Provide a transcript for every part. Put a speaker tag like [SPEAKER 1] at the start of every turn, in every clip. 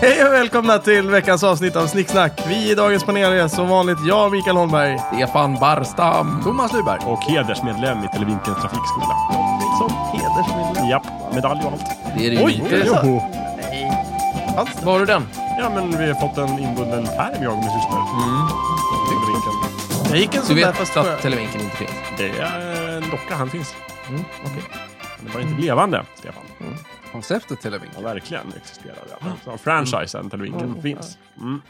[SPEAKER 1] Hej och välkomna till veckans avsnitt av Snicksnack. Vi i dagens panel är som vanligt jag, Mikael Holmberg.
[SPEAKER 2] Stefan Barstam.
[SPEAKER 1] Thomas Lyberg.
[SPEAKER 3] Och hedersmedlem i Televinkens trafikskola.
[SPEAKER 1] Som hedersmedlem.
[SPEAKER 3] Japp, medalj och allt.
[SPEAKER 2] Det är det ju
[SPEAKER 1] Oj,
[SPEAKER 2] inte.
[SPEAKER 1] är det så?
[SPEAKER 3] Joho.
[SPEAKER 1] Fanns det?
[SPEAKER 2] Var du den?
[SPEAKER 3] Ja, men vi har fått en inbunden pärm, jag och min syster.
[SPEAKER 2] Mm.
[SPEAKER 3] Televinken.
[SPEAKER 1] Jag gick en
[SPEAKER 2] Du
[SPEAKER 1] sån där fast
[SPEAKER 2] vet att
[SPEAKER 1] för...
[SPEAKER 2] Televinken inte finns.
[SPEAKER 3] Det är en docka, han finns.
[SPEAKER 2] Mm, okej.
[SPEAKER 3] Men det var inte levande, Stefan.
[SPEAKER 2] Konceptet
[SPEAKER 3] Ja,
[SPEAKER 2] Televinken.
[SPEAKER 3] verkligen existerar
[SPEAKER 2] Ah.
[SPEAKER 3] det. Så franchisen Televinken finns. Mm.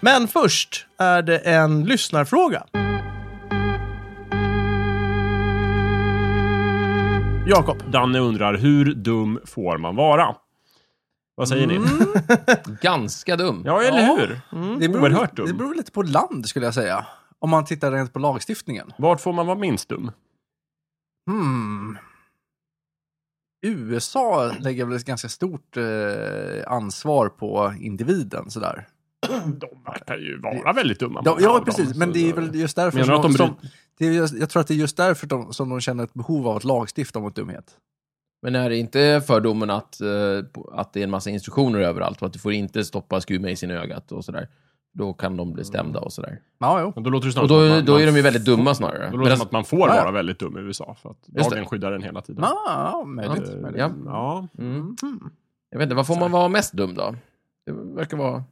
[SPEAKER 1] Men först är det en lyssnarfråga. Jakob.
[SPEAKER 3] Danne undrar, hur dum får man vara? Vad säger
[SPEAKER 2] Mm.
[SPEAKER 3] ni?
[SPEAKER 2] Ganska dum.
[SPEAKER 3] Ja, eller hur?
[SPEAKER 2] Mm.
[SPEAKER 4] Mm. Det
[SPEAKER 3] Oerhört dum.
[SPEAKER 4] beror, det beror lite på land skulle jag säga. Om man tittar rent på lagstiftningen.
[SPEAKER 3] Vart får man vara minst dum?
[SPEAKER 4] Hmm. USA lägger väl ett ganska stort eh, ansvar på individen sådär.
[SPEAKER 3] De verkar ju vara väldigt dumma.
[SPEAKER 4] Ja,
[SPEAKER 3] många
[SPEAKER 4] ja
[SPEAKER 3] av
[SPEAKER 4] precis.
[SPEAKER 3] dem.
[SPEAKER 4] Men
[SPEAKER 3] Så-
[SPEAKER 4] det är väl just därför
[SPEAKER 3] Menar du att de
[SPEAKER 4] som... Det är just, jag tror att det är just därför de, som de känner ett behov av att lagstifta mot dumhet.
[SPEAKER 2] Men är det inte fördomen att, eh, på- att det är en massa instruktioner överallt och att du får inte stoppa skruvmejseln i ögat och sådär. Då kan de bli stämda och sådär.
[SPEAKER 4] Ja, jo.
[SPEAKER 3] Men Då låter det snarare
[SPEAKER 2] Och
[SPEAKER 3] som att
[SPEAKER 2] då,
[SPEAKER 3] man-
[SPEAKER 2] då är
[SPEAKER 3] man
[SPEAKER 2] de ju väldigt dumma snarare.
[SPEAKER 3] Då låter det
[SPEAKER 2] Medan-
[SPEAKER 3] som att man får vara väldigt dum i USA. För att
[SPEAKER 2] Just det.
[SPEAKER 3] lagen skyddar den hela tiden.
[SPEAKER 4] Ja, ja, möjligt.
[SPEAKER 3] Eh,
[SPEAKER 4] möjligt.
[SPEAKER 2] ja.
[SPEAKER 3] ja.
[SPEAKER 2] mm. Jag vet inte, vad får man vara mest dum då? Det verkar vara...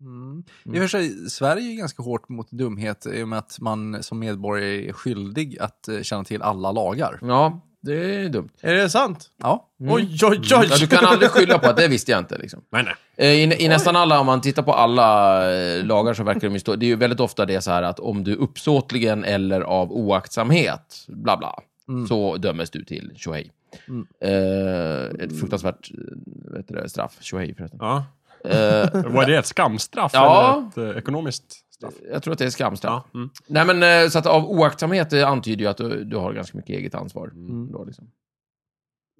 [SPEAKER 4] Mm. I och
[SPEAKER 2] Mm.
[SPEAKER 4] för sig, Sverige är ganska hårt mot dumhet i och med att man som medborgare är skyldig att eh, känna till alla lagar.
[SPEAKER 2] Ja, det är dumt.
[SPEAKER 1] Är det sant?
[SPEAKER 4] Ja.
[SPEAKER 1] Oj, oj, oj.
[SPEAKER 2] Ja, du kan aldrig skylla på att det visste jag inte. Liksom.
[SPEAKER 3] Nej, nej.
[SPEAKER 2] Eh, I, I nästan alla, om man tittar på alla eh, lagar så verkar de ju stå, det är ju väldigt ofta det så här att om du uppsåtligen eller av oaktsamhet, bla bla,
[SPEAKER 3] Mm.
[SPEAKER 2] så dömes du till tjohej. Eh, ett fruktansvärt eh, vet du det, straff, tjohej förresten.
[SPEAKER 3] Ja.
[SPEAKER 2] Eh,
[SPEAKER 3] Var det ett skamstraff
[SPEAKER 2] Ja.
[SPEAKER 3] eller ett eh, ekonomiskt straff?
[SPEAKER 2] jag tror att det är skamstraff.
[SPEAKER 3] Ja, mm.
[SPEAKER 2] Nej men eh, så att av oaktsamhet det antyder ju att du, du har ganska mycket eget ansvar.
[SPEAKER 3] Mm.
[SPEAKER 2] Då, liksom.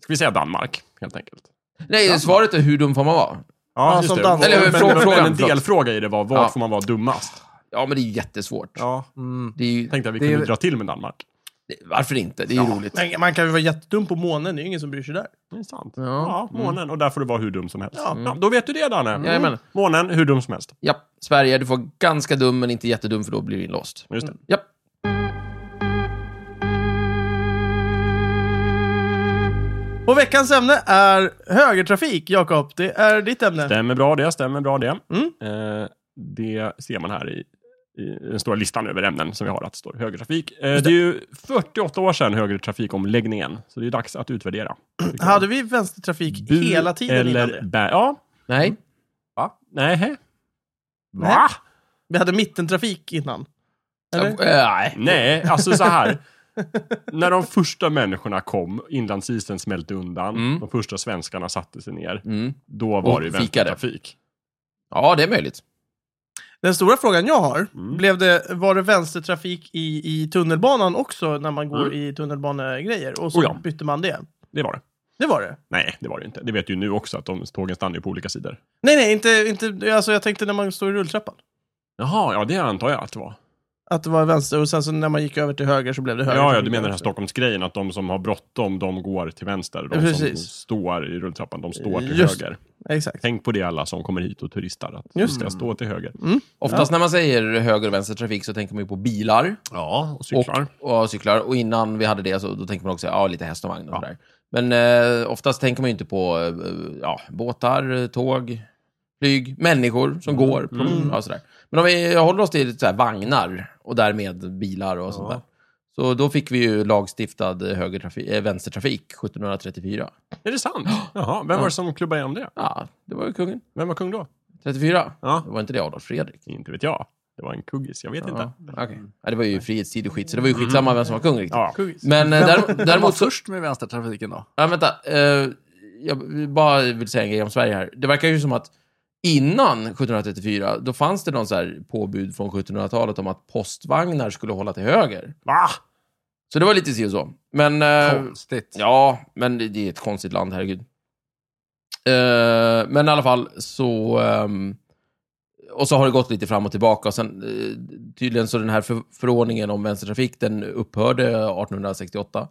[SPEAKER 3] Ska vi säga Danmark, helt enkelt?
[SPEAKER 2] Nej, svaret är hur dum får man vara?
[SPEAKER 3] Ja,
[SPEAKER 1] som
[SPEAKER 3] det.
[SPEAKER 1] dans-
[SPEAKER 3] Eller,
[SPEAKER 2] Eller,
[SPEAKER 3] men,
[SPEAKER 2] frå-
[SPEAKER 3] men,
[SPEAKER 2] frågan,
[SPEAKER 3] men en
[SPEAKER 2] förlåt.
[SPEAKER 3] delfråga i det var, var
[SPEAKER 2] Ja.
[SPEAKER 3] får man vara dummast?
[SPEAKER 2] Ja, men det är jättesvårt.
[SPEAKER 3] Ja.
[SPEAKER 4] Mm.
[SPEAKER 2] Det är ju,
[SPEAKER 3] Tänkte att vi
[SPEAKER 4] Det är-
[SPEAKER 3] kunde dra till med Danmark.
[SPEAKER 2] varför inte? Det är ju roligt.
[SPEAKER 1] Men man kan ju vara jättedum på månen, det är ju ingen som bryr sig där.
[SPEAKER 3] Det är sant.
[SPEAKER 2] Ja. Mm.
[SPEAKER 3] Ja, månen. Och där får du vara hur dum som helst.
[SPEAKER 1] Ja.
[SPEAKER 3] Ja. då vet du det, Danne. Mm.
[SPEAKER 2] Jajamän.
[SPEAKER 3] Månen, hur dum som helst.
[SPEAKER 2] Ja, Sverige, du får ganska dum men inte jättedum för då blir du inlåst.
[SPEAKER 3] Just det.
[SPEAKER 2] Ja.
[SPEAKER 1] Och veckans ämne är högertrafik, Jakob. Det är ditt ämne.
[SPEAKER 3] Stämmer bra det, stämmer bra det.
[SPEAKER 1] Mm.
[SPEAKER 3] Eh, det ser man här i, i den stora listan över ämnen som vi har, att det står högertrafik. Eh, det är ju 48 år sedan högertrafikomläggningen, så det är dags att utvärdera. tycker jag.
[SPEAKER 1] Hade vi vänstertrafik
[SPEAKER 3] Bu
[SPEAKER 1] hela tiden innan
[SPEAKER 3] eller
[SPEAKER 1] det?
[SPEAKER 3] bä- Ja,
[SPEAKER 2] Nej.
[SPEAKER 3] nej. Va?
[SPEAKER 1] Nej. Vi hade mittentrafik innan. Eller?
[SPEAKER 2] Äh, nej.
[SPEAKER 3] Nej, alltså så här. När de första människorna kom, inlandsisen smälte undan,
[SPEAKER 2] Mm.
[SPEAKER 3] de första svenskarna satte sig ner,
[SPEAKER 2] Mm.
[SPEAKER 3] då var
[SPEAKER 2] Och
[SPEAKER 3] det ju
[SPEAKER 2] fikade.
[SPEAKER 3] vänstertrafik.
[SPEAKER 2] Ja, det är möjligt.
[SPEAKER 1] Den stora frågan jag har,
[SPEAKER 3] Mm.
[SPEAKER 1] blev det, var det vänstertrafik i, i tunnelbanan också när man går i tunnelbanegrejer? Och så
[SPEAKER 3] Mm. Oh ja.
[SPEAKER 1] bytte man det.
[SPEAKER 3] Det var det.
[SPEAKER 1] Det var det.
[SPEAKER 3] Nej, det var det inte. Det vet du ju nu också, att de, tågen stannar ju på olika sidor.
[SPEAKER 1] Nej, nej, inte, inte, alltså jag tänkte när man står i rulltrappan.
[SPEAKER 3] Jaha, ja det antar jag att det var.
[SPEAKER 1] Att det var vänster och sen så när man gick över till höger så blev det höger.
[SPEAKER 3] Ja, ja, du menar den här Stockholmsgrejen, att de som har bråttom, de går till vänster. De som
[SPEAKER 1] Precis.
[SPEAKER 3] står i rulltrappan, de står till
[SPEAKER 1] Just.
[SPEAKER 3] höger.
[SPEAKER 1] Exakt.
[SPEAKER 3] Tänk på det alla som kommer hit och turistar, att
[SPEAKER 1] Just
[SPEAKER 3] Just ska stå till höger.
[SPEAKER 2] Oftast när man säger höger och vänster trafik så tänker man ju på bilar
[SPEAKER 3] Ja, och
[SPEAKER 2] och,
[SPEAKER 3] cyklar.
[SPEAKER 2] och cyklar. Och innan vi hade det så då tänker man också ja, lite häst och vagn och sådär. Men eh, oftast tänker man ju inte på eh, ja, båtar, tåg, flyg, människor som går. Ja, sådär. Men om vi håller oss till så här, vagnar och därmed bilar och sånt där. Så då fick vi ju lagstiftad högertrafik, eh, vänstertrafik 1734.
[SPEAKER 3] Är det sant? Jaha, vem var det som klubbade igenom det?
[SPEAKER 2] Ja, det var ju kungen.
[SPEAKER 3] Vem var kung då?
[SPEAKER 2] 34?
[SPEAKER 3] Ja.
[SPEAKER 2] Det var inte det Adolf Fredrik?
[SPEAKER 3] Inte vet jag. Det var en kuggis, jag vet
[SPEAKER 2] Ja,
[SPEAKER 3] inte.
[SPEAKER 2] okej. ja, det var ju frihetstid och skit, så det var ju skitsamma vem som var kung riktigt.
[SPEAKER 3] Ja.
[SPEAKER 2] Men eh, däremot,
[SPEAKER 4] Vem var
[SPEAKER 2] däremot så...
[SPEAKER 4] först med vänstertrafiken då?
[SPEAKER 2] Ja, vänta. Eh, jag bara vill säga en grej om Sverige här. Det verkar ju som att innan 1734, då fanns det någon så här påbud från 1700-talet om att postvagnar skulle hålla till höger.
[SPEAKER 3] Va?
[SPEAKER 2] Så det var lite si och så. Men... eh,
[SPEAKER 4] Konstigt.
[SPEAKER 2] Ja, men det, det är ett konstigt land, herregud. Eh, men i alla fall så... ehm, och så har det gått lite fram och tillbaka. Och sen, eh, tydligen så den här för, förordningen om vänstertrafik, den upphörde 1868.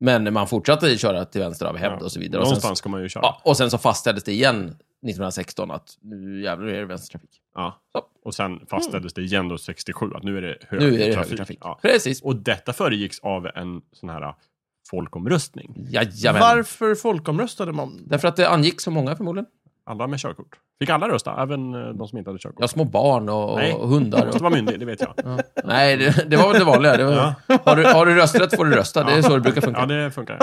[SPEAKER 2] Men man fortsatte köra till vänster av hävd och så vidare. Och sen,
[SPEAKER 3] Någonstans ska man ju köra.
[SPEAKER 2] ja, och sen så fastställdes det igen 1916 att nu jävlar är det vänstertrafik.
[SPEAKER 3] Ja.
[SPEAKER 2] Så. Mm.
[SPEAKER 3] Och sen fastställdes det igen då 67 att nu är det
[SPEAKER 2] Nu är
[SPEAKER 3] högertrafik.
[SPEAKER 2] det högertrafik.
[SPEAKER 3] Ja.
[SPEAKER 2] Precis.
[SPEAKER 3] Och detta föregicks av en sån här folkomröstning.
[SPEAKER 2] Jajamän.
[SPEAKER 1] Varför folkomröstade man?
[SPEAKER 2] Därför att det angick så många förmodligen.
[SPEAKER 3] Alla med körkort. Fick alla rösta? Även eh, de som inte hade körkort?
[SPEAKER 2] Ja, små barn och,
[SPEAKER 3] Nej.
[SPEAKER 2] och
[SPEAKER 3] Du
[SPEAKER 2] hundar. Och,
[SPEAKER 3] måste vara myndig, det vet jag.
[SPEAKER 2] ja. Nej, det, det var väl det vanliga. Det var, har, du, har du rösträtt får du rösta. Det är så det brukar funka.
[SPEAKER 3] Ja, det funkar.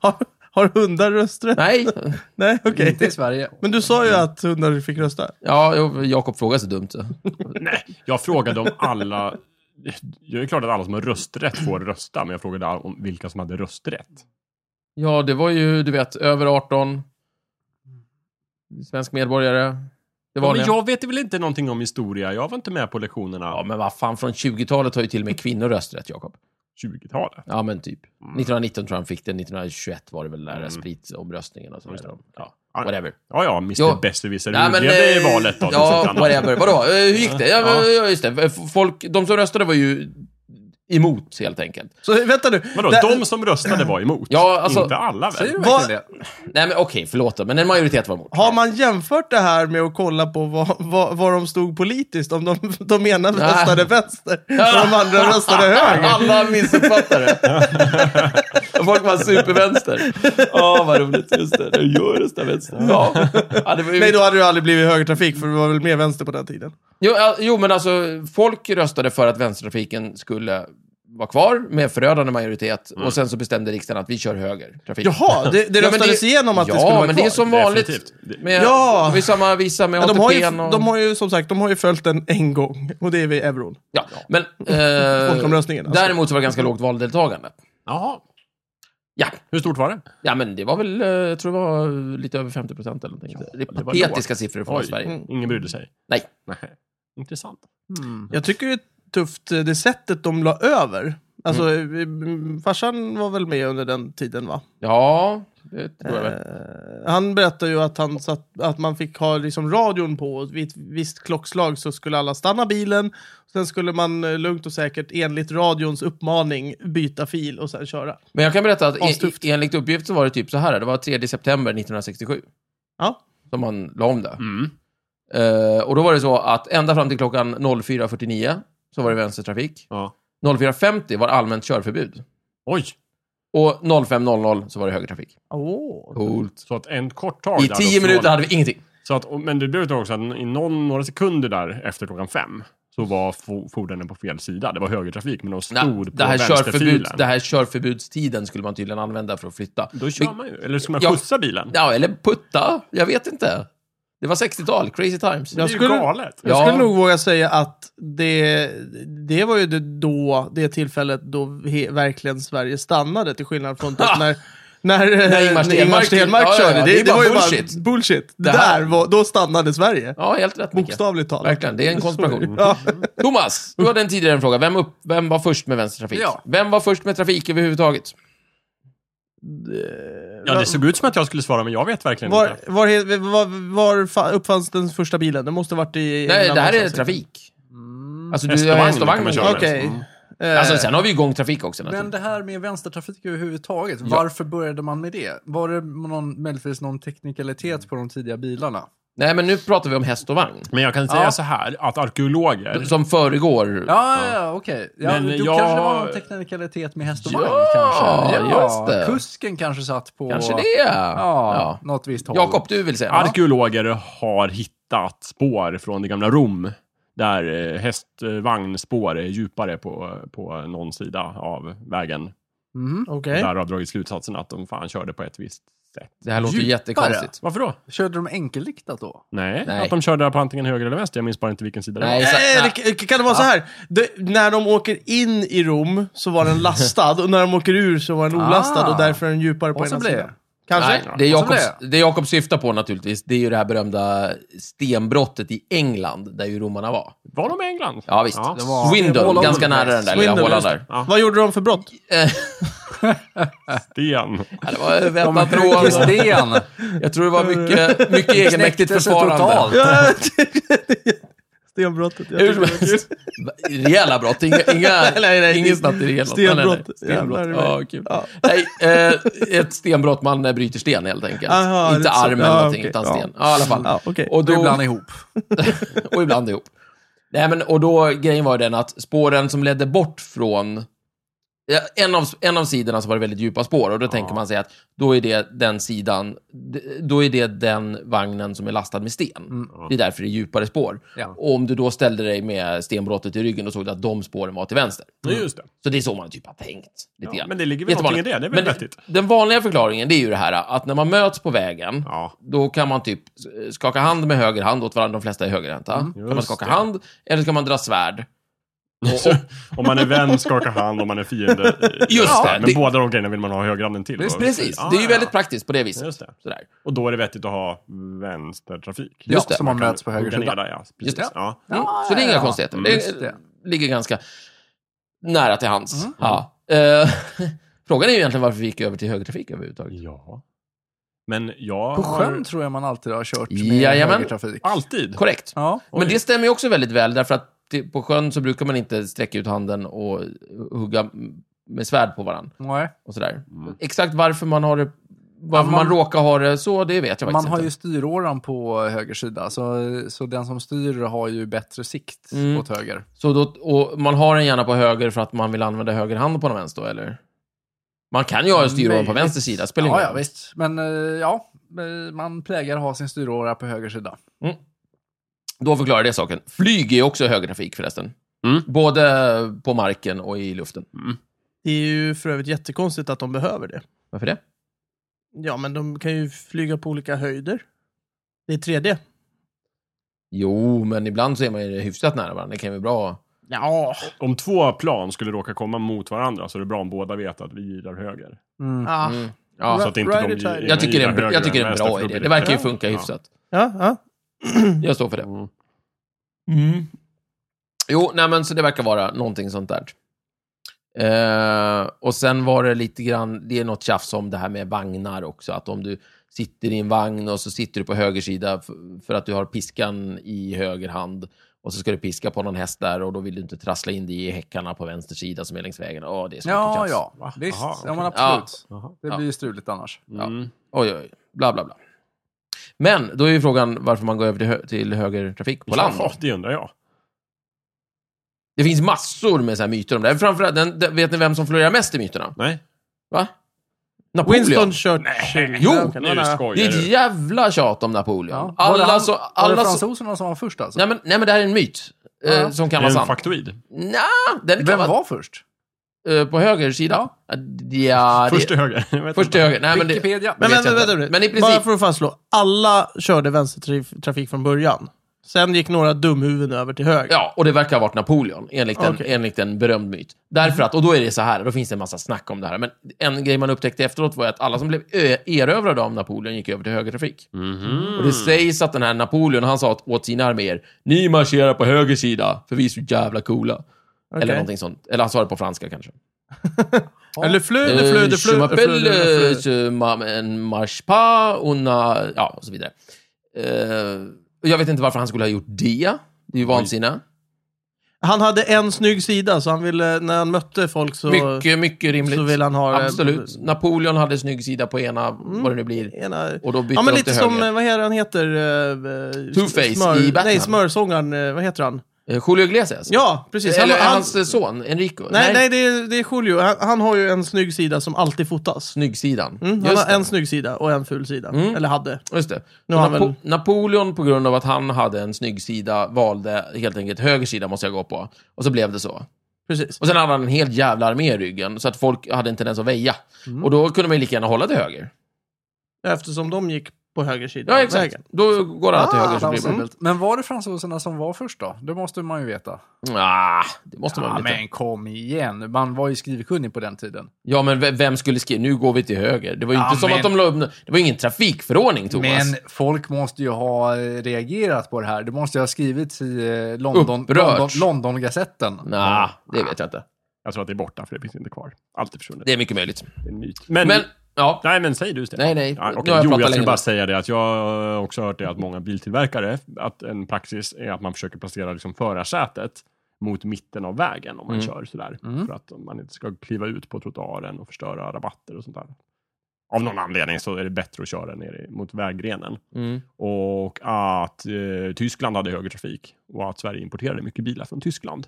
[SPEAKER 1] Har, har hundar rösträtt?
[SPEAKER 2] Nej,
[SPEAKER 1] Nej, okej.
[SPEAKER 3] Mm.
[SPEAKER 4] Inte i Sverige.
[SPEAKER 1] Men du sa ju att hundar fick rösta.
[SPEAKER 2] ja, jo, Jakob frågar så dumt. så.
[SPEAKER 3] Nej, jag frågade om alla... Det är klart att alla som har rösträtt får rösta, men jag frågade all- om vilka som hade rösträtt.
[SPEAKER 2] Ja, det var ju, du vet, över 18, svensk medborgare. Det
[SPEAKER 3] Ja,
[SPEAKER 2] var
[SPEAKER 3] men jag vet väl inte någonting om historia? Jag var inte med på lektionerna
[SPEAKER 2] Ja, men vad fan, från 20-talet har ju till och med kvinnor rösträtt, Jakob.
[SPEAKER 3] 20-talet.
[SPEAKER 2] Ja, men typ.
[SPEAKER 3] Mm.
[SPEAKER 2] 1919 tror jag han fick det, 1921 var det väl den där spritomröstningen och sådär. Mm. Ja, whatever.
[SPEAKER 3] Ja, ja, Mr
[SPEAKER 2] Jo.
[SPEAKER 3] Besserwisser
[SPEAKER 2] Nej, men,
[SPEAKER 3] urgrevde i
[SPEAKER 2] eh,
[SPEAKER 3] valet
[SPEAKER 1] liksom,
[SPEAKER 3] då.
[SPEAKER 2] Ja,
[SPEAKER 3] dessutom.
[SPEAKER 2] whatever. Vadå? Eh, Hur gick det? Ja, men, ja, just det. F- Folk, de som röstade var ju emot, helt enkelt.
[SPEAKER 1] Så vänta nu.
[SPEAKER 3] Vadå,
[SPEAKER 1] Det-
[SPEAKER 3] de som röstade var emot?
[SPEAKER 2] Ja, alltså-
[SPEAKER 3] Inte alla väl?
[SPEAKER 4] Säger du
[SPEAKER 1] Vad-
[SPEAKER 4] verkligen det?
[SPEAKER 2] Nej, men okej, förlåt då, men en majoritet var emot.
[SPEAKER 1] Har man jämfört det här med att kolla på vad, vad, vad de stod politiskt? Om de, de ena röstade vänster och de andra röstade höger.
[SPEAKER 2] Alla missuppfattade det. Folk var supervänster. Ja, vad roligt. Just det. Jag röstar vänster. Ja. ja det var ju
[SPEAKER 1] Nej, då hade det aldrig blivit högertrafik, för det var väl mer vänster på den tiden.
[SPEAKER 2] Jo, ja, jo, men alltså, folk röstade för att vänstertrafiken skulle vara kvar med förödande majoritet
[SPEAKER 1] Mm.
[SPEAKER 2] och sen så bestämde riksdagen att vi kör höger trafik.
[SPEAKER 1] Jaha, det, det
[SPEAKER 2] Ja, men
[SPEAKER 1] röstades
[SPEAKER 2] det-
[SPEAKER 1] igenom att
[SPEAKER 2] ja,
[SPEAKER 1] det skulle vara
[SPEAKER 2] men
[SPEAKER 1] kvar.
[SPEAKER 2] det är som vanligt.
[SPEAKER 3] Definitivt.
[SPEAKER 2] Med,
[SPEAKER 1] Ja.
[SPEAKER 2] Med samma visa med
[SPEAKER 1] Ja, de, har ju,
[SPEAKER 2] ATP'n och...
[SPEAKER 1] de har ju som sagt de har ju följt den en gång, och det är vid euron.
[SPEAKER 2] ja, men, eh,
[SPEAKER 1] Folkomröstningen, alltså.
[SPEAKER 2] Däremot så var det ganska lågt valdeltagande.
[SPEAKER 3] Jaha.
[SPEAKER 2] Ja,
[SPEAKER 3] Hur stort var det?
[SPEAKER 2] ja, men det var väl, eh, jag tror det var eh, lite över 50 procent eller någonting. det är
[SPEAKER 3] det var
[SPEAKER 2] patetiska siffror från
[SPEAKER 3] Oj. Mm.
[SPEAKER 2] Sverige.
[SPEAKER 3] Ingen brydde sig?
[SPEAKER 2] Nej.
[SPEAKER 3] Nej. Intressant.
[SPEAKER 4] Mm.
[SPEAKER 1] Jag tycker det är tufft, eh, det sättet de la över. Alltså, eh, farsan var väl med under den tiden, va?
[SPEAKER 2] Ja, det tror jag väl.
[SPEAKER 1] Eh, Han berättade ju att, han satt, att man fick ha liksom radion på och vid ett visst klockslag så skulle alla stanna bilen. Sen skulle man eh, lugnt och säkert enligt radions uppmaning byta fil och sen köra.
[SPEAKER 2] Men jag kan berätta att en,
[SPEAKER 1] Astufft.
[SPEAKER 2] enligt uppgift så var det typ så här. Det var 3 september 1967
[SPEAKER 1] Ja.
[SPEAKER 2] som man la om det.
[SPEAKER 3] Mm.
[SPEAKER 2] Eh, och då var det så att ända fram till klockan 04.49 så var det vänstertrafik.
[SPEAKER 3] Ja.
[SPEAKER 2] 04.50 var allmänt körförbud.
[SPEAKER 3] Oj!
[SPEAKER 2] Och 05.00 så var det högertrafik.
[SPEAKER 1] Åh.
[SPEAKER 2] Coolt.
[SPEAKER 3] Så att en kort tag...
[SPEAKER 2] I
[SPEAKER 3] där
[SPEAKER 2] tio
[SPEAKER 3] då från-
[SPEAKER 2] minuter hade vi ingenting.
[SPEAKER 3] Så att, och- men du behöver också att i någon, några sekunder där efter klockan fem så var fo- fordonen på fel sida. Det var högertrafik, men de stod
[SPEAKER 2] Nej,
[SPEAKER 3] på
[SPEAKER 2] det, här körförbud,
[SPEAKER 3] vänsterfilen.
[SPEAKER 2] det här körförbudstiden skulle man tydligen använda för att flytta.
[SPEAKER 3] Då kör man ju. Eller ska man
[SPEAKER 2] Ja.
[SPEAKER 3] skjutsa bilen?
[SPEAKER 2] Ja, eller putta. Jag vet inte. Det var 60-tal. Crazy times.
[SPEAKER 3] Det är
[SPEAKER 1] Jag
[SPEAKER 3] ju
[SPEAKER 1] skulle-
[SPEAKER 3] galet.
[SPEAKER 1] Jag
[SPEAKER 2] Ja.
[SPEAKER 1] skulle nog våga säga att det, det var ju det, då, det tillfället då he, verkligen Sverige stannade, till skillnad från typ när när, eh,
[SPEAKER 2] Ingemar Stenmark-
[SPEAKER 1] Stenmark
[SPEAKER 2] Ja, ja, ja,
[SPEAKER 1] körde,
[SPEAKER 2] det är
[SPEAKER 1] det, det
[SPEAKER 2] bara
[SPEAKER 1] var ju
[SPEAKER 2] bullshit.
[SPEAKER 1] bara bullshit.
[SPEAKER 2] Det här-
[SPEAKER 1] Där var, då stannade Sverige.
[SPEAKER 2] Ja, helt rätt, Micke.
[SPEAKER 1] Bokstavligt talat.
[SPEAKER 2] Verkligen, det är en
[SPEAKER 1] Så-
[SPEAKER 2] konspiration.
[SPEAKER 1] Ja.
[SPEAKER 2] Thomas, du hade en tidigare en fråga. Vem, upp, vem var först med vänstertrafik?
[SPEAKER 4] Ja.
[SPEAKER 2] Vem var först med trafik överhuvudtaget?
[SPEAKER 3] Ja, det såg ut som att jag skulle svara, men jag vet verkligen
[SPEAKER 1] Var,
[SPEAKER 3] inte.
[SPEAKER 1] var, he- var, var fa- uppfanns den första bilen? Det måste ha varit i...
[SPEAKER 2] Nej,
[SPEAKER 1] England
[SPEAKER 2] det här är
[SPEAKER 1] någonstans.
[SPEAKER 2] trafik. Alltså, du
[SPEAKER 3] Häst och
[SPEAKER 2] har
[SPEAKER 3] vagn
[SPEAKER 2] häst och
[SPEAKER 3] kan man
[SPEAKER 2] vagn.
[SPEAKER 3] köra.
[SPEAKER 1] liksom. Okej.
[SPEAKER 3] Mm.
[SPEAKER 1] Eh,
[SPEAKER 2] Alltså, sen har vi ju gångtrafik också.
[SPEAKER 4] Men
[SPEAKER 2] naturligtvis.
[SPEAKER 4] det här med vänstertrafik överhuvudtaget, varför började man med det? Var det någon, möjligtvis någon teknikalitet på de tidiga bilarna?
[SPEAKER 2] Nej, men nu pratar vi om häst och vagn.
[SPEAKER 3] Men jag kan säga
[SPEAKER 4] Ja.
[SPEAKER 3] så här, att arkeologer...
[SPEAKER 2] Som föregår...
[SPEAKER 4] Ja, ja, ja okej. Ja,
[SPEAKER 3] Men
[SPEAKER 4] men då
[SPEAKER 3] jag-
[SPEAKER 4] kanske det var någon teknikalitet med häst och
[SPEAKER 2] Ja,
[SPEAKER 4] vagn kanske.
[SPEAKER 2] just det.
[SPEAKER 4] Kusken kanske satt på
[SPEAKER 2] Kanske det.
[SPEAKER 4] Ja,
[SPEAKER 2] Ja.
[SPEAKER 4] något visst håll.
[SPEAKER 2] Jakob, du vill säga? något?
[SPEAKER 3] Arkeologer har hittat spår från det gamla Rom. Där eh, hästvagnspår är djupare på, på någon sida av vägen.
[SPEAKER 4] Mhm.
[SPEAKER 1] Okej.
[SPEAKER 3] Där har dragit slutsatsen att de fan körde på ett visst sätt.
[SPEAKER 2] Det här låter ju
[SPEAKER 4] Djupare.
[SPEAKER 2] jättekonstigt.
[SPEAKER 3] Varför då?
[SPEAKER 4] Körde de enkelriktat då?
[SPEAKER 3] Nej,
[SPEAKER 2] Nej.
[SPEAKER 3] att de körde på antingen höger eller vänster. Jag minns bara inte vilken sida
[SPEAKER 2] Nej,
[SPEAKER 3] det
[SPEAKER 2] så-
[SPEAKER 1] Eh, det- k- Kan det vara så här? Det, när de åker in i Rom så var den lastad och när de åker ur så var den olastad
[SPEAKER 4] Ah.
[SPEAKER 1] och därför är den djupare på
[SPEAKER 4] Och så
[SPEAKER 1] ena
[SPEAKER 4] blev
[SPEAKER 1] sidan.
[SPEAKER 4] det.
[SPEAKER 1] Kanske?
[SPEAKER 2] Nej, det
[SPEAKER 4] Och så
[SPEAKER 2] Jakobs-
[SPEAKER 4] blev
[SPEAKER 2] det Jakob syftar på naturligtvis, det är ju det här berömda stenbrottet i England, där ju romarna var.
[SPEAKER 3] var. Var de i England?
[SPEAKER 2] Ja, visst.
[SPEAKER 3] Ja.
[SPEAKER 4] var-
[SPEAKER 2] Swindon,
[SPEAKER 4] Wall of
[SPEAKER 2] ganska
[SPEAKER 4] Witness.
[SPEAKER 2] nära den där lilla
[SPEAKER 1] Swindon,
[SPEAKER 2] hålan
[SPEAKER 1] just
[SPEAKER 2] där.
[SPEAKER 3] Ja.
[SPEAKER 1] Vad gjorde de för brott?
[SPEAKER 3] Sten.
[SPEAKER 2] Ja, det var väpnat
[SPEAKER 4] högg
[SPEAKER 2] rån.
[SPEAKER 4] sten.
[SPEAKER 2] Jag tror det var mycket, mycket egenmäktigt
[SPEAKER 4] Knäcktes
[SPEAKER 2] försvarande.
[SPEAKER 4] totalt.
[SPEAKER 1] Stenbrottet. Jag
[SPEAKER 2] Hur som
[SPEAKER 1] tycker det var-
[SPEAKER 2] helst. Rejäla brott, inga, inga,
[SPEAKER 1] Nej, nej,
[SPEAKER 2] inget snatterier.
[SPEAKER 1] Stenbrott.
[SPEAKER 2] Stenbrott.
[SPEAKER 1] Jävlar i mig.
[SPEAKER 2] Ja, kul.
[SPEAKER 1] Ja.
[SPEAKER 2] Nej, eh, ett stenbrott, man eh, bryter sten helt enkelt.
[SPEAKER 1] Aha,
[SPEAKER 2] Inte
[SPEAKER 1] det är så.
[SPEAKER 2] arm eller
[SPEAKER 1] Ja,
[SPEAKER 2] någonting,
[SPEAKER 1] okej.
[SPEAKER 2] utan
[SPEAKER 1] Ja.
[SPEAKER 2] sten. Ja, i alla fall.
[SPEAKER 1] Ja, okej.
[SPEAKER 2] och,
[SPEAKER 4] Då...
[SPEAKER 2] då,
[SPEAKER 4] Ibland ihop.
[SPEAKER 2] och ibland ihop. Nej, men, och då, grejen var ju den att spåren som ledde bort från... Ja, en, av, en av sidorna så var det väldigt djupa spår och då tänker man sig att då är det den sidan, d- då är det den vagnen som är lastad med sten.
[SPEAKER 3] Mm.
[SPEAKER 2] Det är därför det är djupare spår.
[SPEAKER 4] Ja.
[SPEAKER 2] Och om du då ställde dig med stenbrottet i ryggen och såg du att de spåren var till vänster.
[SPEAKER 3] Ja, just det.
[SPEAKER 2] Så det är så man typ har tänkt. Lite
[SPEAKER 3] Ja,
[SPEAKER 2] grann.
[SPEAKER 3] men det ligger väl någonting i det. Det är väl
[SPEAKER 2] Men
[SPEAKER 3] vettigt.
[SPEAKER 2] Den vanliga förklaringen det är ju det här att när man möts på vägen,
[SPEAKER 3] Ja.
[SPEAKER 2] då kan man typ skaka hand med höger hand åt varandra. De flesta är högerhänta. kan man
[SPEAKER 3] Mm. Just
[SPEAKER 2] skaka
[SPEAKER 3] det.
[SPEAKER 2] hand eller ska man dra svärd? Mm.
[SPEAKER 3] Så, om man är vän skakar hand, om man är fiende... eh,
[SPEAKER 2] Just
[SPEAKER 3] ja,
[SPEAKER 2] det,
[SPEAKER 3] Men
[SPEAKER 2] det-
[SPEAKER 3] båda de grejerna vill man ha högerhanden till.
[SPEAKER 4] Precis,
[SPEAKER 3] Och-
[SPEAKER 2] Precis,
[SPEAKER 3] Ja,
[SPEAKER 2] det är ju
[SPEAKER 3] ja,
[SPEAKER 2] väldigt
[SPEAKER 3] ja.
[SPEAKER 2] praktiskt på det viset.
[SPEAKER 3] Just det.
[SPEAKER 2] Sådär.
[SPEAKER 3] Och då är det vettigt att ha vänstertrafik.
[SPEAKER 4] Ja,
[SPEAKER 2] Just det.
[SPEAKER 4] som man
[SPEAKER 3] kan
[SPEAKER 4] möts på höger
[SPEAKER 3] hugga
[SPEAKER 4] sida.
[SPEAKER 3] ner där, ja.
[SPEAKER 2] Just
[SPEAKER 3] Just
[SPEAKER 2] det.
[SPEAKER 3] det. Ja.
[SPEAKER 2] Mm.
[SPEAKER 4] Ja,
[SPEAKER 2] så det är
[SPEAKER 4] ja,
[SPEAKER 2] inga
[SPEAKER 4] ja.
[SPEAKER 2] konstigheter.
[SPEAKER 3] Mm.
[SPEAKER 4] Just
[SPEAKER 2] Det, eh,
[SPEAKER 4] det.
[SPEAKER 2] ligger ganska nära till hands.
[SPEAKER 3] Mm.
[SPEAKER 2] Ja. Eh, Frågan är ju egentligen varför vi gick över till högertrafik överhuvudtaget.
[SPEAKER 3] ja. Men jag
[SPEAKER 4] På
[SPEAKER 3] har
[SPEAKER 4] sjön tror jag man alltid har kört med
[SPEAKER 2] Jajamän.
[SPEAKER 4] högertrafik.
[SPEAKER 3] alltid...
[SPEAKER 2] Korrekt.
[SPEAKER 4] Ja.
[SPEAKER 2] Men det stämmer ju också väldigt väl, därför att det, på sjön så brukar man inte sträcka ut handen och hugga med svärd på varandra.
[SPEAKER 4] Nej.
[SPEAKER 2] Och sådär.
[SPEAKER 3] Mm.
[SPEAKER 2] Exakt varför man har det, varför
[SPEAKER 4] Ja,
[SPEAKER 2] man,
[SPEAKER 4] man-
[SPEAKER 2] råkar ha det så, det vet jag faktiskt
[SPEAKER 4] Man har
[SPEAKER 2] inte.
[SPEAKER 4] ju styråran på höger sida, så, så den som styr har ju bättre sikt
[SPEAKER 2] Mm.
[SPEAKER 4] åt höger.
[SPEAKER 2] Så då, och man har den gärna på höger för att man vill använda höger hand på någon vänster då, eller? Man kan ju ha en styråra på
[SPEAKER 4] Möjligt.
[SPEAKER 2] vänster sida, spelar ingen
[SPEAKER 4] Ja, ja,
[SPEAKER 2] roll.
[SPEAKER 4] visst. Men eh, ja, eh, man plägar ha sin styråra på höger sida.
[SPEAKER 2] Då förklarar det saken. Flyg är också högertrafik förresten.
[SPEAKER 3] Mm.
[SPEAKER 2] Både på marken och i luften.
[SPEAKER 1] Det är ju för övrigt jättekonstigt att de behöver det.
[SPEAKER 2] Varför det?
[SPEAKER 1] Ja, men de kan ju flyga på olika höjder. Det är 3D.
[SPEAKER 2] Jo, men ibland så är man ju hyfsat nära varandra. Det kan ju vara bra.
[SPEAKER 1] Ja,
[SPEAKER 3] Om två plan skulle råka komma mot varandra så är det bra om båda vet att vi girar höger.
[SPEAKER 4] Ah.
[SPEAKER 1] ja,
[SPEAKER 2] Mm. Ja.
[SPEAKER 1] Right,
[SPEAKER 3] Så att inte
[SPEAKER 1] right,
[SPEAKER 3] de
[SPEAKER 1] right.
[SPEAKER 2] Jag tycker, det är
[SPEAKER 3] girar
[SPEAKER 2] en,
[SPEAKER 3] höger
[SPEAKER 2] jag tycker det är
[SPEAKER 3] än
[SPEAKER 2] en
[SPEAKER 3] vänster,
[SPEAKER 2] bra
[SPEAKER 3] för då
[SPEAKER 2] idé.
[SPEAKER 3] blir
[SPEAKER 2] Det verkar ju
[SPEAKER 3] Ja.
[SPEAKER 2] funka
[SPEAKER 3] Ja.
[SPEAKER 2] hyfsat.
[SPEAKER 1] ja. ja.
[SPEAKER 2] Jag står för det.
[SPEAKER 3] Mm.
[SPEAKER 2] Mm. Jo, nej men så det verkar vara någonting sånt där. Eh, och sen var det lite grann, det är något tjafs om det här med vagnar också. Att om du sitter i en vagn och så sitter du på höger sida för, för att du har piskan i höger hand och så ska du piska på någon häst där och då vill du inte trassla in dig i häckarna på vänster sida som är längs vägen. Åh, det är så mycket
[SPEAKER 4] Ja,
[SPEAKER 2] tjafs.
[SPEAKER 4] ja.
[SPEAKER 3] Va?
[SPEAKER 4] Visst.
[SPEAKER 3] Aha,
[SPEAKER 4] Ja, men
[SPEAKER 3] okej.
[SPEAKER 4] absolut.
[SPEAKER 3] Jaha.
[SPEAKER 4] Det
[SPEAKER 2] Ja.
[SPEAKER 4] blir ju struligt annars.
[SPEAKER 3] Mm.
[SPEAKER 2] Oj, oj, oj. Bla, bla, bla. Men då är ju frågan varför man går över till, hö- till högertrafik på land.
[SPEAKER 3] Ja, det undrar jag.
[SPEAKER 2] Det finns massor med så här myter om det här. Framförallt, den, den, vet ni vem som florerar mest i myterna?
[SPEAKER 3] Nej,
[SPEAKER 2] Va? Napoleon.
[SPEAKER 1] Winston Churchill.
[SPEAKER 2] Jo,
[SPEAKER 1] Ja, kan det vara
[SPEAKER 3] nu
[SPEAKER 1] nära.
[SPEAKER 2] Det
[SPEAKER 3] skojar
[SPEAKER 2] är ett
[SPEAKER 3] du.
[SPEAKER 2] jävla tjat om Napoleon.
[SPEAKER 4] Ja. var det,
[SPEAKER 2] Alla
[SPEAKER 4] han,
[SPEAKER 2] så,
[SPEAKER 4] var det
[SPEAKER 2] alla så,
[SPEAKER 4] fransoserna som var först alltså?
[SPEAKER 2] nej, men, nej, men det här är en myt. eh,
[SPEAKER 4] Ja.
[SPEAKER 2] som
[SPEAKER 3] Är
[SPEAKER 2] kan
[SPEAKER 3] det
[SPEAKER 2] vara
[SPEAKER 3] en
[SPEAKER 2] sann.
[SPEAKER 3] faktoid?
[SPEAKER 2] Nja, den kan
[SPEAKER 4] Vem
[SPEAKER 2] vara...
[SPEAKER 4] var först?
[SPEAKER 2] eh, på höger sida? Ja, det,
[SPEAKER 3] Först till höger. Jag vet
[SPEAKER 2] först
[SPEAKER 3] inte.
[SPEAKER 2] till höger. Nej, men det,
[SPEAKER 4] Wikipedia.
[SPEAKER 1] Men
[SPEAKER 2] Det vet
[SPEAKER 1] vänta,
[SPEAKER 2] jag inte.
[SPEAKER 1] vänta, vänta.
[SPEAKER 2] Men i princip-
[SPEAKER 1] Bara för att fastslå, alla körde vänstertrafik från början. Sen gick några dumhuvuden över till höger.
[SPEAKER 2] Ja, och det verkar ha varit Napoleon, enligt en,
[SPEAKER 1] Okej.
[SPEAKER 2] enligt en berömd myt. Därför att, och då är det så här, då finns det en massa snack om det här. Men en grej man upptäckte efteråt var ju att alla som blev ö- erövrade av Napoleon gick över till högertrafik. Och
[SPEAKER 1] Mm.
[SPEAKER 2] det sägs att den här Napoleon, han sa åt sina arméer, ni marscherar på höger sida, för vi är så jävla coola. Eller någonting sånt. Eller han sa det på franska kanske.
[SPEAKER 1] Eller flö,
[SPEAKER 2] Eh,
[SPEAKER 1] flö, flö,
[SPEAKER 2] Je
[SPEAKER 1] flö, flö,
[SPEAKER 2] m'appelle
[SPEAKER 1] flö.
[SPEAKER 2] je ma- en marche pas, on a... Ja, och så vidare. Eh, och jag vet inte varför han skulle ha gjort det. Det är ju vansinne.
[SPEAKER 1] Han hade en snygg sida, så han ville, när han mötte folk så,
[SPEAKER 2] Mycket, mycket rimligt.
[SPEAKER 1] så ville han ha... eh,
[SPEAKER 2] Absolut. Napoleon hade snygg sida på ena, vad det nu blir.
[SPEAKER 1] Ena,
[SPEAKER 2] Och då bytte
[SPEAKER 1] ja, men
[SPEAKER 2] de
[SPEAKER 1] lite
[SPEAKER 2] till
[SPEAKER 1] som,
[SPEAKER 2] höger.
[SPEAKER 1] eh, vad heter han heter? eh, eh,
[SPEAKER 2] Two-Face i Batman.
[SPEAKER 1] Nej, smörsångaren, eh, vad heter han?
[SPEAKER 2] Eh, Julio Iglesias?
[SPEAKER 1] Ja, precis.
[SPEAKER 2] Eller
[SPEAKER 1] han, han,
[SPEAKER 2] hans eh, son, Enrico?
[SPEAKER 1] nej, nej, det är, det är Julio. Han, han har ju en snygg sida som alltid fotas.
[SPEAKER 2] Snyggsidan.
[SPEAKER 1] Mm, han
[SPEAKER 2] Just,
[SPEAKER 1] har
[SPEAKER 2] det.
[SPEAKER 1] en snygg sida och en ful sida. Eller hade.
[SPEAKER 2] Just det.
[SPEAKER 1] Nu
[SPEAKER 2] Så
[SPEAKER 1] har han
[SPEAKER 2] Napo-
[SPEAKER 1] väl-
[SPEAKER 2] Napoleon, på grund av att han hade en snygg sida, valde helt enkelt höger sida måste jag gå på. Och så blev det så.
[SPEAKER 1] Precis.
[SPEAKER 2] Och sen hade han en hel jävla armé i ryggen, så att folk hade en tendens att väja. Och då kunde man ju lika gärna hålla till höger.
[SPEAKER 1] Eftersom de gick på höger sida
[SPEAKER 2] Ja,
[SPEAKER 1] av
[SPEAKER 2] exakt.
[SPEAKER 1] vägen.
[SPEAKER 2] Då går alla till
[SPEAKER 4] Ah,
[SPEAKER 2] höger. Så blir Mm. man...
[SPEAKER 4] plausibelt. Men var det fransoserna som var först då? Det måste man ju veta.
[SPEAKER 2] Ah, det måste man
[SPEAKER 4] Ja,
[SPEAKER 2] väl inte.
[SPEAKER 4] men kom igen. Man var ju skrivkunnig på den tiden.
[SPEAKER 2] Ja, men ve- vem skulle skriva nu går vi till höger? Det var ju
[SPEAKER 4] Ja,
[SPEAKER 2] inte som
[SPEAKER 4] men-
[SPEAKER 2] att de la upp... Det var ju ingen trafikförordning, Thomas.
[SPEAKER 4] Men folk måste ju ha eh, reagerat på det här. Det måste ju ha skrivits i eh, London,
[SPEAKER 2] Upprört.
[SPEAKER 4] London, London-gazetten.
[SPEAKER 2] Nej, det vet jag inte.
[SPEAKER 3] Jag tror att det är borta, för det finns inte kvar. Allt är försvunnet.
[SPEAKER 2] Det är mycket möjligt.
[SPEAKER 3] Det är en myt. Men,
[SPEAKER 2] Men, ja.
[SPEAKER 3] Nej, men säg du Stefan.
[SPEAKER 2] Nej, nej.
[SPEAKER 3] Ja, okej.
[SPEAKER 2] Nu har jag
[SPEAKER 3] jo,
[SPEAKER 2] pratat
[SPEAKER 3] jag
[SPEAKER 2] länge
[SPEAKER 3] skulle
[SPEAKER 2] nu.
[SPEAKER 3] bara säga det att jag har också hört det att många biltillverkare, att en praxis är att man försöker placera liksom förarsätet mot mitten av vägen om man
[SPEAKER 2] Mm.
[SPEAKER 3] kör sådär.
[SPEAKER 4] Mm.
[SPEAKER 3] För att man inte ska kliva ut på trottoaren och förstöra rabatter och sånt där. Av någon anledning så är det bättre att köra ner i- mot vägrenen.
[SPEAKER 2] Mm.
[SPEAKER 3] Och att eh, Tyskland hade högre trafik och att Sverige importerade mycket bilar från Tyskland.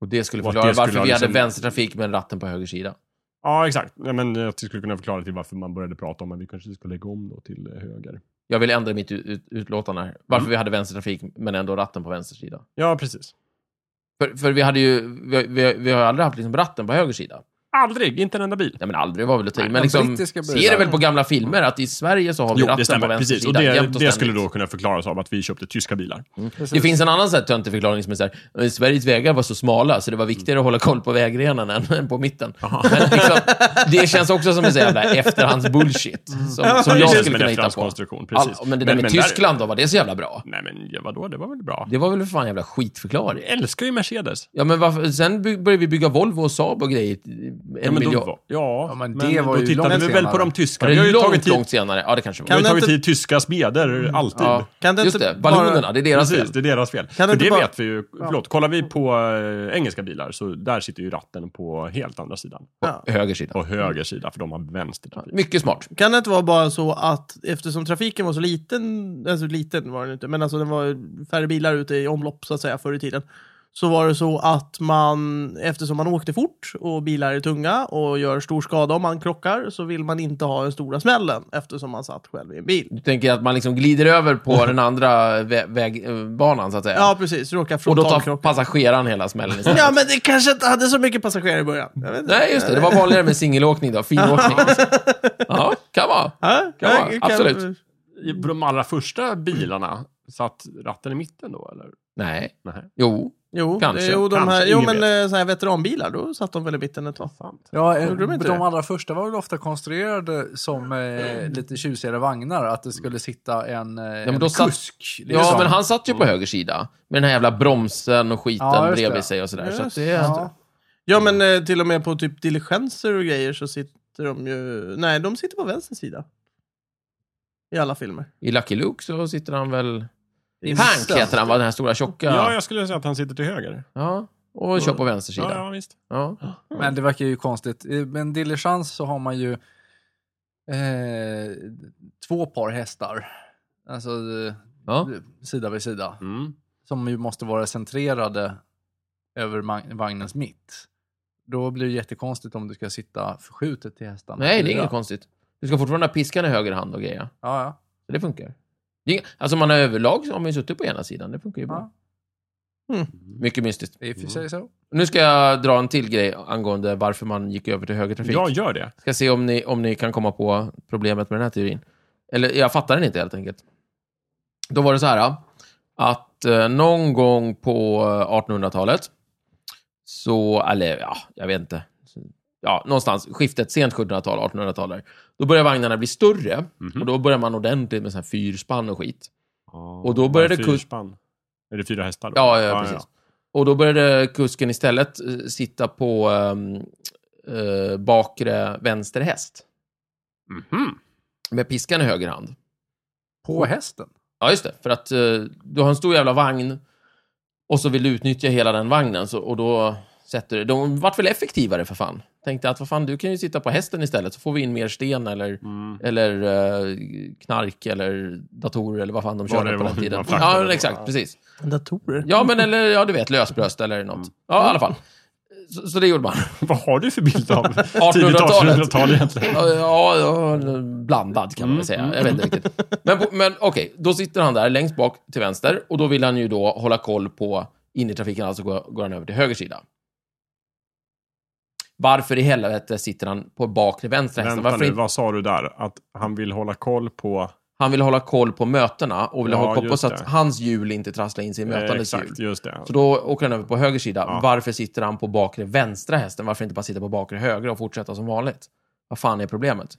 [SPEAKER 2] Och det skulle
[SPEAKER 3] Och att
[SPEAKER 2] förklara
[SPEAKER 3] det skulle
[SPEAKER 2] varför
[SPEAKER 3] ha
[SPEAKER 2] vi hade
[SPEAKER 3] liksom-
[SPEAKER 2] vänstertrafik med ratten på höger sida.
[SPEAKER 3] Ja, exakt. Ja, men jag skulle kunna förklara till varför man började prata om att vi kanske ska lägga om då till eh, höger.
[SPEAKER 2] Jag vill ändra mitt ut- ut- utlåtande här. Varför
[SPEAKER 3] Mm.
[SPEAKER 2] vi hade vänstertrafik men ändå ratten på vänster sida.
[SPEAKER 3] Ja, precis.
[SPEAKER 2] För, för vi hade ju, vi, vi, vi har ju aldrig haft liksom ratten på höger sida.
[SPEAKER 3] Aldrig, inte en enda bil.
[SPEAKER 2] Nej men aldrig var väl att ta i,
[SPEAKER 4] Nej,
[SPEAKER 2] men
[SPEAKER 4] de
[SPEAKER 2] liksom,
[SPEAKER 4] brittiska
[SPEAKER 2] ser
[SPEAKER 4] bilarna.
[SPEAKER 2] det väl på gamla filmer att i Sverige så har vi
[SPEAKER 3] Jo,
[SPEAKER 2] ratten
[SPEAKER 3] det
[SPEAKER 2] på
[SPEAKER 3] stämmer.
[SPEAKER 2] vänster
[SPEAKER 3] Precis. Och
[SPEAKER 2] sida
[SPEAKER 3] det,
[SPEAKER 2] jämt och
[SPEAKER 3] det
[SPEAKER 2] ständigt.
[SPEAKER 3] skulle då kunna förklaras av att vi köpte tyska bilar.
[SPEAKER 2] Det finns en annan så här töntig förklaring som är så här, "Men Sveriges vägar var så smala så det var viktigare att hålla koll på vägrenen än- än på mitten. Men liksom, det känns också som en sån jävla efterhands-bullshit som, som
[SPEAKER 3] Mm. Det
[SPEAKER 2] jag
[SPEAKER 3] känns
[SPEAKER 2] skulle
[SPEAKER 3] som
[SPEAKER 2] kunna
[SPEAKER 3] en
[SPEAKER 2] hitta på.
[SPEAKER 3] efterhandskonstruktion,
[SPEAKER 2] All,
[SPEAKER 3] precis.
[SPEAKER 2] men det där med Tyskland då, var det så jävla bra?
[SPEAKER 3] Nej, men ja, vadå, det var väl bra.
[SPEAKER 2] Det var väl för fan en jävla skitförklaring?
[SPEAKER 3] Jag älskar ju Mercedes.
[SPEAKER 2] Ja, men varför, sen by- började vi bygga Volvo och Saab och grejer. i- En
[SPEAKER 3] Ja, men då,
[SPEAKER 2] miljard.
[SPEAKER 3] var- ja,
[SPEAKER 4] Ja,
[SPEAKER 3] men
[SPEAKER 4] men
[SPEAKER 3] det
[SPEAKER 4] det
[SPEAKER 3] men
[SPEAKER 4] var
[SPEAKER 3] då
[SPEAKER 4] ju
[SPEAKER 3] tittade
[SPEAKER 4] långt
[SPEAKER 3] vi väl på
[SPEAKER 4] senare.
[SPEAKER 3] de tyska.
[SPEAKER 2] Var
[SPEAKER 3] Vi har
[SPEAKER 2] det
[SPEAKER 3] ju
[SPEAKER 2] långt,
[SPEAKER 3] tagit tid,
[SPEAKER 2] långt senare? Ja, det kanske var.
[SPEAKER 3] vi har ju
[SPEAKER 1] Kan det
[SPEAKER 3] tagit
[SPEAKER 1] inte-
[SPEAKER 3] tid tyska smeder, alltid.
[SPEAKER 2] Ja,
[SPEAKER 1] Kan det typ
[SPEAKER 2] just
[SPEAKER 1] inte
[SPEAKER 2] det. Ballonerna, det är deras
[SPEAKER 3] Precis,
[SPEAKER 2] fel.
[SPEAKER 3] det är deras fel.
[SPEAKER 1] Kan det
[SPEAKER 3] För
[SPEAKER 1] inte
[SPEAKER 3] det
[SPEAKER 1] bara-
[SPEAKER 3] vet vi ju. Förlåt, kollar vi på eh, engelska bilar så där sitter ju ratten på helt andra sidan.
[SPEAKER 1] Ja.
[SPEAKER 2] Höger sida.
[SPEAKER 3] På höger sida, för de har vänster trafik.
[SPEAKER 2] Mycket smart.
[SPEAKER 1] Kan det inte vara bara så att eftersom trafiken var så liten, alltså liten var den inte, men alltså den var färre bilar ute i omlopp så att säga förr i tiden. Så var det så att man, eftersom man åkte fort och bilar är tunga och gör stor skada om man krockar så vill man inte ha den stora smällen eftersom man satt själv i en bil.
[SPEAKER 2] Du tänker att man liksom glider över på den andra vä- vägbanan, så att säga.
[SPEAKER 1] Ja, precis. Råkar
[SPEAKER 2] och då tar
[SPEAKER 1] frontalkrocka.
[SPEAKER 2] passageraren hela smällen istället.
[SPEAKER 1] Ja, men det kanske inte hade så mycket passagerare i början. Jag vet inte.
[SPEAKER 2] Nej, just det. Det var vanligare med singelåkning då. Finåkning. ja, kan vara.
[SPEAKER 1] Ja,
[SPEAKER 2] Kan vara, absolut.
[SPEAKER 3] I- På de allra första bilarna satt ratten i mitten då, eller?
[SPEAKER 2] Nej.
[SPEAKER 3] Nej.
[SPEAKER 2] Jo.
[SPEAKER 1] Jo,
[SPEAKER 2] Kanske,
[SPEAKER 1] det, jo, de
[SPEAKER 3] kanske.
[SPEAKER 1] här, jo
[SPEAKER 3] Ingen
[SPEAKER 1] men eh, så här veteranbilar, då satt de väl i mitten ett tag.
[SPEAKER 3] Sant.
[SPEAKER 4] Ja, eh,
[SPEAKER 1] Gjorde de
[SPEAKER 4] de,
[SPEAKER 1] inte det?
[SPEAKER 4] allra första var väl ofta konstruerade som eh, lite tjusigare vagnar, att det skulle sitta en, eh,
[SPEAKER 2] men
[SPEAKER 4] en Liksom.
[SPEAKER 2] då satt-
[SPEAKER 4] kusk.
[SPEAKER 2] Ja, men han satt ju på höger sida. Med den här jävla bromsen och skiten
[SPEAKER 4] Ja, just det.
[SPEAKER 2] bredvid sig och sådär. Så att det,
[SPEAKER 4] Ja.
[SPEAKER 1] Ja, men eh, till och med på typ diligenser och grejer så sitter de ju... Nej, de sitter på vänster sida. I alla filmer.
[SPEAKER 2] I Lucky Luke så sitter han väl...
[SPEAKER 1] I
[SPEAKER 2] Hank
[SPEAKER 1] mitten.
[SPEAKER 2] heter han, va? Den här stora tjocka.
[SPEAKER 3] Ja, jag skulle säga att han sitter till höger.
[SPEAKER 2] Ja, och kör på vänster
[SPEAKER 3] Ja,
[SPEAKER 2] sida.
[SPEAKER 3] ja visst.
[SPEAKER 2] Ja.
[SPEAKER 4] Men det verkar ju konstigt. Eh, Men diligens så har man ju eh, två par hästar. Alltså eh,
[SPEAKER 2] Ja.
[SPEAKER 4] sida vid sida.
[SPEAKER 3] Mm.
[SPEAKER 4] Som ju måste vara centrerade över mag- vagnens mitt. Då blir det jättekonstigt om du ska sitta förskjutet till hästarna.
[SPEAKER 2] Nej, det är
[SPEAKER 4] Fyra.
[SPEAKER 2] inget konstigt. Du ska fortfarande ha piskan i höger hand och grejer.
[SPEAKER 4] Ja, ja.
[SPEAKER 2] Så det funkar. Det är inga- Alltså man har överlag så har man ju suttit på ena sidan. Det funkar ju bra. Hm.
[SPEAKER 1] Mm.
[SPEAKER 2] Mycket mystiskt.
[SPEAKER 4] If you say so.
[SPEAKER 2] Nu ska jag dra en till grej angående varför man gick över till högertrafik.
[SPEAKER 3] Ja, gör det.
[SPEAKER 2] Ska se om ni, om ni kan komma på problemet med den här teorin. Eller jag fattar den inte helt enkelt. Då var det så här att eh, någon gång på eh, 1800-talet så, eller ja, jag vet inte. Ja, någonstans skiftet sent 1700-tal, 1800-tal. där. Då börjar vagnarna bli större
[SPEAKER 3] Mhm.
[SPEAKER 2] och då börjar man ordentligt med sån här fyrspann och fyrspann skit. Och då började
[SPEAKER 3] Fyra
[SPEAKER 2] kus-
[SPEAKER 3] spann. Är det fyra hästar? Då?
[SPEAKER 2] Ja, ja, precis. Och då började kusken istället eh, sitta på ehm, eh, bakre vänster häst
[SPEAKER 3] ja. Mhm.
[SPEAKER 2] med piskan i höger hand.
[SPEAKER 4] På hästen?
[SPEAKER 2] Ja, just det. För att eh, du har en stor jävla vagn och så vill du utnyttja hela den vagnen. Så, och då sätter du... De vart väl effektivare för fan? Tänkte att vad fan, du kan ju sitta på hästen istället så får vi in mer sten eller,
[SPEAKER 3] Mm.
[SPEAKER 2] eller eh, knark eller datorer eller vad fan de
[SPEAKER 3] Vad det
[SPEAKER 2] körde på
[SPEAKER 3] var
[SPEAKER 2] den
[SPEAKER 3] man
[SPEAKER 2] tiden.
[SPEAKER 3] fraktade
[SPEAKER 2] Ja,
[SPEAKER 3] då,
[SPEAKER 2] men exakt.
[SPEAKER 3] ja.
[SPEAKER 2] Precis.
[SPEAKER 1] Datorer.
[SPEAKER 2] Ja, men eller ja, du vet, lösbröst eller något.
[SPEAKER 3] Mm.
[SPEAKER 2] Ja, i alla fall. Så, så det gjorde man.
[SPEAKER 3] Vad har du för bild av tidigt
[SPEAKER 2] 1800-talet?
[SPEAKER 3] 1800-tal egentligen?
[SPEAKER 2] Ja, ja, ja, blandad kan man väl säga. Jag vet inte riktigt. Men, på- men okej, då sitter han där längst bak till vänster och då vill han ju då hålla koll på in i trafiken, alltså går, går han över till höger sida. Varför i helvete sitter han på bakre vänstra hästen?
[SPEAKER 3] Vänta
[SPEAKER 2] Varför
[SPEAKER 3] nu,
[SPEAKER 2] inte?
[SPEAKER 3] vad sa du där? Att han vill hålla koll på... eh,
[SPEAKER 2] Han vill hålla koll på mötena och vill
[SPEAKER 3] Ja,
[SPEAKER 2] hålla koll på
[SPEAKER 3] just
[SPEAKER 2] så att
[SPEAKER 3] det.
[SPEAKER 2] hans hjul inte trasslar in sig i
[SPEAKER 3] Eh,
[SPEAKER 2] mötandes hjul.
[SPEAKER 3] Exakt, just det.
[SPEAKER 2] Så då åker han över på höger sida.
[SPEAKER 3] Ja.
[SPEAKER 2] Varför sitter han på bakre vänstra hästen? Varför inte bara sitta på bakre högra och fortsätta som vanligt? Vad fan är problemet?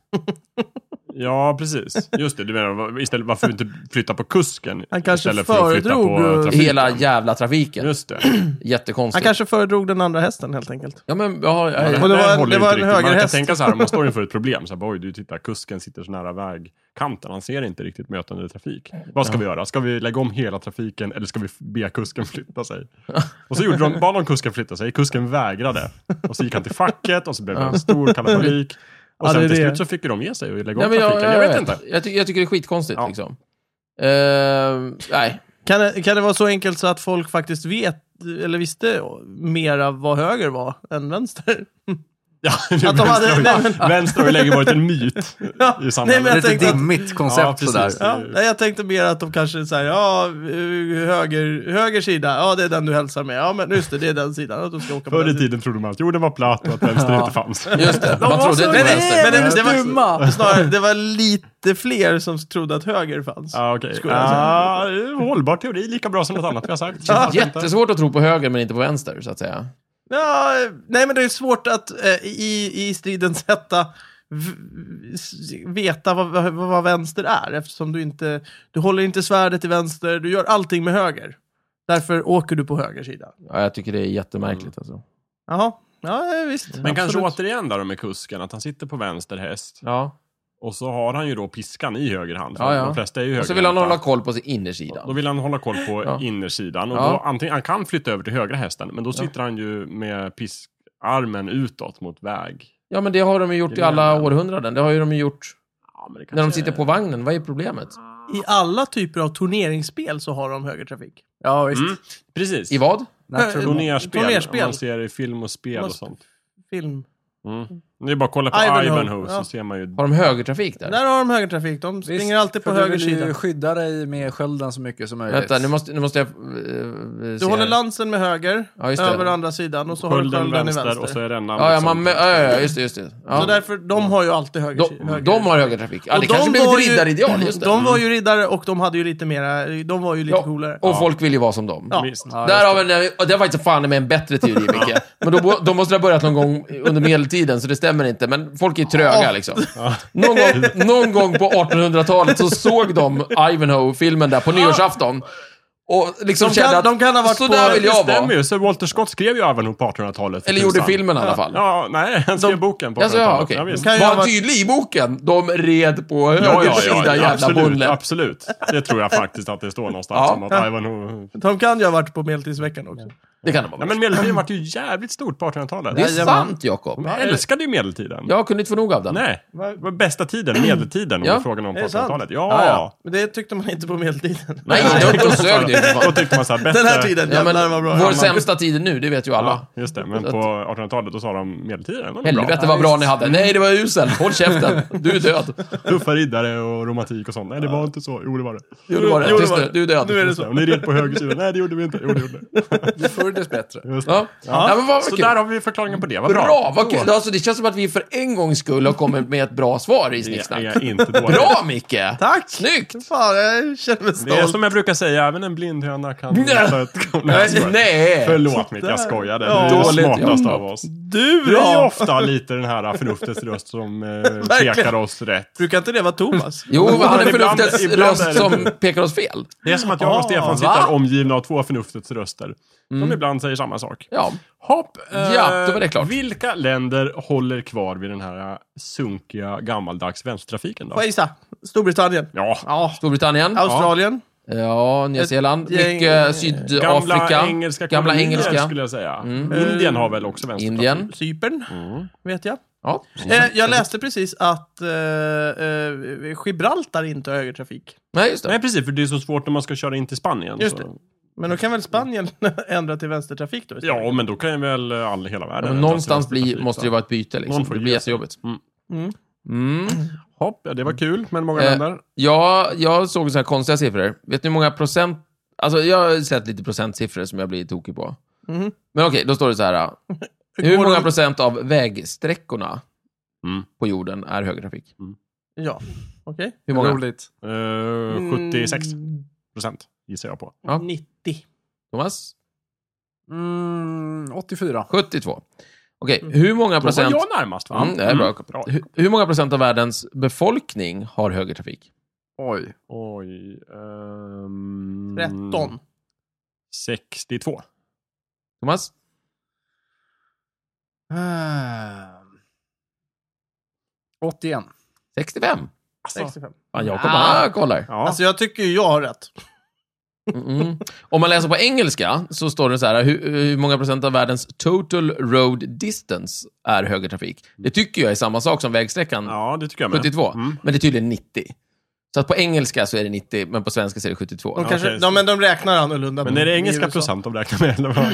[SPEAKER 3] Ja, precis. Just det, du menar va- istället varför inte flytta på kusken
[SPEAKER 1] Han kanske
[SPEAKER 3] istället för att flytta
[SPEAKER 1] föredrog,
[SPEAKER 3] på
[SPEAKER 1] eh,
[SPEAKER 3] trafiken.
[SPEAKER 2] Hela jävla trafiken.
[SPEAKER 3] Just det.
[SPEAKER 1] Han
[SPEAKER 2] Jättekonstigt.
[SPEAKER 1] kanske föredrog den andra hästen helt enkelt.
[SPEAKER 2] Ja, men, ja, ja,
[SPEAKER 1] Och det
[SPEAKER 2] ja.
[SPEAKER 3] där
[SPEAKER 1] var en-
[SPEAKER 3] håller
[SPEAKER 1] det
[SPEAKER 3] ju
[SPEAKER 1] var
[SPEAKER 3] inte
[SPEAKER 1] en
[SPEAKER 3] riktigt. Man kan
[SPEAKER 1] högerhäst.
[SPEAKER 3] tänka så här, om man står inför ett problem, så här, oj, du tittar, kusken sitter så nära vägkanten, han ser inte riktigt mötande trafik. Vad ska vi göra? Ska vi lägga om hela trafiken eller ska vi be kusken flytta sig? Och så gjorde de, bad de kusken flytta sig, kusken vägrade. Och så gick han till facket och så blev det en stor kalabalik. Och
[SPEAKER 1] Ja,
[SPEAKER 3] sen
[SPEAKER 1] det är
[SPEAKER 3] till
[SPEAKER 1] det.
[SPEAKER 3] slut så fick ju de ge sig och lägga
[SPEAKER 2] Nej,
[SPEAKER 3] om
[SPEAKER 2] men jag,
[SPEAKER 3] trafiken. Jag, vet inte.
[SPEAKER 2] Jag, ty- jag tycker det är skitkonstigt
[SPEAKER 3] Ja.
[SPEAKER 2] liksom. Ehm, nej.
[SPEAKER 1] Kan det, kan det vara så enkelt så att folk faktiskt vet, eller visste mera vad höger var än vänster?
[SPEAKER 3] Ja,
[SPEAKER 1] de
[SPEAKER 3] vänster,
[SPEAKER 1] hade-
[SPEAKER 3] har ju-
[SPEAKER 1] nej, men-
[SPEAKER 3] vänster har ju länge varit en myt i samhället.
[SPEAKER 1] nej, men- jag
[SPEAKER 4] Lite
[SPEAKER 1] tänkte att-
[SPEAKER 4] dimmigt koncept
[SPEAKER 3] Ja,
[SPEAKER 4] sådär.
[SPEAKER 3] precis.
[SPEAKER 1] Ja, nej, jag tänkte mer att de kanske säger ja, eh, höger, höger sida, ja det är den du hälsar med, ja men just det, det är den sidan, att du ska åka på
[SPEAKER 3] Förr
[SPEAKER 1] den
[SPEAKER 3] i
[SPEAKER 1] sidan.
[SPEAKER 3] tiden trodde man att jorden var platt och att vänster inte fanns.
[SPEAKER 2] Just det, man
[SPEAKER 4] var
[SPEAKER 2] trodde
[SPEAKER 4] så
[SPEAKER 2] inte
[SPEAKER 1] Men-
[SPEAKER 2] på vänster.
[SPEAKER 1] men det- det var-
[SPEAKER 4] Dumma.
[SPEAKER 1] Snarare, det var lite fler som trodde att höger fanns.
[SPEAKER 3] Ja, okej.
[SPEAKER 1] Skulle jag säga.
[SPEAKER 3] Ah, det är en hållbar teori, lika bra som något annat vi har sagt.
[SPEAKER 1] Ja.
[SPEAKER 2] Jättesvårt att tro på höger men inte på vänster, så att säga.
[SPEAKER 1] Ja, eh, nej men det är svårt att eh, i, i stridens hetta v- s- veta vad, vad, vad vänster är eftersom du inte, du håller inte svärdet till vänster, du gör allting med höger. Därför åker du på höger sida.
[SPEAKER 2] Ja, jag tycker det är jättemärkligt alltså.
[SPEAKER 1] Jaha, ja eh, visst.
[SPEAKER 3] Men kanske
[SPEAKER 1] Absolut.
[SPEAKER 3] återigen där då med kusken, att han sitter på vänster häst
[SPEAKER 2] Ja.
[SPEAKER 3] och så har han ju då piskan i höger hand. För
[SPEAKER 2] Ja, ja.
[SPEAKER 3] De flesta är ju
[SPEAKER 2] Och så vill han
[SPEAKER 3] högerhänta.
[SPEAKER 2] hålla koll på sin
[SPEAKER 3] Då
[SPEAKER 2] innersida.
[SPEAKER 3] vill han hålla koll på
[SPEAKER 2] Ja.
[SPEAKER 3] innersidan. Och
[SPEAKER 2] Ja.
[SPEAKER 3] då, antingen, han kan flytta över till högra hästen, men då sitter han ju med piskarmen utåt mot väg.
[SPEAKER 2] Ja, men det har de ju gjort i alla århundraden. Det har ju de ju gjort
[SPEAKER 3] Ja, men det
[SPEAKER 2] när de
[SPEAKER 3] kanske- Ah.
[SPEAKER 2] sitter på vagnen. Vad är problemet?
[SPEAKER 1] I alla typer av turneringsspel så har de högertrafik.
[SPEAKER 4] Ja, visst.
[SPEAKER 3] Mm, precis.
[SPEAKER 2] I vad?
[SPEAKER 4] Natural.
[SPEAKER 3] Turnerspel,
[SPEAKER 1] Turnerspel.
[SPEAKER 3] om man ser i film och spel och
[SPEAKER 1] Måste-
[SPEAKER 3] sånt.
[SPEAKER 1] Film.
[SPEAKER 3] Mm. Det är bara att kolla på
[SPEAKER 1] Ivanhoe.
[SPEAKER 3] Ivanhoe,
[SPEAKER 1] Ja.
[SPEAKER 3] så ser man ju
[SPEAKER 2] Har de högertrafik där?
[SPEAKER 1] Där har de högertrafik, de springer alltid på
[SPEAKER 4] för
[SPEAKER 1] höger
[SPEAKER 4] Du vill ju
[SPEAKER 1] sida.
[SPEAKER 4] skydda dig med skölden så mycket som möjligt.
[SPEAKER 2] Vänta, nu måste, nu måste jag... eh, se
[SPEAKER 1] Du håller
[SPEAKER 2] här.
[SPEAKER 1] lansen med höger,
[SPEAKER 2] Ja, just det.
[SPEAKER 1] över andra sidan och så har du
[SPEAKER 3] skölden
[SPEAKER 1] skölden i
[SPEAKER 3] vänster,
[SPEAKER 1] vänster.
[SPEAKER 3] och så
[SPEAKER 1] så
[SPEAKER 3] är rännan
[SPEAKER 2] Ja, ja,
[SPEAKER 3] liksom-
[SPEAKER 2] man, ja, ja, ja, just det, just det. Ja.
[SPEAKER 1] därför, de har ju alltid höger,
[SPEAKER 2] de,
[SPEAKER 1] höger.
[SPEAKER 2] de har högertrafik. Ja,
[SPEAKER 1] Och
[SPEAKER 2] det kanske
[SPEAKER 1] de
[SPEAKER 2] blev
[SPEAKER 1] var
[SPEAKER 2] ett
[SPEAKER 1] ju-
[SPEAKER 2] riddarideal, just det. Mm.
[SPEAKER 1] De var ju riddare och de hade ju lite mera, de var ju lite
[SPEAKER 2] Ja,
[SPEAKER 1] coolare.
[SPEAKER 2] Och folk vill ju vara som dem.
[SPEAKER 1] Ja.
[SPEAKER 3] Visst.
[SPEAKER 4] Ja,
[SPEAKER 2] Där har vi den, och det var faktiskt fan med en bättre teori, Micke. Men då, bo- de måste ha börjat någon gång under medeltiden, så det stämmer inte. Men folk är ju tröga, liksom. Någon gång, någon gång på 1800-talet så såg de Ivanhoe-filmen där på nyårsafton. Och liksom
[SPEAKER 1] De kan-
[SPEAKER 2] kände att,
[SPEAKER 1] de kan ha varit
[SPEAKER 2] så
[SPEAKER 1] på-
[SPEAKER 2] där vill
[SPEAKER 3] Det
[SPEAKER 2] jag
[SPEAKER 3] stämmer
[SPEAKER 2] vara.
[SPEAKER 3] ju. Så Walter Scott skrev ju Ivanhoe på 1800-talet. för
[SPEAKER 2] Eller gjorde
[SPEAKER 3] tusan.
[SPEAKER 2] filmen i alla fall.
[SPEAKER 3] Ja, nej, han skrev
[SPEAKER 2] De-
[SPEAKER 3] boken på 1800-talet.
[SPEAKER 2] Alltså, ja, okej.
[SPEAKER 3] visst.
[SPEAKER 1] kan ju
[SPEAKER 2] Var
[SPEAKER 1] ha
[SPEAKER 2] han
[SPEAKER 1] varit-
[SPEAKER 2] tydlig i boken? De red på höger
[SPEAKER 3] Ja, ja, ja,
[SPEAKER 2] sida, jävla
[SPEAKER 3] absolut,
[SPEAKER 2] bulle.
[SPEAKER 3] absolut. Det tror jag faktiskt att det står någonstans
[SPEAKER 2] Ja.
[SPEAKER 3] om att Ivanhoe...
[SPEAKER 1] De kan ju ha varit på medeltidsveckan också.
[SPEAKER 2] Det kan det vara.
[SPEAKER 3] Ja, men medeltiden vart ju jävligt stort på 1800-talet.
[SPEAKER 2] det är
[SPEAKER 1] Jajamän.
[SPEAKER 2] sant, Jakob.
[SPEAKER 3] Jag älskade ju medeltiden.
[SPEAKER 2] Jag kunde inte få nog av den.
[SPEAKER 3] Nej, det var bästa tiden, medeltiden, om
[SPEAKER 2] Ja.
[SPEAKER 3] du frågar någon på
[SPEAKER 1] Är det sant?
[SPEAKER 3] 1800-talet. Ja.
[SPEAKER 2] Ja, ja.
[SPEAKER 1] Men det tyckte man inte på medeltiden.
[SPEAKER 2] Nej, då, då sög det ju för
[SPEAKER 3] Då
[SPEAKER 2] fan.
[SPEAKER 3] tyckte man så här, bättre...
[SPEAKER 1] Den här tiden,
[SPEAKER 2] Ja, men,
[SPEAKER 1] jävlar vad bra.
[SPEAKER 2] vår
[SPEAKER 1] Ja,
[SPEAKER 2] sämsta tid är nu, det vet ju alla.
[SPEAKER 3] Ja, just det. Men på 1800-talet då sa de medeltiden. var nog
[SPEAKER 2] Helvete vad bra ni hade. Nej, det var usel. Håll käften. Du är död.
[SPEAKER 3] Bra. Tuffa riddare och romantik och sånt. Nej, det var inte så. Jo, det var det.
[SPEAKER 2] Jo, det var det.
[SPEAKER 1] Jo, det
[SPEAKER 2] Tyst
[SPEAKER 1] var
[SPEAKER 2] nu.
[SPEAKER 1] det.
[SPEAKER 2] Du är död.
[SPEAKER 1] Nu är det
[SPEAKER 3] Ja,
[SPEAKER 1] så.
[SPEAKER 3] Ni red på höger sida. Nej, det gjorde vi inte. Jo, det gjorde vi.
[SPEAKER 4] Ju förr desto bättre.
[SPEAKER 3] Just det.
[SPEAKER 2] Ja. Ja. men vad
[SPEAKER 3] Så
[SPEAKER 2] kul.
[SPEAKER 3] där har vi förklaringen på det. Vad bra.
[SPEAKER 2] Bra, vad kul. Alltså, det känns som att vi för en gångs skull har kommit med ett bra svar i
[SPEAKER 3] Det
[SPEAKER 2] Snicksnack.
[SPEAKER 3] är inte dåligt.
[SPEAKER 2] Bra, Micke!
[SPEAKER 1] Tack!
[SPEAKER 2] Snyggt!
[SPEAKER 1] Fan, jag känner mig stolt.
[SPEAKER 3] Det är som jag brukar säga, även en blind höna kan...
[SPEAKER 2] Nej.
[SPEAKER 3] ta ett-
[SPEAKER 2] Nej,
[SPEAKER 3] Nej,
[SPEAKER 2] Nej!
[SPEAKER 3] Förlåt Micke, jag skojade. Du
[SPEAKER 1] Ja.
[SPEAKER 3] är
[SPEAKER 2] Dåligt
[SPEAKER 3] smartast
[SPEAKER 2] jobbat.
[SPEAKER 3] av oss.
[SPEAKER 1] Du
[SPEAKER 3] Du är ju
[SPEAKER 1] då?
[SPEAKER 3] ofta lite den här förnuftets röst som eh, pekar oss rätt.
[SPEAKER 1] Brukar inte det vara Thomas?
[SPEAKER 2] Jo, han är
[SPEAKER 3] Men ibland-
[SPEAKER 2] förnuftets
[SPEAKER 3] ibland är
[SPEAKER 2] röst
[SPEAKER 3] det-
[SPEAKER 2] som pekar oss fel.
[SPEAKER 3] Det är som att jag och Stefan
[SPEAKER 2] va?
[SPEAKER 3] sitter omgivna av två förnuftets röster. Som ibland säger samma sak.
[SPEAKER 2] Ja.
[SPEAKER 3] Hopp, eh,
[SPEAKER 2] Ja, då var det klart.
[SPEAKER 3] Vilka länder håller kvar vid den här sunkiga gammaldags vänstertrafiken då?
[SPEAKER 1] Får jag gissa? Storbritannien?
[SPEAKER 3] Ja,
[SPEAKER 1] Ja.
[SPEAKER 2] Storbritannien.
[SPEAKER 1] Australien?
[SPEAKER 2] Ja, Nya
[SPEAKER 1] Ett
[SPEAKER 2] Zeeland.
[SPEAKER 1] gäng-
[SPEAKER 2] Mycket eh,
[SPEAKER 3] gamla
[SPEAKER 2] Sydafrika.
[SPEAKER 3] engelska
[SPEAKER 2] Gamla
[SPEAKER 3] kolonier
[SPEAKER 2] engelska.
[SPEAKER 3] skulle jag säga. Indien har väl också vänstertrafik?
[SPEAKER 2] Indien.
[SPEAKER 1] Cypern?
[SPEAKER 3] Mm.
[SPEAKER 1] Vet jag.
[SPEAKER 2] Ja.
[SPEAKER 1] Eh, jag läste precis att eh, eh, Gibraltar inte har högertrafik.
[SPEAKER 2] Nej, just det.
[SPEAKER 3] Nej, precis, för det är så svårt när man ska köra in till Spanien.
[SPEAKER 1] Just
[SPEAKER 3] så.
[SPEAKER 1] det. Men då kan väl Spanien ändra till vänstertrafik då istället?
[SPEAKER 3] Ja, men då kan ju väl eh, all, hela världen...
[SPEAKER 2] Men någonstans blir, måste det vara ett byte. Liksom.
[SPEAKER 3] Någon får
[SPEAKER 2] Det
[SPEAKER 3] ju
[SPEAKER 2] blir
[SPEAKER 3] ge sig.
[SPEAKER 2] jättejobbigt.
[SPEAKER 3] Mm.
[SPEAKER 1] Mm.
[SPEAKER 2] Mm.
[SPEAKER 3] Hopp, ja, det var kul, men många
[SPEAKER 2] Eh,
[SPEAKER 3] länder.
[SPEAKER 2] Ja, jag såg så här konstiga siffror. Vet ni hur många procent... Alltså, jag har sett lite procentsiffror som jag blir tokig på.
[SPEAKER 1] Mhm.
[SPEAKER 2] Men okej, då står det så här. ah. Hur
[SPEAKER 1] Går
[SPEAKER 2] många
[SPEAKER 1] de-
[SPEAKER 2] procent av vägsträckorna
[SPEAKER 3] Mm.
[SPEAKER 2] på jorden är högertrafik?
[SPEAKER 1] Ja, okej. Mm,
[SPEAKER 2] Hur många?
[SPEAKER 4] Roligt.
[SPEAKER 2] Mm.
[SPEAKER 3] Eh, 76 procent gissar jag på.
[SPEAKER 2] Ja.
[SPEAKER 1] 90.
[SPEAKER 2] Thomas?
[SPEAKER 4] Mm, 84.
[SPEAKER 2] 72. Okej, hur många
[SPEAKER 3] Då var
[SPEAKER 2] procent...
[SPEAKER 3] jag närmast va?
[SPEAKER 2] Mm, det är bra.
[SPEAKER 3] bra.
[SPEAKER 2] Hur, hur många procent av världens befolkning har högertrafik?
[SPEAKER 4] Oj.
[SPEAKER 3] Oj. ehm,
[SPEAKER 1] 13.
[SPEAKER 3] 62.
[SPEAKER 2] Thomas?
[SPEAKER 4] Ehm. 81.
[SPEAKER 2] 65?
[SPEAKER 1] 65.
[SPEAKER 2] Fan, Jakob
[SPEAKER 1] Ah.
[SPEAKER 2] ah. kollar.
[SPEAKER 3] Alltså. Ja.
[SPEAKER 1] Alltså jag tycker ju jag har rätt.
[SPEAKER 2] Mm. Om man läser på engelska så står det så här, hur, hur många procent av världens total road distance är högertrafik? Det tycker jag är samma sak som vägsträckan
[SPEAKER 3] ja, det tycker jag med.
[SPEAKER 2] 72.
[SPEAKER 3] Mm.
[SPEAKER 2] Men det är tydligen 90. Så att på engelska så är det 90, men på svenska så är det 72.
[SPEAKER 1] De kanske,
[SPEAKER 3] okej, så-
[SPEAKER 1] ja, men de räknar annorlunda.
[SPEAKER 2] Mm.
[SPEAKER 3] Men är det
[SPEAKER 1] i
[SPEAKER 3] engelska
[SPEAKER 1] USA.
[SPEAKER 3] procent de räknar med? Eller vad?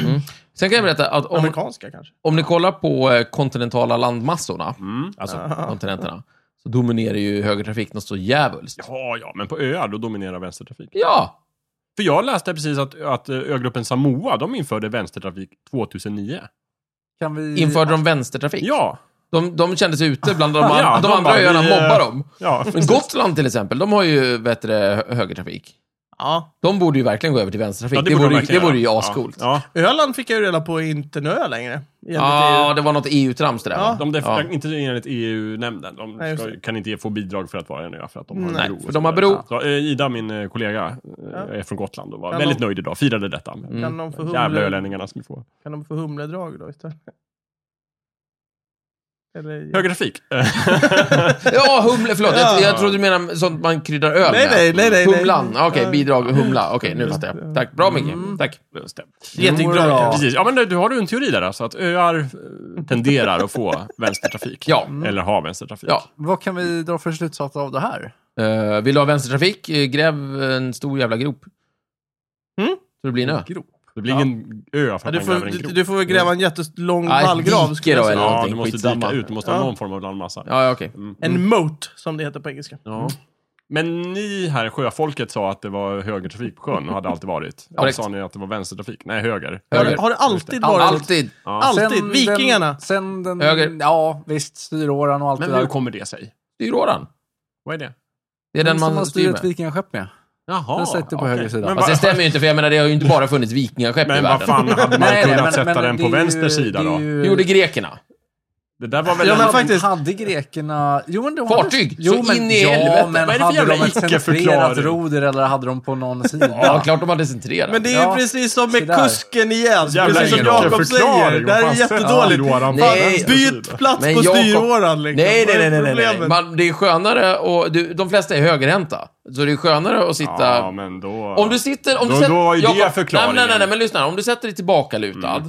[SPEAKER 2] Sen kan jag berätta att om,
[SPEAKER 1] Amerikanska kanske?
[SPEAKER 2] om ni kollar på eh, kontinentala landmassorna,
[SPEAKER 3] Mm.
[SPEAKER 2] alltså
[SPEAKER 1] Ah.
[SPEAKER 2] kontinenterna, så dominerar ju högertrafik något så djävulskt.
[SPEAKER 3] Ja, ja, men på öar då dominerar vänstertrafik.
[SPEAKER 2] Ja,
[SPEAKER 3] För jag läste precis att, att eh, ögruppen Samoa, de införde vänstertrafik 2009.
[SPEAKER 4] Kan vi...
[SPEAKER 2] införde de vänstertrafik?
[SPEAKER 3] Ja,
[SPEAKER 2] De, de kände sig ute bland de, an-
[SPEAKER 3] Ja,
[SPEAKER 2] de
[SPEAKER 3] de
[SPEAKER 2] andra
[SPEAKER 3] bara, vi,
[SPEAKER 2] öarna,
[SPEAKER 3] eh,
[SPEAKER 2] mobbar dem.
[SPEAKER 3] ja.
[SPEAKER 2] Men Gotland till exempel, de har ju bättre hö- högertrafik.
[SPEAKER 1] Ja.
[SPEAKER 2] De borde ju verkligen gå över till vänstertrafik.
[SPEAKER 3] ja
[SPEAKER 2] det,
[SPEAKER 3] de
[SPEAKER 2] vore, ju- det
[SPEAKER 3] verkligen
[SPEAKER 2] vore ju
[SPEAKER 3] göra.
[SPEAKER 2] ascoolt. Ja,
[SPEAKER 3] Ja,
[SPEAKER 1] Öland fick jag ju reda på är inte en ö längre. enligt EU.
[SPEAKER 2] det var något EU-trams det där.
[SPEAKER 1] Ja.
[SPEAKER 2] va?
[SPEAKER 3] De def-
[SPEAKER 2] Ja.
[SPEAKER 3] Inte enligt EU-nämnden. De
[SPEAKER 1] Nej, just
[SPEAKER 3] ska, kan inte ge- få bidrag för att vara en ö, för att de har
[SPEAKER 1] Nej,
[SPEAKER 3] en bro. och
[SPEAKER 2] för
[SPEAKER 3] så
[SPEAKER 2] de har
[SPEAKER 3] vidare.
[SPEAKER 2] bro.
[SPEAKER 3] Så, eh, Ida, min eh, kollega, eh, är från Gotland och var
[SPEAKER 1] Kan
[SPEAKER 3] väldigt
[SPEAKER 1] de-
[SPEAKER 3] nöjd idag. Firade detta.
[SPEAKER 2] Mm.
[SPEAKER 3] Med
[SPEAKER 1] Kan, de få
[SPEAKER 3] Mm. Jävla
[SPEAKER 1] humle,
[SPEAKER 3] ölänningarna skulle få.
[SPEAKER 1] kan de få humledrag då istället? Eller,
[SPEAKER 3] Högertrafik. Eh,
[SPEAKER 2] Ja, humle, förlåt. Jag, jag
[SPEAKER 1] Ja.
[SPEAKER 2] trodde du menade sånt man kryddar öl
[SPEAKER 1] Nej,
[SPEAKER 2] med.
[SPEAKER 1] nej, nej, nej, nej.
[SPEAKER 2] Humlan, okej,
[SPEAKER 1] Ja.
[SPEAKER 2] bidrag, humla. Okej, nu fattar jag. Tack, bra Micke. Mm.
[SPEAKER 3] Mm.
[SPEAKER 2] Tack.
[SPEAKER 3] Just det.
[SPEAKER 1] Getingdrag
[SPEAKER 4] Jodå.
[SPEAKER 1] kanske?
[SPEAKER 3] Precis. Ja, men eh, du, du har du en teori där alltså, att öar eh, tenderar att få vänstertrafik.
[SPEAKER 2] Ja.
[SPEAKER 3] Eller ha vänstertrafik.
[SPEAKER 2] Ja.
[SPEAKER 4] Vad kan vi dra för slutsats av det här?
[SPEAKER 2] Eh, vill du ha vänstertrafik? Eh, Gräv en stor jävla grop.
[SPEAKER 1] Mm.
[SPEAKER 2] Så det blir en ö.
[SPEAKER 3] Det blir ingen ö för
[SPEAKER 1] Ja,
[SPEAKER 3] att
[SPEAKER 1] du,
[SPEAKER 3] man
[SPEAKER 1] får,
[SPEAKER 3] gräver en grop. Mm.
[SPEAKER 1] du, du får väl gräva en jättelång
[SPEAKER 2] Ja, ett
[SPEAKER 1] vallgrav.
[SPEAKER 2] dike
[SPEAKER 1] skulle
[SPEAKER 2] då,
[SPEAKER 1] jag säga.
[SPEAKER 2] eller
[SPEAKER 3] ja,
[SPEAKER 2] någonting,
[SPEAKER 3] du måste
[SPEAKER 2] skitsamma.
[SPEAKER 3] dika ut, du måste
[SPEAKER 1] Ja.
[SPEAKER 3] ha någon form av landmassa. Mm.
[SPEAKER 2] Ja, ja, okej. Mm.
[SPEAKER 1] En moat, som det heter på engelska.
[SPEAKER 3] Ja. Men ni här, sjöfolket, sa att det var högertrafik på sjön och hade alltid varit. Ja,
[SPEAKER 2] Korrekt.
[SPEAKER 3] sa ni att det var vänstertrafik? Nej, höger.
[SPEAKER 1] Har,
[SPEAKER 2] Höger.
[SPEAKER 1] det- har det alltid varit...
[SPEAKER 2] Alltid.
[SPEAKER 3] Ja.
[SPEAKER 1] Alltid.
[SPEAKER 4] den-
[SPEAKER 1] Vikingarna.
[SPEAKER 4] sen den...
[SPEAKER 2] Höger.
[SPEAKER 4] Ja, visst. Styråran och allt
[SPEAKER 3] Men
[SPEAKER 4] det
[SPEAKER 3] hur
[SPEAKER 4] där.
[SPEAKER 3] kommer det sig?
[SPEAKER 2] Styråran.
[SPEAKER 3] Vad är det?
[SPEAKER 2] Det är den
[SPEAKER 4] som
[SPEAKER 2] man styr
[SPEAKER 4] styr
[SPEAKER 2] med.
[SPEAKER 4] ett vikingaskepp med.
[SPEAKER 3] Jaha.
[SPEAKER 4] Den sätter på
[SPEAKER 3] okej.
[SPEAKER 4] höger sida.
[SPEAKER 3] Men,
[SPEAKER 2] Fast det
[SPEAKER 3] va,
[SPEAKER 2] stämmer ju inte, för jag menar, det har ju inte bara funnits vikingaskepp i
[SPEAKER 3] men vad
[SPEAKER 2] världen.
[SPEAKER 3] fan, hade man
[SPEAKER 4] Nej, nej,
[SPEAKER 3] kunnat
[SPEAKER 4] men-
[SPEAKER 3] sätta
[SPEAKER 4] men
[SPEAKER 3] den
[SPEAKER 4] det
[SPEAKER 3] på
[SPEAKER 4] är ju-
[SPEAKER 3] vänster
[SPEAKER 4] det
[SPEAKER 3] sida
[SPEAKER 4] är
[SPEAKER 3] då?
[SPEAKER 4] ju-
[SPEAKER 2] Det gjorde grekerna.
[SPEAKER 3] Det där var väl
[SPEAKER 1] Ja,
[SPEAKER 3] en...
[SPEAKER 1] men faktiskt.
[SPEAKER 4] Hade grekerna... Jo, men de
[SPEAKER 2] Fartyg,
[SPEAKER 4] Hade... Jo,
[SPEAKER 2] så
[SPEAKER 4] men...
[SPEAKER 2] in i
[SPEAKER 4] ja,
[SPEAKER 2] helvete.
[SPEAKER 4] Men
[SPEAKER 3] Vad är det för
[SPEAKER 4] hade
[SPEAKER 3] jävla
[SPEAKER 4] de ett
[SPEAKER 3] icke-förklaring?
[SPEAKER 4] centrerat roder eller hade de på någon sida?
[SPEAKER 2] Ja, klart de hade centrerat.
[SPEAKER 1] Men det är ju
[SPEAKER 4] Ja,
[SPEAKER 1] precis som
[SPEAKER 4] se
[SPEAKER 1] med
[SPEAKER 4] där.
[SPEAKER 1] kusken igen.
[SPEAKER 3] Jävla
[SPEAKER 1] precis som
[SPEAKER 3] ingen
[SPEAKER 1] Jakob
[SPEAKER 3] förklaring,
[SPEAKER 1] säger. Det här
[SPEAKER 3] vad
[SPEAKER 1] är
[SPEAKER 3] fan
[SPEAKER 1] jättedåligt.
[SPEAKER 3] sätter Joran på
[SPEAKER 2] Nej,
[SPEAKER 3] vänster
[SPEAKER 1] Byt
[SPEAKER 3] sida?
[SPEAKER 1] plats
[SPEAKER 2] Men
[SPEAKER 1] på
[SPEAKER 2] Jakob-
[SPEAKER 1] styråran liksom.
[SPEAKER 2] Nej,
[SPEAKER 1] Vad
[SPEAKER 2] nej,
[SPEAKER 1] är
[SPEAKER 2] nej, nej, nej, nej.
[SPEAKER 1] problemet?
[SPEAKER 2] Man, det är skönare och du, de flesta är högerhänta. Så det är skönare att sitta...
[SPEAKER 3] Ja, men då...
[SPEAKER 2] Om du sitter... Om du
[SPEAKER 3] Då-
[SPEAKER 2] sätter-
[SPEAKER 3] då var ju det
[SPEAKER 2] Jakob,
[SPEAKER 3] förklaringen.
[SPEAKER 2] Nej, nej, nej, men lyssna. Om du sätter dig tillbakalutad,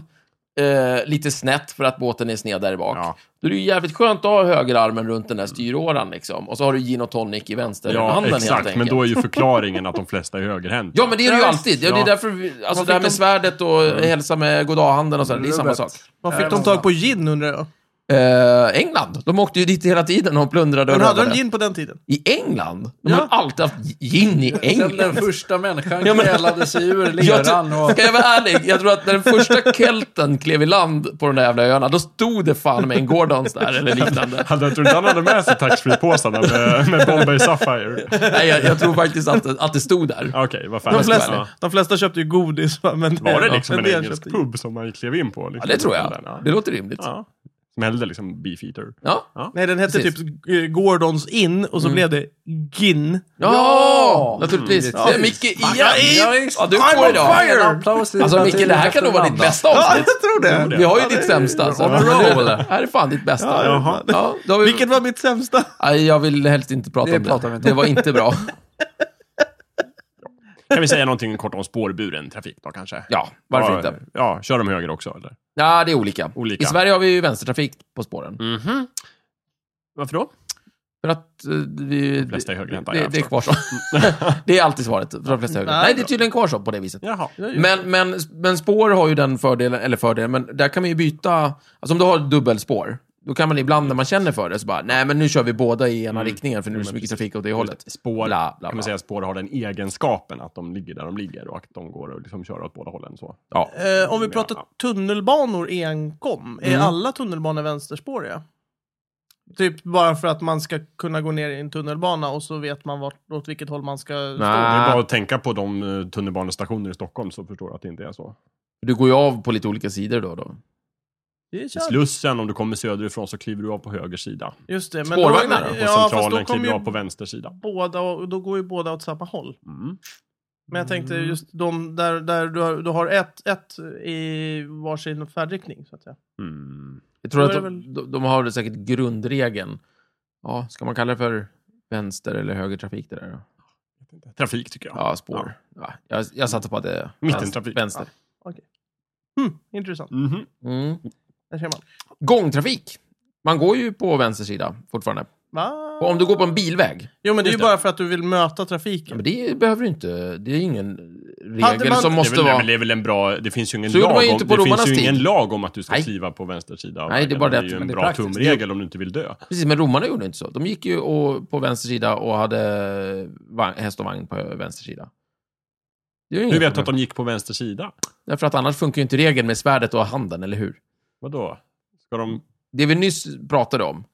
[SPEAKER 2] eh, lite snett för att båten är sned där bak.
[SPEAKER 3] Mm. Ja.
[SPEAKER 2] Då är det ju jävligt skönt att ha högerarmen runt den där styråran liksom. Och så har du gin och tonic i
[SPEAKER 3] Ja,
[SPEAKER 2] vänsterhanden helt
[SPEAKER 3] exakt.
[SPEAKER 2] enkelt.
[SPEAKER 3] Men då är ju förklaringen att de flesta är högerhänta.
[SPEAKER 2] Ja, men det är det ju
[SPEAKER 1] Ja,
[SPEAKER 2] alltid. Ja, det är
[SPEAKER 3] ja.
[SPEAKER 2] därför vi, alltså det här med svärdet och
[SPEAKER 1] Mm.
[SPEAKER 2] hälsa med goddag-handen och så, här, det är samma
[SPEAKER 4] Rubbet.
[SPEAKER 2] sak.
[SPEAKER 1] Var fick de tag på gin undrar jag?
[SPEAKER 2] Eh, England, de åkte ju dit hela tiden och plundrade och
[SPEAKER 1] Men hade de
[SPEAKER 2] rövade.
[SPEAKER 1] gin på den tiden?
[SPEAKER 2] I England? De
[SPEAKER 1] Ja.
[SPEAKER 2] har alltid haft gin i
[SPEAKER 4] Sen den
[SPEAKER 2] England.
[SPEAKER 4] första människan
[SPEAKER 2] Ja, men-
[SPEAKER 4] krälade sig ur
[SPEAKER 2] Jag
[SPEAKER 4] leran
[SPEAKER 2] tror,
[SPEAKER 4] och...
[SPEAKER 2] ska jag vara ärlig, jag tror att när den första kelten klev i land på de där jävla öarna, då stod det fan med en Gordons där eller liknande.
[SPEAKER 3] Hade jag tror inte han hade med sig taxfree-påsarna med, med Bombay Sapphire.
[SPEAKER 2] Nej, jag, jag tror faktiskt att, att det stod där.
[SPEAKER 3] Okej, vad fan.
[SPEAKER 1] De
[SPEAKER 2] ska vara
[SPEAKER 1] flesta,
[SPEAKER 3] Ja.
[SPEAKER 1] de flesta köpte ju godis. va, Men
[SPEAKER 3] Var det liksom
[SPEAKER 1] men
[SPEAKER 3] en
[SPEAKER 1] del
[SPEAKER 3] engelsk
[SPEAKER 1] köpte-
[SPEAKER 3] pub som man klev in på?
[SPEAKER 2] Ja,
[SPEAKER 3] Liksom?
[SPEAKER 2] det tror jag.
[SPEAKER 3] Ja.
[SPEAKER 2] Det låter rimligt.
[SPEAKER 3] Ja. Smällde liksom Beefeater.
[SPEAKER 2] Ja.
[SPEAKER 1] Nej, den hette
[SPEAKER 2] Precis. Mm.
[SPEAKER 1] typ eh, Gordons Inn och så blev det Gin.
[SPEAKER 2] Ja, naturligtvis. Det är Micke
[SPEAKER 1] Ja,
[SPEAKER 2] igen.
[SPEAKER 1] visst.
[SPEAKER 2] Ja, du
[SPEAKER 1] I'm
[SPEAKER 2] får
[SPEAKER 1] on
[SPEAKER 2] idag.
[SPEAKER 1] fire!
[SPEAKER 4] Applås
[SPEAKER 2] Alltså Micke, det här kan nog vara ditt bästa
[SPEAKER 1] Ja,
[SPEAKER 2] avsnitt.
[SPEAKER 1] jag tror det.
[SPEAKER 2] Vi har ju ditt sämsta. Så.
[SPEAKER 3] on a
[SPEAKER 2] roll. Det här är fan ditt bästa.
[SPEAKER 1] Jaha.
[SPEAKER 2] Ja, då har vi...
[SPEAKER 1] Vilket var mitt sämsta?
[SPEAKER 2] Nej, jag vill helst inte prata
[SPEAKER 4] Det
[SPEAKER 2] om
[SPEAKER 4] pratar vi
[SPEAKER 2] det.
[SPEAKER 4] inte
[SPEAKER 2] Det var inte bra.
[SPEAKER 3] Kan vi säga någonting kort om spårburen trafik då kanske?
[SPEAKER 2] Ja, varför
[SPEAKER 3] ja,
[SPEAKER 2] inte?
[SPEAKER 3] Ja, kör de höger också eller?
[SPEAKER 2] Ja, det är olika.
[SPEAKER 3] Olika.
[SPEAKER 2] I Sverige har vi ju vänstertrafik på spåren.
[SPEAKER 3] Mhm. Varför då?
[SPEAKER 2] För att eh, vi... De
[SPEAKER 3] flesta är högerhänta,
[SPEAKER 2] Det,
[SPEAKER 3] jag
[SPEAKER 2] det är kvar så. det är alltid svaret. För de flesta är högerhänta.
[SPEAKER 1] Nej,
[SPEAKER 2] Nej, det är tydligen kvar så på det viset.
[SPEAKER 3] Jaha.
[SPEAKER 2] Men, men, men spår har ju den fördelen, eller fördelen, men där kan man ju byta. Alltså om du har dubbelspår, då kan man ibland när man känner för det så bara, nej men nu kör vi båda i ena riktningen för nu är det så mycket trafik åt det hållet. Bla,
[SPEAKER 3] Spår,
[SPEAKER 2] bla,
[SPEAKER 3] kan
[SPEAKER 2] bla.
[SPEAKER 3] man säga, spår har den egenskapen att de ligger där de ligger och att de går och liksom kör åt båda hållen. Så.
[SPEAKER 2] Ja.
[SPEAKER 1] Eh, om vi pratar tunnelbanor enkom, är
[SPEAKER 2] Mm.
[SPEAKER 1] alla tunnelbanor vänsterspåriga? Typ bara för att man ska kunna gå ner i en tunnelbana och så vet man vart, åt vilket håll man ska stå.
[SPEAKER 3] Det är bara
[SPEAKER 2] Nej,
[SPEAKER 3] att tänka på de eh, tunnelbanestationer i Stockholm så förstår jag att det inte är så.
[SPEAKER 2] du går ju av på lite olika sidor då. då.
[SPEAKER 1] Det är
[SPEAKER 3] I
[SPEAKER 1] kört.
[SPEAKER 3] Slussen, om du kommer söderifrån så kliver du av på höger sida.
[SPEAKER 1] Just det, men
[SPEAKER 2] Spårvagnar
[SPEAKER 1] då,
[SPEAKER 2] då,
[SPEAKER 3] Och
[SPEAKER 1] ja, fast
[SPEAKER 3] centralen
[SPEAKER 1] då
[SPEAKER 3] kliver
[SPEAKER 1] kommer
[SPEAKER 3] du
[SPEAKER 1] ju
[SPEAKER 3] av på vänster sida.
[SPEAKER 1] båda, och då går ju båda åt samma håll.
[SPEAKER 3] Mm.
[SPEAKER 1] Men jag tänkte
[SPEAKER 2] Mm.
[SPEAKER 1] just de där, där du har, du har ett, ett i varsin färdriktning. Så att säga.
[SPEAKER 3] Mm.
[SPEAKER 2] Jag tror
[SPEAKER 1] Då
[SPEAKER 2] att
[SPEAKER 1] är det
[SPEAKER 2] de, de, de har säkert grundregeln. Ja, ska man kalla det för vänster eller höger trafik det där då?
[SPEAKER 3] Trafik tycker jag.
[SPEAKER 2] Ja, spår. Ja, jag, jag satsar på att det är
[SPEAKER 3] Mittentrafik.
[SPEAKER 2] vänster.
[SPEAKER 1] Hmm, intressant.
[SPEAKER 3] Mhm.
[SPEAKER 2] Mm.
[SPEAKER 1] Där ser man.
[SPEAKER 2] Gångtrafik. Man går ju på vänster sida fortfarande.
[SPEAKER 1] Va?
[SPEAKER 2] Och om du går på en bilväg,
[SPEAKER 1] Jo, men det är ju
[SPEAKER 2] Just
[SPEAKER 1] bara för att du vill möta
[SPEAKER 2] ja,
[SPEAKER 1] trafiken.
[SPEAKER 2] men det behöver du inte. Det är ingen
[SPEAKER 1] Hade
[SPEAKER 2] regel
[SPEAKER 1] man-
[SPEAKER 2] som
[SPEAKER 3] Det, är
[SPEAKER 2] måste
[SPEAKER 3] väl, nej,
[SPEAKER 2] vara...
[SPEAKER 3] men det är väl en bra... Det finns ju ingen,
[SPEAKER 2] Så gjorde
[SPEAKER 3] lag
[SPEAKER 2] man ju
[SPEAKER 3] om,
[SPEAKER 2] inte på
[SPEAKER 3] det finns
[SPEAKER 2] romarnas
[SPEAKER 3] ju ingen
[SPEAKER 2] tid.
[SPEAKER 3] lag om att du ska
[SPEAKER 2] Nej.
[SPEAKER 3] kliva på vänster sida av
[SPEAKER 2] Nej, det är Mm.
[SPEAKER 3] vägen.
[SPEAKER 2] bara det
[SPEAKER 3] Det
[SPEAKER 2] att-
[SPEAKER 3] är ju en
[SPEAKER 4] men det är
[SPEAKER 3] bra
[SPEAKER 4] praktiskt.
[SPEAKER 3] tumregel om du inte vill dö.
[SPEAKER 2] Precis, men romarna gjorde inte så. De gick ju och, på vänster sida och hade vagn, häst och vagn på vänster sida. Det är ju
[SPEAKER 3] Hur
[SPEAKER 2] inget
[SPEAKER 3] vet du att
[SPEAKER 2] problem.
[SPEAKER 3] de gick på vänster sida?
[SPEAKER 2] Därför att annars funkar ju inte regeln med svärdet och handen, eller hur?
[SPEAKER 3] Vadå? Ska de,
[SPEAKER 2] Det vi nyss pratade om.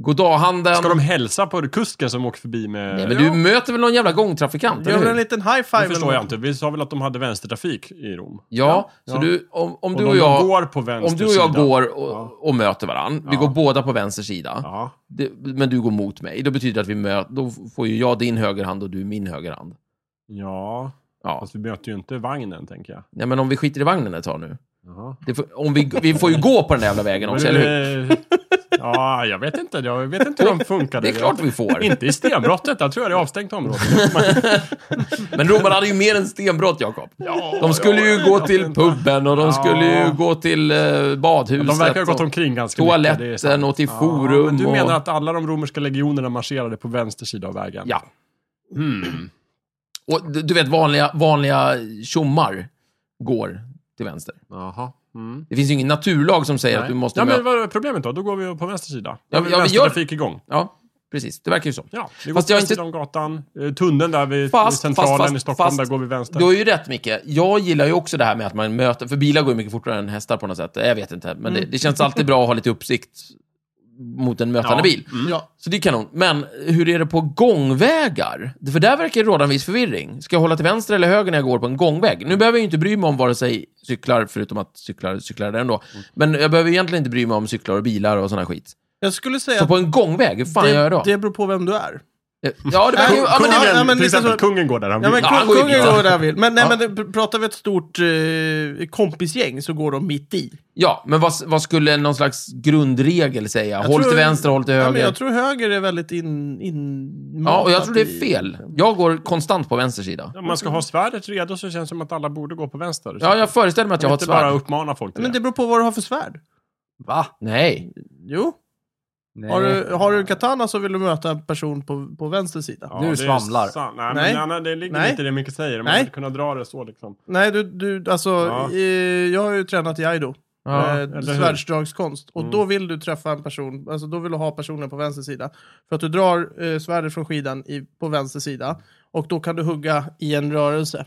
[SPEAKER 2] Goddag-handen.
[SPEAKER 3] ska de hälsa på kusken som åker förbi med...
[SPEAKER 2] Um. Nej, men du möter väl någon jävla gångtrafikant,
[SPEAKER 1] Gör
[SPEAKER 2] eller
[SPEAKER 1] väl en
[SPEAKER 2] hur?
[SPEAKER 1] liten high five.
[SPEAKER 3] det förstår
[SPEAKER 1] eller
[SPEAKER 3] jag
[SPEAKER 1] något.
[SPEAKER 3] inte. Vi sa väl att de hade vänstertrafik i Rom?
[SPEAKER 2] Ja,
[SPEAKER 3] Ja.
[SPEAKER 2] så du, om, om,
[SPEAKER 3] Och
[SPEAKER 2] du
[SPEAKER 3] de
[SPEAKER 2] och jag,
[SPEAKER 3] går på vänster
[SPEAKER 2] om du och jag
[SPEAKER 3] sida.
[SPEAKER 2] går och,
[SPEAKER 3] Ja.
[SPEAKER 2] och möter varandra, vi
[SPEAKER 3] Ja.
[SPEAKER 2] går båda på vänster sida,
[SPEAKER 3] Ja.
[SPEAKER 2] det, men du går mot mig, då betyder det att vi möter, då får ju jag din högerhand och du min högerhand.
[SPEAKER 3] Ja,
[SPEAKER 2] Ja.
[SPEAKER 3] fast vi möter ju inte vagnen, tänker jag.
[SPEAKER 2] Nej, men om vi skiter i vagnen ett tag nu.
[SPEAKER 3] Jaha.
[SPEAKER 2] Det får, om vi, vi får ju gå på den där jävla vägen också, eller hur?
[SPEAKER 3] Eh, Ja, jag vet inte. Jag vet inte hur de funkar.
[SPEAKER 2] Det är klart vi får.
[SPEAKER 3] Inte i stenbrottet, där tror jag det är avstängt område.
[SPEAKER 2] Men romarna hade ju mer än stenbrott, Jakob.
[SPEAKER 3] Ja,
[SPEAKER 2] De skulle ju gå till puben och de
[SPEAKER 3] Ja.
[SPEAKER 2] skulle ju gå till eh, badhuset.
[SPEAKER 3] De verkar ha gått
[SPEAKER 2] och
[SPEAKER 3] omkring ganska mycket. det är sant.
[SPEAKER 2] Toaletten och till
[SPEAKER 3] Ja,
[SPEAKER 2] forum.
[SPEAKER 3] men du
[SPEAKER 2] och...
[SPEAKER 3] menar att alla de romerska legionerna marscherade på vänster sida av vägen?
[SPEAKER 2] Ja. Hmm. Och du, du vet, vanliga, vanliga tjommar går till vänster.
[SPEAKER 3] Jaha. Mm.
[SPEAKER 2] Det finns ju ingen naturlag som säger att
[SPEAKER 3] Nej.
[SPEAKER 2] du måste...
[SPEAKER 3] ja,
[SPEAKER 2] mö-
[SPEAKER 3] men vad är problemet då? Då går vi på vänster sida.
[SPEAKER 2] Ja,
[SPEAKER 3] Ja,
[SPEAKER 2] men-
[SPEAKER 3] men,
[SPEAKER 2] ja, vi gör-
[SPEAKER 3] vänstertrafik igång.
[SPEAKER 2] ja, precis. Det verkar ju så.
[SPEAKER 3] Ja, vi går
[SPEAKER 2] Fast
[SPEAKER 3] på
[SPEAKER 2] jag
[SPEAKER 3] vänster
[SPEAKER 2] inte-
[SPEAKER 3] sida om gatan. Eh, Tunneln där vid
[SPEAKER 2] Fast,
[SPEAKER 3] centralen
[SPEAKER 2] fast, fast,
[SPEAKER 3] i Stockholm,
[SPEAKER 2] fast.
[SPEAKER 3] där går vi vänster.
[SPEAKER 2] Du har ju rätt, Micke. Jag gillar ju också det här med att man möter... För bilar går ju mycket fortare än hästar på något sätt. Jag vet inte. Men det, det känns alltid bra att ha lite uppsikt mot en mötande
[SPEAKER 3] Ja.
[SPEAKER 2] bil.
[SPEAKER 1] Ja.
[SPEAKER 2] Så det är kanon. Men hur är det på gångvägar? För där verkar det råda en viss förvirring. Ska jag hålla till vänster eller höger när jag går på en gångväg? Nu behöver jag ju inte bry mig om vare sig cyklar, förutom att cyklar cyklar där ändå.
[SPEAKER 1] Mm.
[SPEAKER 2] Men jag behöver egentligen inte bry mig om cyklar och bilar och sån här skit.
[SPEAKER 1] Jag skulle säga
[SPEAKER 2] Så
[SPEAKER 1] att
[SPEAKER 2] på en gångväg, hur fan
[SPEAKER 1] det,
[SPEAKER 2] gör jag då?
[SPEAKER 1] det Äh, beror på vem du är.
[SPEAKER 2] Ja, det verkar ju... Ja, men det,
[SPEAKER 1] Ja, ja,
[SPEAKER 3] Kungen,
[SPEAKER 1] men
[SPEAKER 3] till
[SPEAKER 1] lite
[SPEAKER 3] exempel,
[SPEAKER 1] så-
[SPEAKER 3] kungen går där han
[SPEAKER 1] Ja, men
[SPEAKER 3] vill.
[SPEAKER 2] Ja, han
[SPEAKER 1] kung,
[SPEAKER 2] går ju
[SPEAKER 1] kungen
[SPEAKER 2] dit, va?
[SPEAKER 1] går där han vill. Men, nej,
[SPEAKER 2] Ja.
[SPEAKER 1] men det- pr- pratar vi ett stort eh, kompisgäng så går de mitt i.
[SPEAKER 2] ja, men vad, vad skulle någon slags grundregel säga? håll
[SPEAKER 1] tror-
[SPEAKER 2] till vänster, håll till
[SPEAKER 1] Ja, men
[SPEAKER 2] höger. Ja,
[SPEAKER 1] jag tror höger är väldigt in... in
[SPEAKER 2] och jag tror det är fel. Jag går konstant på vänster sida.
[SPEAKER 3] Om man ska ha svärdet redo så känns det som att alla borde gå på vänster.
[SPEAKER 2] Ja, jag föreställer mig att jag har ett
[SPEAKER 3] inte bara
[SPEAKER 2] svärd.
[SPEAKER 3] uppmana folk till
[SPEAKER 1] Men
[SPEAKER 3] det.
[SPEAKER 1] det beror på vad du har för svärd.
[SPEAKER 4] Va?
[SPEAKER 2] Nej.
[SPEAKER 1] Jo.
[SPEAKER 4] Nej.
[SPEAKER 1] Har du, har du katana så vill du möta en person på, på vänster sida.
[SPEAKER 3] Ja,
[SPEAKER 4] Nu
[SPEAKER 3] det är
[SPEAKER 4] svamlar.
[SPEAKER 3] sant. Nej,
[SPEAKER 1] Nej.
[SPEAKER 3] men Anna, det ligger
[SPEAKER 1] Nej.
[SPEAKER 3] inte i det mycket säger. Man
[SPEAKER 1] Nej.
[SPEAKER 3] måste kunna dra det så liksom.
[SPEAKER 1] Nej, du, du alltså,
[SPEAKER 3] Ja.
[SPEAKER 1] eh, jag har ju tränat i aido.
[SPEAKER 2] Ja.
[SPEAKER 1] eh,
[SPEAKER 3] eller hur?
[SPEAKER 1] svärdsdragskonst. Och
[SPEAKER 3] Mm.
[SPEAKER 1] då vill du träffa en person, alltså då vill du ha personen på vänster sida. För att du drar eh, svärdet från skidan i, på vänster sida. Och då kan du hugga i en rörelse.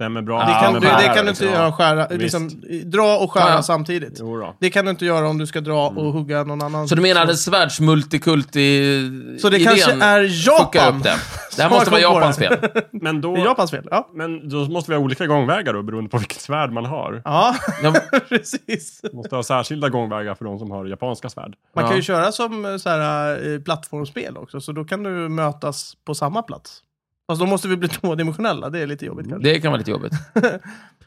[SPEAKER 3] Stämmer bra.
[SPEAKER 1] Det kan,
[SPEAKER 3] Stämmer
[SPEAKER 1] du,
[SPEAKER 3] bra.
[SPEAKER 1] det kan du inte göra skära,
[SPEAKER 3] Visst.
[SPEAKER 1] liksom, i- dra och skära
[SPEAKER 2] Ja, ja.
[SPEAKER 1] samtidigt.
[SPEAKER 3] Jo då.
[SPEAKER 1] Det kan du inte göra om du ska dra och hugga någon annan.
[SPEAKER 2] Så du menar att svärdsmultikulti-idén
[SPEAKER 1] Så det kanske är
[SPEAKER 2] fuckar
[SPEAKER 1] Japan?
[SPEAKER 2] upp det? Det här
[SPEAKER 1] Som har
[SPEAKER 2] måste vara
[SPEAKER 1] kommit på
[SPEAKER 2] Japans fel.
[SPEAKER 3] Men då,
[SPEAKER 1] Det är Japans fel, ja.
[SPEAKER 3] men då måste vi ha olika gångvägar då, beroende på vilket svärd man har.
[SPEAKER 1] Ja,
[SPEAKER 2] Ja, men-
[SPEAKER 1] precis.
[SPEAKER 3] Måste ha särskilda gångvägar för de som har japanska svärd.
[SPEAKER 1] Man
[SPEAKER 2] Ja.
[SPEAKER 1] kan ju köra som eh, så här, eh, plattformsspel också, så då kan du mötas på samma plats. Fast då måste vi bli tvådimensionella, det är lite jobbigt kanske.
[SPEAKER 2] Det kan vara lite jobbigt.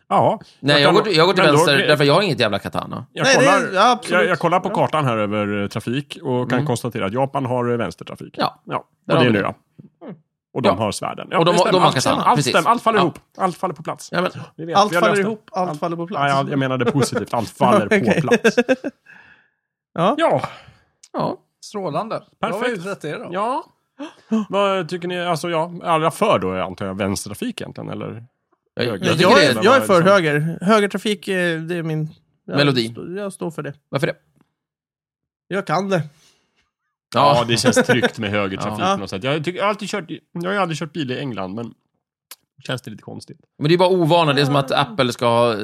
[SPEAKER 3] Ja.
[SPEAKER 2] Nej, jag går, jag går till
[SPEAKER 3] Men då-
[SPEAKER 2] vänster, därför jag har inget jävla katana.
[SPEAKER 3] Jag,
[SPEAKER 1] Nej, det är-
[SPEAKER 3] kollar,
[SPEAKER 1] ja, absolut.
[SPEAKER 3] jag, jag kollar på kartan här över eh, trafik och kan
[SPEAKER 2] Mm.
[SPEAKER 3] konstatera att Japan har eh, vänstertrafik.
[SPEAKER 2] Ja.
[SPEAKER 3] ja.
[SPEAKER 2] Där
[SPEAKER 3] Och det
[SPEAKER 2] har
[SPEAKER 3] är
[SPEAKER 2] vi
[SPEAKER 3] nu
[SPEAKER 2] det.
[SPEAKER 3] ja.
[SPEAKER 1] Mm.
[SPEAKER 3] Och de
[SPEAKER 2] Ja.
[SPEAKER 3] har svärden. Ja,
[SPEAKER 2] Och de-
[SPEAKER 3] det stämmer.
[SPEAKER 2] de har
[SPEAKER 3] allt,
[SPEAKER 2] katana.
[SPEAKER 3] stämmer. allt,
[SPEAKER 2] Precis.
[SPEAKER 3] stämmer. allt faller
[SPEAKER 2] Ja.
[SPEAKER 3] ihop. Allt faller på plats.
[SPEAKER 2] Ja, men,
[SPEAKER 3] Vi vet,
[SPEAKER 1] Allt
[SPEAKER 3] vi har
[SPEAKER 1] faller
[SPEAKER 3] löst det.
[SPEAKER 1] ihop, allt faller på plats.
[SPEAKER 3] Ja, jag, jag menade positivt. Allt faller
[SPEAKER 1] Okej.
[SPEAKER 3] på plats.
[SPEAKER 1] Ja.
[SPEAKER 3] ja.
[SPEAKER 2] ja.
[SPEAKER 4] Strålande. Då har vi
[SPEAKER 3] Perfekt.
[SPEAKER 4] utrett det då.
[SPEAKER 3] Ja. Vad tycker ni? Alltså, ja, alla för då antar jag vänstertrafik egentligen, eller?
[SPEAKER 2] Jag, jag
[SPEAKER 3] Jag
[SPEAKER 2] tycker
[SPEAKER 1] Jag
[SPEAKER 2] det
[SPEAKER 1] är,
[SPEAKER 2] är... liksom.
[SPEAKER 1] jag är för höger. Högertrafik, eh, det är min... Jag
[SPEAKER 2] Melodi.
[SPEAKER 1] Stå, jag står för det.
[SPEAKER 2] Varför det?
[SPEAKER 1] Jag kan det.
[SPEAKER 3] Ja,
[SPEAKER 2] Ja,
[SPEAKER 3] det känns tryggt med högertrafik
[SPEAKER 1] Ja.
[SPEAKER 3] på något sätt. Jag, tycker, jag, har alltid kört, i- jag har ju aldrig kört bil i England, men känns det lite konstigt.
[SPEAKER 2] men det är bara ovana. Det är som att Apple ska ha eh,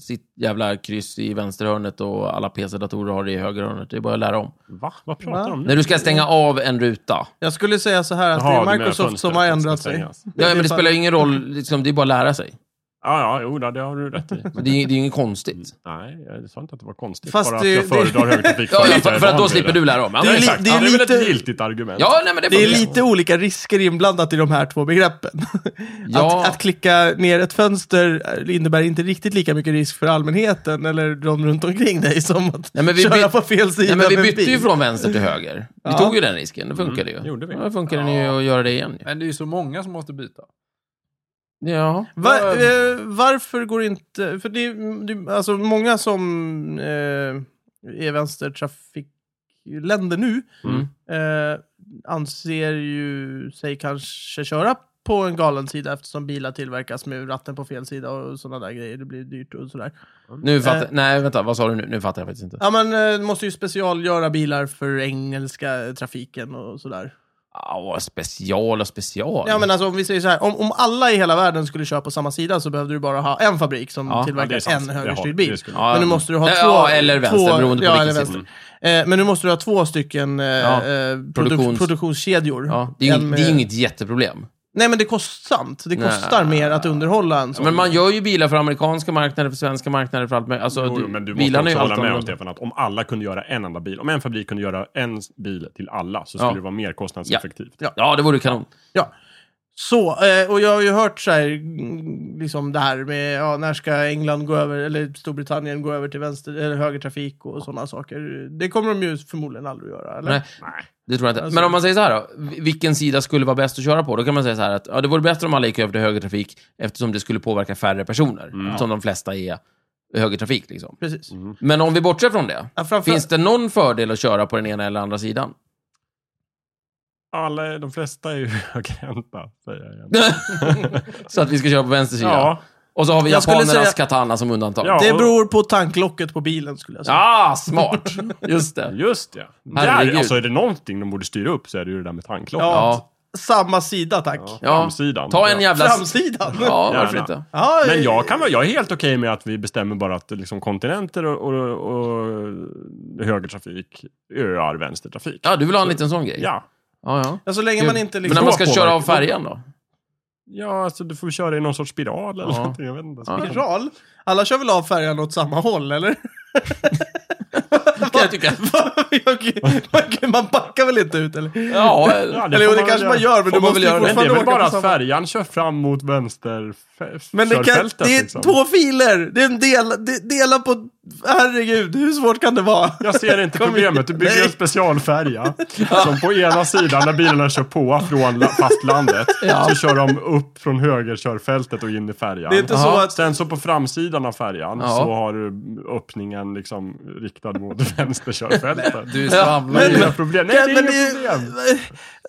[SPEAKER 2] sitt jävla kryss i vänsterhörnet och alla PC-datorer har det i högerhörnet. Det är bara att lära om.
[SPEAKER 3] Va? Vad pratar
[SPEAKER 1] Va?
[SPEAKER 3] du om nu?
[SPEAKER 2] När du ska stänga av en ruta.
[SPEAKER 1] Jag skulle säga så här att
[SPEAKER 3] Jaha, du
[SPEAKER 1] det är
[SPEAKER 3] menar
[SPEAKER 1] Microsoft som
[SPEAKER 3] fönstret
[SPEAKER 1] har
[SPEAKER 3] ska
[SPEAKER 1] ändrat sig.
[SPEAKER 3] stängas.
[SPEAKER 2] Ja, men
[SPEAKER 1] är
[SPEAKER 2] det
[SPEAKER 1] bara-
[SPEAKER 2] spelar ju ingen roll. Liksom, det är bara att lära sig.
[SPEAKER 3] Ja, ja, jo, det har du rätt i.
[SPEAKER 2] Men det är, det är ju inget konstigt.
[SPEAKER 3] Nej, jag sa inte att det var konstigt.
[SPEAKER 1] Fast
[SPEAKER 3] bara
[SPEAKER 1] det-
[SPEAKER 3] att jag föredrar högtrafik.
[SPEAKER 2] Ja, ja, för,
[SPEAKER 3] framför
[SPEAKER 2] för att då
[SPEAKER 3] vanbilar.
[SPEAKER 2] slipper du lära om. Ja,
[SPEAKER 1] Det är
[SPEAKER 2] men
[SPEAKER 1] li-
[SPEAKER 2] exakt.
[SPEAKER 1] det
[SPEAKER 3] Ja,
[SPEAKER 1] är
[SPEAKER 3] det är väl
[SPEAKER 1] lite-
[SPEAKER 3] ett giltigt argument.
[SPEAKER 2] Ja, nej, men det,
[SPEAKER 1] Det är
[SPEAKER 2] funkar.
[SPEAKER 1] lite olika risker inblandat i de här två begreppen.
[SPEAKER 2] Ja.
[SPEAKER 1] Att, att klicka ner ett fönster innebär inte riktigt lika mycket risk för allmänheten eller de runt omkring dig som att
[SPEAKER 2] Nej, men vi
[SPEAKER 1] köra
[SPEAKER 2] byt-
[SPEAKER 1] på fel sida
[SPEAKER 2] Nej, men vi
[SPEAKER 1] med en
[SPEAKER 2] bytte ju
[SPEAKER 1] bil.
[SPEAKER 2] från vänster till höger. Vi
[SPEAKER 1] Ja.
[SPEAKER 2] tog ju den risken. Det funkade ju.
[SPEAKER 3] Mm, gjorde vi.
[SPEAKER 2] Ja, det funkade ju att göra det igen.
[SPEAKER 4] Men det är ju så många som måste byta.
[SPEAKER 2] ju. Ja.
[SPEAKER 1] Va, eh, varför går inte... För det, är- det, är- alltså många som eh, är vänstertrafikländer nu
[SPEAKER 3] Mm.
[SPEAKER 1] eh, anser ju sig kanske köra på en galen sida eftersom bilar tillverkas med ratten på fel sida och sådana där grejer. Det blir dyrt och sådär.
[SPEAKER 2] Nu fattar...
[SPEAKER 1] Eh.
[SPEAKER 2] Nej, vänta. Vad sa du nu? Nu fattar jag faktiskt inte.
[SPEAKER 1] Ja, men eh, måste ju specialgöra bilar för engelska trafiken och sådär.
[SPEAKER 2] Ja, special och special.
[SPEAKER 1] Ja, men alltså om vi säger så här, om, om alla i hela världen skulle köra på samma sida så behövde du bara ha en fabrik som
[SPEAKER 2] Ja,
[SPEAKER 3] Ja, det är
[SPEAKER 1] tillverkar
[SPEAKER 3] sant.
[SPEAKER 1] en
[SPEAKER 3] Det har-
[SPEAKER 1] högerstyrd
[SPEAKER 3] det
[SPEAKER 1] bil.
[SPEAKER 3] skulle-
[SPEAKER 2] Ja,
[SPEAKER 1] Men nu måste du ha
[SPEAKER 2] Ja,
[SPEAKER 1] två...
[SPEAKER 2] ja, eller vänster,
[SPEAKER 1] två,
[SPEAKER 2] beroende på
[SPEAKER 1] ja,
[SPEAKER 2] vilken
[SPEAKER 1] eller
[SPEAKER 2] sida.
[SPEAKER 1] vänster. Eh, men nu måste du ha två stycken eh,
[SPEAKER 2] Ja,
[SPEAKER 1] eh, produ-
[SPEAKER 2] produktions-
[SPEAKER 1] produktionskedjor.
[SPEAKER 2] Ja, det är ju
[SPEAKER 1] En
[SPEAKER 2] inget-
[SPEAKER 1] med-
[SPEAKER 2] det är ju inget jätteproblem.
[SPEAKER 1] Nej, men det är kostsamt. Det
[SPEAKER 2] Nej.
[SPEAKER 1] kostar mer att underhålla en sån.
[SPEAKER 2] Men man gör ju bilar för amerikanska marknader, för svenska marknader, för allt möjligt. Alltså,
[SPEAKER 3] Jo, jo, men du måste
[SPEAKER 2] bilarna är
[SPEAKER 3] också
[SPEAKER 2] ju allt
[SPEAKER 3] hålla med om,
[SPEAKER 2] annorlunda.
[SPEAKER 3] Stefan, att om alla kunde göra en enda bil, om en fabrik kunde göra en bil till alla, så skulle
[SPEAKER 2] Ja.
[SPEAKER 3] det vara mer kostnadseffektivt.
[SPEAKER 2] Ja, det vore kanon.
[SPEAKER 1] Ja. Så, eh, och jag har ju hört så här, mm, liksom det här med, ja, när ska England gå över, eller Storbritannien gå över till vänster, eller högertrafik och sådana saker. Det kommer de ju förmodligen aldrig att göra, eller?
[SPEAKER 2] Nej,
[SPEAKER 3] Nej.
[SPEAKER 2] det tror jag inte.
[SPEAKER 1] Alltså-
[SPEAKER 2] Men om man säger så här då, vilken sida skulle vara bäst att köra på? Då kan man säga så här att ja, det vore bättre om alla gick över till högertrafik eftersom det skulle påverka färre personer,
[SPEAKER 3] Mm.
[SPEAKER 2] som de flesta är högertrafik. Liksom.
[SPEAKER 1] Precis.
[SPEAKER 2] Men om vi bortser från det,
[SPEAKER 3] Alltså-
[SPEAKER 1] Ja, framför...
[SPEAKER 2] finns det någon fördel att köra på den ena eller andra sidan?
[SPEAKER 3] Alla, de flesta är ju högerhänta, säger jag igen.
[SPEAKER 2] så att vi ska köra på vänster sida?
[SPEAKER 3] Ja,
[SPEAKER 2] Och så har vi
[SPEAKER 1] Jag skulle
[SPEAKER 2] japanernas
[SPEAKER 1] säga-
[SPEAKER 2] katana som undantag.
[SPEAKER 3] Ja.
[SPEAKER 1] Det beror på tanklocket på bilen, skulle jag säga.
[SPEAKER 2] Ah, smart! Just det.
[SPEAKER 3] just det.
[SPEAKER 2] Herregud.
[SPEAKER 3] Där, alltså är det någonting de borde styra upp så är det ju det där med tandklockan.
[SPEAKER 2] Ja.
[SPEAKER 1] Samma sida, tack.
[SPEAKER 2] Ja.
[SPEAKER 3] Framsidan.
[SPEAKER 2] Ta en jävla...
[SPEAKER 1] Framsidan.
[SPEAKER 2] Ja, varför
[SPEAKER 3] Gärna.
[SPEAKER 2] inte?
[SPEAKER 1] Ja,
[SPEAKER 3] Men
[SPEAKER 1] eh,
[SPEAKER 3] jag, kan, vara- jag är helt okej med att vi bestämmer bara att liksom, kontinenter och, och, och högertrafik, öar, vänstertrafik.
[SPEAKER 2] Ja, du vill ha en liten sån grej?
[SPEAKER 3] Ja.
[SPEAKER 2] ja, ja.
[SPEAKER 1] ja, så länge man inte
[SPEAKER 2] Men
[SPEAKER 1] liksom...
[SPEAKER 2] när man ska
[SPEAKER 3] Då
[SPEAKER 2] köra av
[SPEAKER 3] påverkar-
[SPEAKER 2] färjan då?
[SPEAKER 3] Ja, alltså du får köra i någon sorts spiral eller
[SPEAKER 2] Ja.
[SPEAKER 3] någonting. Jag vet inte.
[SPEAKER 2] Ja.
[SPEAKER 1] Spiral? Alla kör väl av färjan åt samma håll, eller?
[SPEAKER 2] Kan jag tycka.
[SPEAKER 1] man, man backar väl inte ut, eller?
[SPEAKER 2] Ja, eh,
[SPEAKER 3] Ja,
[SPEAKER 1] Eller jo,
[SPEAKER 3] får
[SPEAKER 1] det
[SPEAKER 3] man
[SPEAKER 1] kanske
[SPEAKER 3] väl
[SPEAKER 1] man
[SPEAKER 3] göra.
[SPEAKER 1] gör, men du
[SPEAKER 2] man
[SPEAKER 1] måste
[SPEAKER 2] väl
[SPEAKER 1] ju
[SPEAKER 2] göra det.
[SPEAKER 3] Men det
[SPEAKER 1] fortfarande
[SPEAKER 3] är väl
[SPEAKER 1] åka
[SPEAKER 3] bara
[SPEAKER 1] på
[SPEAKER 3] att
[SPEAKER 1] samma...
[SPEAKER 3] färjan kör fram mot vänster fä-
[SPEAKER 1] Men det, kan,
[SPEAKER 3] körfältet,
[SPEAKER 1] det är
[SPEAKER 3] liksom.
[SPEAKER 1] två filer! Det är en del, det, dela på... Herregud, hur svårt kan det vara?
[SPEAKER 3] Jag ser inte
[SPEAKER 1] Kom igen.
[SPEAKER 3] problemet. Du bygger
[SPEAKER 1] Nej.
[SPEAKER 3] en specialfärja som på ena sidan när bilarna kör på från la- fastlandet så kör de upp från högerkörfältet och in i färjan.
[SPEAKER 1] Det är inte
[SPEAKER 2] Aha.
[SPEAKER 1] så att...
[SPEAKER 3] Sen så på framsidan av färjan
[SPEAKER 2] Ja.
[SPEAKER 3] så har du öppningen liksom riktad mot vänsterkörfältet.
[SPEAKER 4] Du svamlar
[SPEAKER 3] Det är
[SPEAKER 4] ju.
[SPEAKER 3] inga problem. Nej, det är
[SPEAKER 1] men
[SPEAKER 3] inga
[SPEAKER 1] det är-
[SPEAKER 3] problem.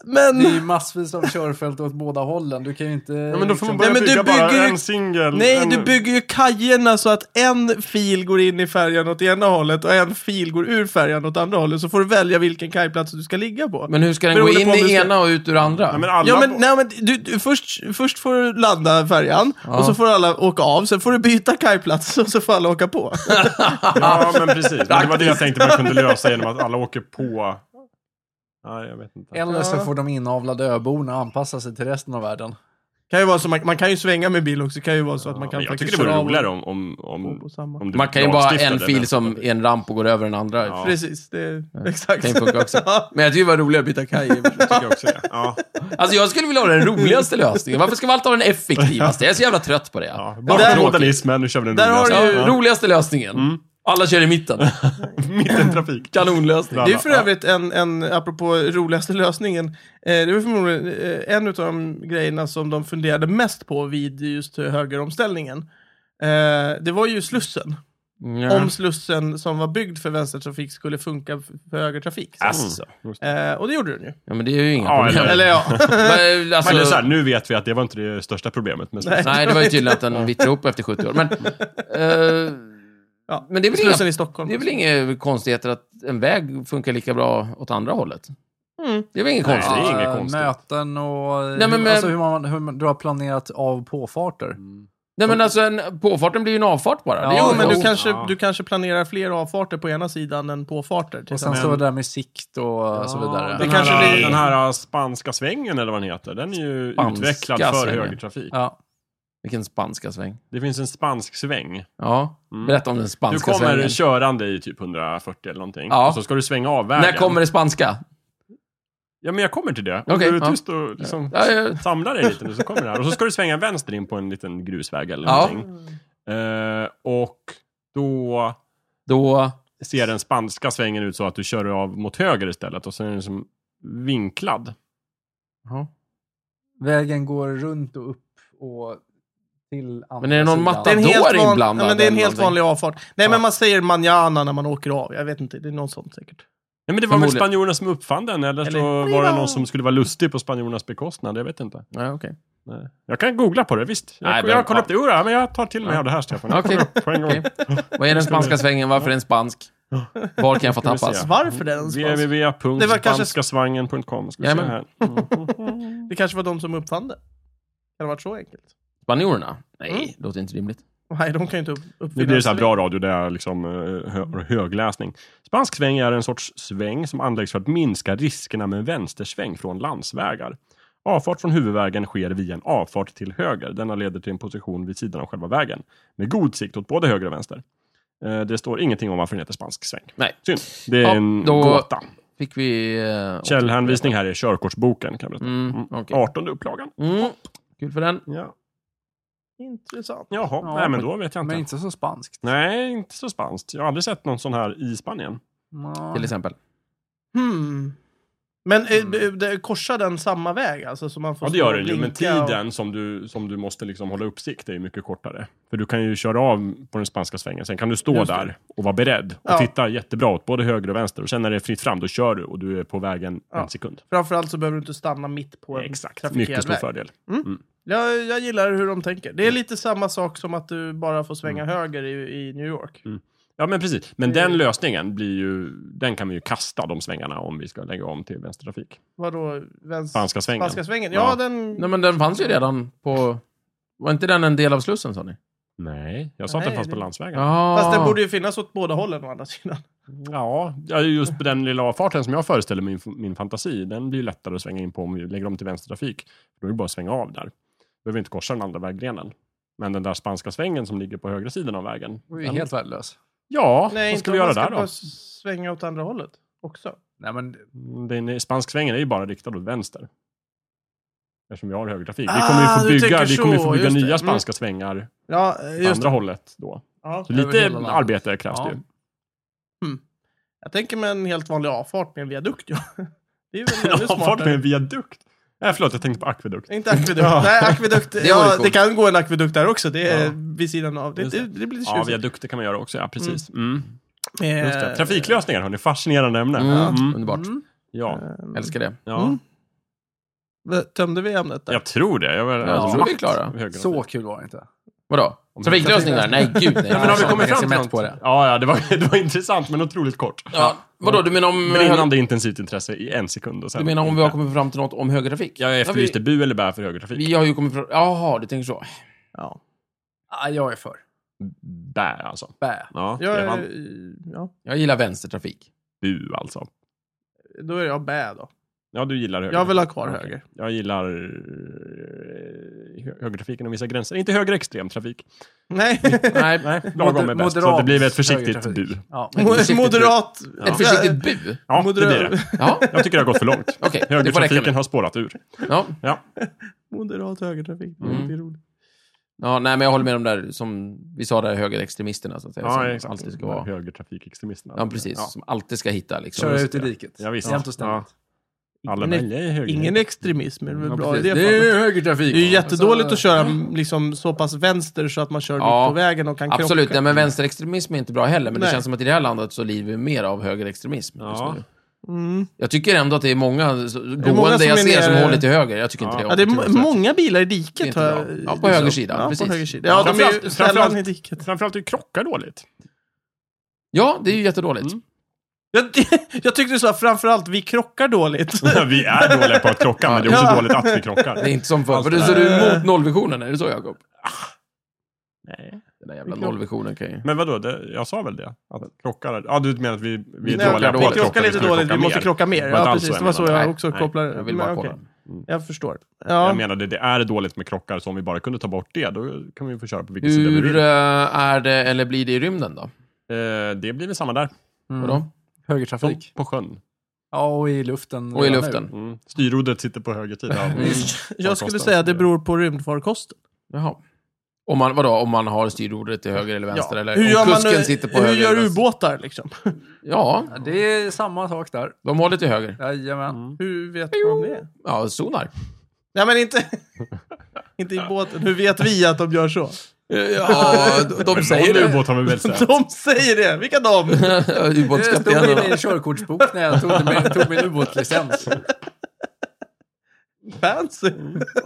[SPEAKER 1] Men...
[SPEAKER 4] Det är ju massvis av körfält åt båda hållen. Du kan ju inte...
[SPEAKER 3] Ja, men då får man
[SPEAKER 4] liksom-
[SPEAKER 1] Nej, men du
[SPEAKER 3] börja bygga bara
[SPEAKER 1] bygger ju-
[SPEAKER 3] en singel.
[SPEAKER 1] Nej,
[SPEAKER 3] en...
[SPEAKER 1] du bygger ju kajerna så att en fil går in i färjan åt ena hållet och en fil går ur färjan åt andra hållet. Så får du välja vilken kajplats du ska ligga på.
[SPEAKER 2] Men hur ska den
[SPEAKER 1] Beroende
[SPEAKER 2] gå in
[SPEAKER 1] på om du
[SPEAKER 2] i
[SPEAKER 1] ska-
[SPEAKER 2] ena och ut ur andra?
[SPEAKER 3] Ja, men alla...
[SPEAKER 1] Ja men, nej, men du, du, först, först får du landa färjan och så får alla åka av, sen får du byta kajplats och så får alla åka på.
[SPEAKER 3] Ja, men precis. Men det var det jag tänkte man kunde lösa genom att alla åker på... Nej, jag vet inte.
[SPEAKER 4] Eller så får de inavlade öborna anpassa sig till resten av världen.
[SPEAKER 1] kan ju vara så, man, man kan ju svänga med bil också, kan ju vara så att man kan
[SPEAKER 3] Men jag
[SPEAKER 1] faktiskt
[SPEAKER 3] tycker det
[SPEAKER 1] köra
[SPEAKER 3] vore
[SPEAKER 1] av
[SPEAKER 3] roligare om, om, om,
[SPEAKER 1] och på samma.
[SPEAKER 3] om du
[SPEAKER 2] Man kan ju bara ha en
[SPEAKER 3] lagstiftade
[SPEAKER 2] fil
[SPEAKER 3] den.
[SPEAKER 2] som är en ramp och går över den andra.
[SPEAKER 3] Ja.
[SPEAKER 1] Precis, det, exakt.
[SPEAKER 2] Kan ju funka också.
[SPEAKER 1] Ja.
[SPEAKER 2] Men jag tycker det var roligare att byta kaj.
[SPEAKER 3] Jag tycker också det. Ja.
[SPEAKER 2] Alltså jag skulle vilja ha den roligaste lösningen. Varför ska vi alltid ha den effektivaste? Jag är så jävla trött på det.
[SPEAKER 3] Ja.
[SPEAKER 2] Ja,
[SPEAKER 3] Bort med
[SPEAKER 2] tråkigt.
[SPEAKER 3] modernismen, nu kör vi den
[SPEAKER 1] Där har
[SPEAKER 3] roligaste.
[SPEAKER 2] Ja,
[SPEAKER 1] du-
[SPEAKER 2] Roligaste lösningen. Alla kör i mitten.
[SPEAKER 3] Mittentrafik.
[SPEAKER 2] Kanonlösning.
[SPEAKER 1] Det är för övrigt en, en apropå roligaste lösningen, eh, det var förmodligen eh, en av de grejerna som de funderade mest på vid just högeromställningen. Eh, det var ju Slussen.
[SPEAKER 2] Ja.
[SPEAKER 1] Om Slussen som var byggd för vänstertrafik skulle funka för högertrafik. Så.
[SPEAKER 3] Mm.
[SPEAKER 2] Alltså.
[SPEAKER 1] Eh, och det gjorde den ju.
[SPEAKER 2] Ja, men det är ju inga
[SPEAKER 3] Ja,
[SPEAKER 2] problem.
[SPEAKER 1] Eller ja.
[SPEAKER 2] Men, alltså,
[SPEAKER 3] Men det är så här, nu vet vi att det var inte det största problemet med slussen.
[SPEAKER 2] Nej, det var ju tydligt att den vittrade ihop efter 70 år. Men, eh,
[SPEAKER 1] ja.
[SPEAKER 2] men det, är väl
[SPEAKER 1] Slussen
[SPEAKER 2] inga,
[SPEAKER 1] i Stockholm.
[SPEAKER 2] det är väl inga konstigheter att en väg funkar lika bra åt andra hållet?
[SPEAKER 1] Mm.
[SPEAKER 2] Det är väl inget
[SPEAKER 3] Nej.
[SPEAKER 2] konstigt?
[SPEAKER 3] Det är inget
[SPEAKER 4] Ja,
[SPEAKER 3] konstigt.
[SPEAKER 4] Möten och
[SPEAKER 2] Nej, men-
[SPEAKER 4] hur, alltså hur, man, hur man, du har planerat av påfarter.
[SPEAKER 2] Nej, men alltså en, påfarten blir ju en avfart bara.
[SPEAKER 4] Ja,
[SPEAKER 2] det är
[SPEAKER 1] Jo,
[SPEAKER 2] ju
[SPEAKER 1] men du
[SPEAKER 2] konstigt.
[SPEAKER 1] kanske,
[SPEAKER 3] ja.
[SPEAKER 1] du kanske planerar fler avfarter på ena sidan än påfarter. till
[SPEAKER 4] Och sen
[SPEAKER 1] exempel.
[SPEAKER 4] så det där med sikt och så vidare.
[SPEAKER 3] Den,
[SPEAKER 1] Det kanske
[SPEAKER 3] här,
[SPEAKER 1] blir-
[SPEAKER 3] den här spanska svängen eller vad den heter, den är ju
[SPEAKER 2] Spanska
[SPEAKER 3] utvecklad för
[SPEAKER 2] svängen.
[SPEAKER 3] högertrafik.
[SPEAKER 4] Ja.
[SPEAKER 2] Vilken spanska sväng.
[SPEAKER 3] Det finns en spansk sväng.
[SPEAKER 2] Ja,
[SPEAKER 3] Mm.
[SPEAKER 2] berätta om den
[SPEAKER 3] Du
[SPEAKER 2] spanska
[SPEAKER 3] kommer
[SPEAKER 2] svängen.
[SPEAKER 3] körande i typ 140 eller någonting.
[SPEAKER 2] Ja.
[SPEAKER 3] Och så ska du svänga av vägen.
[SPEAKER 2] När kommer det spanska?
[SPEAKER 3] Ja, men jag kommer till det. Om
[SPEAKER 2] Okej,
[SPEAKER 3] du är
[SPEAKER 2] ja.
[SPEAKER 3] tyst och liksom
[SPEAKER 2] Ja, ja.
[SPEAKER 3] samlar dig lite nu så kommer det här. Och så ska du svänga vänster in på en liten grusväg eller
[SPEAKER 2] Ja.
[SPEAKER 3] någonting. Eh, och då
[SPEAKER 2] Då...
[SPEAKER 3] ser den spanska svängen ut så att du kör av mot höger istället och sen är den som vinklad.
[SPEAKER 4] Vägen går runt och upp och till andra
[SPEAKER 2] Men är det någon
[SPEAKER 4] sidan.
[SPEAKER 2] matte-
[SPEAKER 1] Det är en
[SPEAKER 2] Då är
[SPEAKER 1] helt,
[SPEAKER 2] det
[SPEAKER 1] van, ja,
[SPEAKER 2] inblandad
[SPEAKER 1] men det är en
[SPEAKER 2] eller
[SPEAKER 1] helt
[SPEAKER 2] någonting.
[SPEAKER 1] vanlig avfart. Nej,
[SPEAKER 2] Ja.
[SPEAKER 1] men man säger manjana när man åker av. Jag vet inte, det är något sånt säkert.
[SPEAKER 3] Nej, men det var väl
[SPEAKER 2] Förmodligen.
[SPEAKER 3] spanjorerna som uppfann den, eller,
[SPEAKER 1] Eller-
[SPEAKER 3] så var det någon som skulle vara lustig på spanjorernas bekostnad. Jag vet inte.
[SPEAKER 2] Ja, okej.
[SPEAKER 3] Nej. Jag kan googla på det, visst. Jag,
[SPEAKER 2] Nej, men-
[SPEAKER 3] jag kollar upp det. Jo, ja, men jag tar till mig
[SPEAKER 2] Ja.
[SPEAKER 3] av det här, Stefan. Jag
[SPEAKER 2] Okej.
[SPEAKER 3] kollar upp på en gång.
[SPEAKER 2] Okej. Vad är den spanska svängen? Varför är den spansk? Var kan jag få
[SPEAKER 3] Ska vi se.
[SPEAKER 2] tappas?
[SPEAKER 1] Varför det ens fanns? Det var kanske-
[SPEAKER 3] www.spanskasvangen.com Ska vi se
[SPEAKER 2] Jajamän.
[SPEAKER 3] här.
[SPEAKER 1] Det kanske var de som uppfann det. Kan det ha varit så enkelt?
[SPEAKER 2] Spanjorerna? Nej,
[SPEAKER 1] Mm.
[SPEAKER 2] låter inte rimligt.
[SPEAKER 1] Nej, de kan ju inte upp- uppfinna
[SPEAKER 3] Nu blir det så här
[SPEAKER 1] sig.
[SPEAKER 3] bra radio där liksom eh, hö- högläsning. Spansk sväng är en sorts sväng som anläggs för att minska riskerna med en vänstersväng från landsvägar. Avfart från huvudvägen sker via en avfart till höger. Denna leder till en position vid sidan av själva vägen med god sikt åt både höger och vänster. Eh, Det står ingenting om varför den heter spansk sväng.
[SPEAKER 2] Nej.
[SPEAKER 3] Synd. Det är
[SPEAKER 2] Ja,
[SPEAKER 3] en
[SPEAKER 2] då-
[SPEAKER 3] gåta.
[SPEAKER 2] Fick vi... eh,
[SPEAKER 3] Källhänvisning här är körkortsboken. Kan jag berätta.
[SPEAKER 2] Mm, okej.
[SPEAKER 3] 18 upplagan.
[SPEAKER 2] Mm. Kul för den.
[SPEAKER 3] Ja.
[SPEAKER 1] Intressant.
[SPEAKER 3] Jaha,
[SPEAKER 4] Ja,
[SPEAKER 3] nej men
[SPEAKER 4] men-
[SPEAKER 3] då vet jag inte.
[SPEAKER 4] Men inte så spanskt.
[SPEAKER 3] Nej, inte så spanskt. Jag har aldrig sett någon sån här i Spanien.
[SPEAKER 4] Ja.
[SPEAKER 2] Till exempel.
[SPEAKER 1] Hmm. Men eh, b- det- korsar den samma väg? Alltså, så man får
[SPEAKER 3] Mm. Ja, det
[SPEAKER 1] stå
[SPEAKER 3] gör
[SPEAKER 1] och
[SPEAKER 3] den ju, men
[SPEAKER 1] blinka och-
[SPEAKER 3] tiden som du, som du måste liksom hålla uppsikt är ju mycket kortare. För du kan ju köra av på den spanska svängen, sen kan du stå
[SPEAKER 1] Just det.
[SPEAKER 3] där och vara beredd och
[SPEAKER 1] Ja.
[SPEAKER 3] titta jättebra åt både höger och vänster. Och sen när det är fritt fram, då kör du och du är på vägen
[SPEAKER 1] Ja.
[SPEAKER 3] en sekund.
[SPEAKER 1] Framförallt så behöver du inte stanna mitt på en
[SPEAKER 3] Exakt,
[SPEAKER 1] trafikerad
[SPEAKER 3] mycket Mm. stor
[SPEAKER 1] väg.
[SPEAKER 3] fördel.
[SPEAKER 1] Jag, jag gillar hur de tänker. Det är lite samma sak som att du bara får svänga
[SPEAKER 3] Mm.
[SPEAKER 1] höger i, i New York.
[SPEAKER 3] Ja, men precis. Men den lösningen blir ju, den kan vi ju kasta de svängarna om vi ska lägga om till vänstertrafik.
[SPEAKER 1] Vadå? Vänst...
[SPEAKER 3] Spanska svängen.
[SPEAKER 1] Spanska svängen? Ja,
[SPEAKER 3] Ja.
[SPEAKER 1] den...
[SPEAKER 2] Nej, men den fanns ju redan på... Var inte den en del av Slussen, sa ni? Ah.
[SPEAKER 3] Nej, jag sa att
[SPEAKER 1] Nej,
[SPEAKER 3] den fanns
[SPEAKER 1] det-
[SPEAKER 3] på landsvägen. Ja.
[SPEAKER 2] Ja.
[SPEAKER 1] Fast den borde ju finnas åt båda hållen å andra sidan.
[SPEAKER 3] ja, just på den lilla avfarten som jag föreställer mig i min, min fantasi, den blir ju lättare att svänga in på om vi lägger om till vänstertrafik. Då är det bara att svänga av där. behöver inte korsa den andra väggrenen. Men den där spanska svängen som ligger på högra sidan av vägen.
[SPEAKER 4] Det är ju
[SPEAKER 3] den-
[SPEAKER 4] helt värdelös.
[SPEAKER 3] Ja,
[SPEAKER 1] Nej,
[SPEAKER 3] vad ska
[SPEAKER 1] inte
[SPEAKER 3] vi
[SPEAKER 1] om
[SPEAKER 3] göra
[SPEAKER 1] man
[SPEAKER 3] där
[SPEAKER 1] ska bara
[SPEAKER 3] då?
[SPEAKER 1] svänga åt andra hållet också.
[SPEAKER 4] Nej, men
[SPEAKER 3] Den spansk svängen är ju bara riktad åt vänster. Eftersom vi har högertrafik. vi kommer ju
[SPEAKER 1] Ah,
[SPEAKER 3] få
[SPEAKER 1] du
[SPEAKER 3] bygga,
[SPEAKER 1] tänker
[SPEAKER 3] vi kommer ju
[SPEAKER 1] så,
[SPEAKER 3] få bygga
[SPEAKER 1] just det.
[SPEAKER 3] nya
[SPEAKER 1] Mm.
[SPEAKER 3] spanska svängar
[SPEAKER 1] Ja, eh,
[SPEAKER 3] andra
[SPEAKER 1] just det.
[SPEAKER 3] hållet då.
[SPEAKER 1] Ja.
[SPEAKER 3] Så
[SPEAKER 4] Över
[SPEAKER 3] lite
[SPEAKER 4] hela landet.
[SPEAKER 3] arbete krävs
[SPEAKER 4] Ja.
[SPEAKER 3] det ju.
[SPEAKER 1] Jag tänker mig en helt vanlig avfart med en viadukt. Ja. Det är väl ännu
[SPEAKER 3] Ja, Fart med
[SPEAKER 1] smartare.
[SPEAKER 3] en viadukt. Nej, förlåt, jag tänkte på akvedukt.
[SPEAKER 1] Inte akvedukt.
[SPEAKER 3] Ja.
[SPEAKER 1] Nej, akvedukt. Det,
[SPEAKER 2] Det var ju
[SPEAKER 1] ja,
[SPEAKER 2] coolt.
[SPEAKER 1] det kan gå en akvedukt där också. Det är
[SPEAKER 3] Ja.
[SPEAKER 1] vid sidan av. Det,
[SPEAKER 3] Just
[SPEAKER 1] det. det blir lite
[SPEAKER 3] Ja,
[SPEAKER 1] tjusigt.
[SPEAKER 3] viadukter kan man göra också. Ja, precis. Mm.
[SPEAKER 1] Eh,
[SPEAKER 3] Just det. Trafiklösningar, hörni. Fascinerande ämne.
[SPEAKER 2] Mm, Eh,
[SPEAKER 3] Mm.
[SPEAKER 2] Underbart.
[SPEAKER 4] Mm.
[SPEAKER 3] Ja.
[SPEAKER 2] Älskar det.
[SPEAKER 3] ja.
[SPEAKER 1] Mm. Tömde vi ämnet där?
[SPEAKER 3] Jag tror det. Jag, var,
[SPEAKER 2] Jag
[SPEAKER 3] alltså,
[SPEAKER 2] tror vi är
[SPEAKER 3] makt.
[SPEAKER 2] klara.
[SPEAKER 3] Höger-
[SPEAKER 4] Så kul var det inte.
[SPEAKER 2] Vadå?
[SPEAKER 3] Om-
[SPEAKER 2] Trafiklösningar? Nej, gud nej.
[SPEAKER 3] Ja, men har vi
[SPEAKER 4] Jag
[SPEAKER 3] kommit
[SPEAKER 4] är
[SPEAKER 3] fram
[SPEAKER 4] så
[SPEAKER 3] till
[SPEAKER 4] mätt
[SPEAKER 3] något?
[SPEAKER 4] på det.
[SPEAKER 3] Ja, ja det, var, det var intressant men otroligt kort.
[SPEAKER 2] Ja, vadå, du menar om...
[SPEAKER 3] Brinnande intensivt intresse i en sekund och sen...
[SPEAKER 2] Du menar om vi har kommit fram till något om högertrafik?
[SPEAKER 3] Jag efterlyste
[SPEAKER 2] vi,
[SPEAKER 3] bu eller bä för högertrafik.
[SPEAKER 2] vi har ju kommit fram... Jaha, du tänker så.
[SPEAKER 1] Ja.
[SPEAKER 4] Ah, jag är för.
[SPEAKER 3] Bä alltså.
[SPEAKER 4] Bä.
[SPEAKER 3] Ja,
[SPEAKER 1] Jag, eh,
[SPEAKER 3] det
[SPEAKER 2] eh,
[SPEAKER 3] var
[SPEAKER 1] ja.
[SPEAKER 2] Jag gillar vänstertrafik.
[SPEAKER 3] bu alltså.
[SPEAKER 1] Då är jag bä då.
[SPEAKER 3] Ja, du gillar höger.
[SPEAKER 1] Jag vill ha kvar
[SPEAKER 3] Okej.
[SPEAKER 1] höger.
[SPEAKER 3] Jag gillar eh, hö- högertrafiken och vissa gränser. Inte högerextrem trafik.
[SPEAKER 1] Nej.
[SPEAKER 3] Mm.
[SPEAKER 2] Nej,
[SPEAKER 3] Nej, lagom är bäst. Så det blir ett försiktigt
[SPEAKER 4] högertrafik.
[SPEAKER 3] bu.
[SPEAKER 4] Ja.
[SPEAKER 2] Ett försiktigt bu.
[SPEAKER 1] Moderat.
[SPEAKER 2] Ett försiktigt bu?
[SPEAKER 3] Ja, det
[SPEAKER 1] Moderat-
[SPEAKER 3] blir det.
[SPEAKER 2] Ja,
[SPEAKER 3] Jag tycker det har gått för långt.
[SPEAKER 2] okej. Det får räcka
[SPEAKER 3] Högertrafiken
[SPEAKER 2] nu.
[SPEAKER 3] har spårat ur.
[SPEAKER 2] Ja.
[SPEAKER 3] Ja.
[SPEAKER 1] Moderat högertrafik.
[SPEAKER 2] Mm.
[SPEAKER 1] Det är roligt.
[SPEAKER 2] ja, nej men jag håller med om där som vi sa där, högerextremisterna så att säga. som alltid ska vara...
[SPEAKER 3] Högertrafikextremisterna.
[SPEAKER 2] Ja, precis. Som alltid ska hitta liksom.
[SPEAKER 4] Köra
[SPEAKER 3] just
[SPEAKER 4] ut i
[SPEAKER 3] det.
[SPEAKER 4] diket.
[SPEAKER 3] Ja, visst.
[SPEAKER 4] Jämt och ständigt.
[SPEAKER 3] Alla
[SPEAKER 1] Ingen-
[SPEAKER 3] möjliga är höger.
[SPEAKER 1] Ingen extremism är det väl
[SPEAKER 3] Ja,
[SPEAKER 1] bra i
[SPEAKER 3] precis.
[SPEAKER 1] det
[SPEAKER 4] Det är
[SPEAKER 1] fallet.
[SPEAKER 4] ju högertrafik.
[SPEAKER 1] Det är ju jättedåligt att köra liksom, så pass vänster så att man kör
[SPEAKER 2] Alltså- Ja,
[SPEAKER 1] mitt på vägen och kan
[SPEAKER 2] Absolut, nej,
[SPEAKER 1] krocka.
[SPEAKER 2] men vänsterextremism är inte bra heller. Men det
[SPEAKER 1] Nej.
[SPEAKER 2] känns som att i det här landet så lider vi mer av högerextremism just
[SPEAKER 3] Ja.
[SPEAKER 2] nu.
[SPEAKER 1] Mm.
[SPEAKER 2] Jag tycker ändå att det är många så-
[SPEAKER 1] är många
[SPEAKER 2] gående
[SPEAKER 1] som
[SPEAKER 2] jag
[SPEAKER 1] är
[SPEAKER 2] ser som
[SPEAKER 1] nere-
[SPEAKER 2] håller till höger. Jag tycker
[SPEAKER 3] Ja.
[SPEAKER 2] inte det
[SPEAKER 1] Ja, det är
[SPEAKER 2] om.
[SPEAKER 1] må- många bilar i diket.
[SPEAKER 2] Inte
[SPEAKER 1] har
[SPEAKER 2] bra.
[SPEAKER 1] jag,
[SPEAKER 2] Ja, på höger sida,
[SPEAKER 1] Ja,
[SPEAKER 2] precis.
[SPEAKER 1] på höger sida. Ja, de är ju
[SPEAKER 3] Framförallt-
[SPEAKER 1] sällan i
[SPEAKER 3] framförallt-
[SPEAKER 1] diket.
[SPEAKER 3] Framförallt du krockar dåligt.
[SPEAKER 2] Ja, det är ju jättedåligt.
[SPEAKER 3] Mm.
[SPEAKER 1] Jag, jag tyckte du sa framförallt, vi krockar dåligt.
[SPEAKER 3] vi är dåliga på att krocka, men det är också
[SPEAKER 1] Ja.
[SPEAKER 3] dåligt att vi krockar.
[SPEAKER 2] Det är inte som förr.
[SPEAKER 3] Alltså,
[SPEAKER 2] För du, så du
[SPEAKER 1] nej.
[SPEAKER 2] är emot nollvisionen, är det så Jakob?
[SPEAKER 3] Nej.
[SPEAKER 2] Den där jävla nollvisionen kan ju...
[SPEAKER 3] Men vadå, det, jag sa väl det? Att krockar, ja, du menar att vi, vi är
[SPEAKER 1] Nej,
[SPEAKER 3] dåliga
[SPEAKER 1] vi
[SPEAKER 3] på att
[SPEAKER 1] krockar
[SPEAKER 3] krocka?
[SPEAKER 1] lite
[SPEAKER 3] ska
[SPEAKER 1] dåligt, vi måste
[SPEAKER 3] mer.
[SPEAKER 1] krocka mer.
[SPEAKER 3] Det var inte
[SPEAKER 1] Ja,
[SPEAKER 3] alls
[SPEAKER 1] precis.
[SPEAKER 3] så
[SPEAKER 1] Det var så
[SPEAKER 3] jag
[SPEAKER 1] jag
[SPEAKER 2] Nej,
[SPEAKER 1] också
[SPEAKER 2] nej,
[SPEAKER 1] kopplade
[SPEAKER 2] Jag vill bara
[SPEAKER 1] men
[SPEAKER 2] kolla. Mm.
[SPEAKER 1] okej. Jag förstår.
[SPEAKER 3] Jag
[SPEAKER 1] Ja,
[SPEAKER 3] menade, det är dåligt med krockar, så om vi bara kunde ta bort det, då kan vi få köra på vilken sida vi
[SPEAKER 2] Hur
[SPEAKER 3] vill.
[SPEAKER 2] eh, är det, eller blir det i rymden
[SPEAKER 1] Mm.
[SPEAKER 2] då?
[SPEAKER 3] Eh, det blir väl samma där,
[SPEAKER 2] Vadå?
[SPEAKER 3] som
[SPEAKER 4] Högertrafik.
[SPEAKER 3] på sjön.
[SPEAKER 4] Mm. Ja, och i luften.
[SPEAKER 2] Och i
[SPEAKER 4] redan
[SPEAKER 2] luften?
[SPEAKER 4] nu.
[SPEAKER 3] Mm. Styrrodret sitter på höger sida. av-
[SPEAKER 2] Mm.
[SPEAKER 1] jag
[SPEAKER 3] farkosten.
[SPEAKER 1] skulle säga att det beror på rymdfarkosten.
[SPEAKER 2] Jaha. Om man, vadå, om man har styrordet till höger eller vänster? Eller
[SPEAKER 1] Hur
[SPEAKER 2] om
[SPEAKER 1] gör,
[SPEAKER 2] kusken
[SPEAKER 1] man,
[SPEAKER 2] sitter på
[SPEAKER 1] hur
[SPEAKER 2] höger
[SPEAKER 1] gör
[SPEAKER 2] eller vänster?
[SPEAKER 1] ubåtar liksom?
[SPEAKER 2] Ja,
[SPEAKER 4] Ja, det är samma sak där.
[SPEAKER 2] de håller till höger.
[SPEAKER 4] Jajamän.
[SPEAKER 3] Mm.
[SPEAKER 1] Hur vet man det?
[SPEAKER 2] Ja, sonar.
[SPEAKER 1] Nej men inte, inte i båten. Hur vet vi att de gör så?
[SPEAKER 2] Ja, de, de
[SPEAKER 3] Men
[SPEAKER 2] säger
[SPEAKER 3] Någon
[SPEAKER 2] det.
[SPEAKER 3] ubåt har vi väl sett?
[SPEAKER 1] De säger det! Vilka de?
[SPEAKER 4] Det stod
[SPEAKER 2] Ubåtskaptenen.
[SPEAKER 4] i min körkortsbok när jag tog min, tog min ubåtslicens.
[SPEAKER 1] Fancy!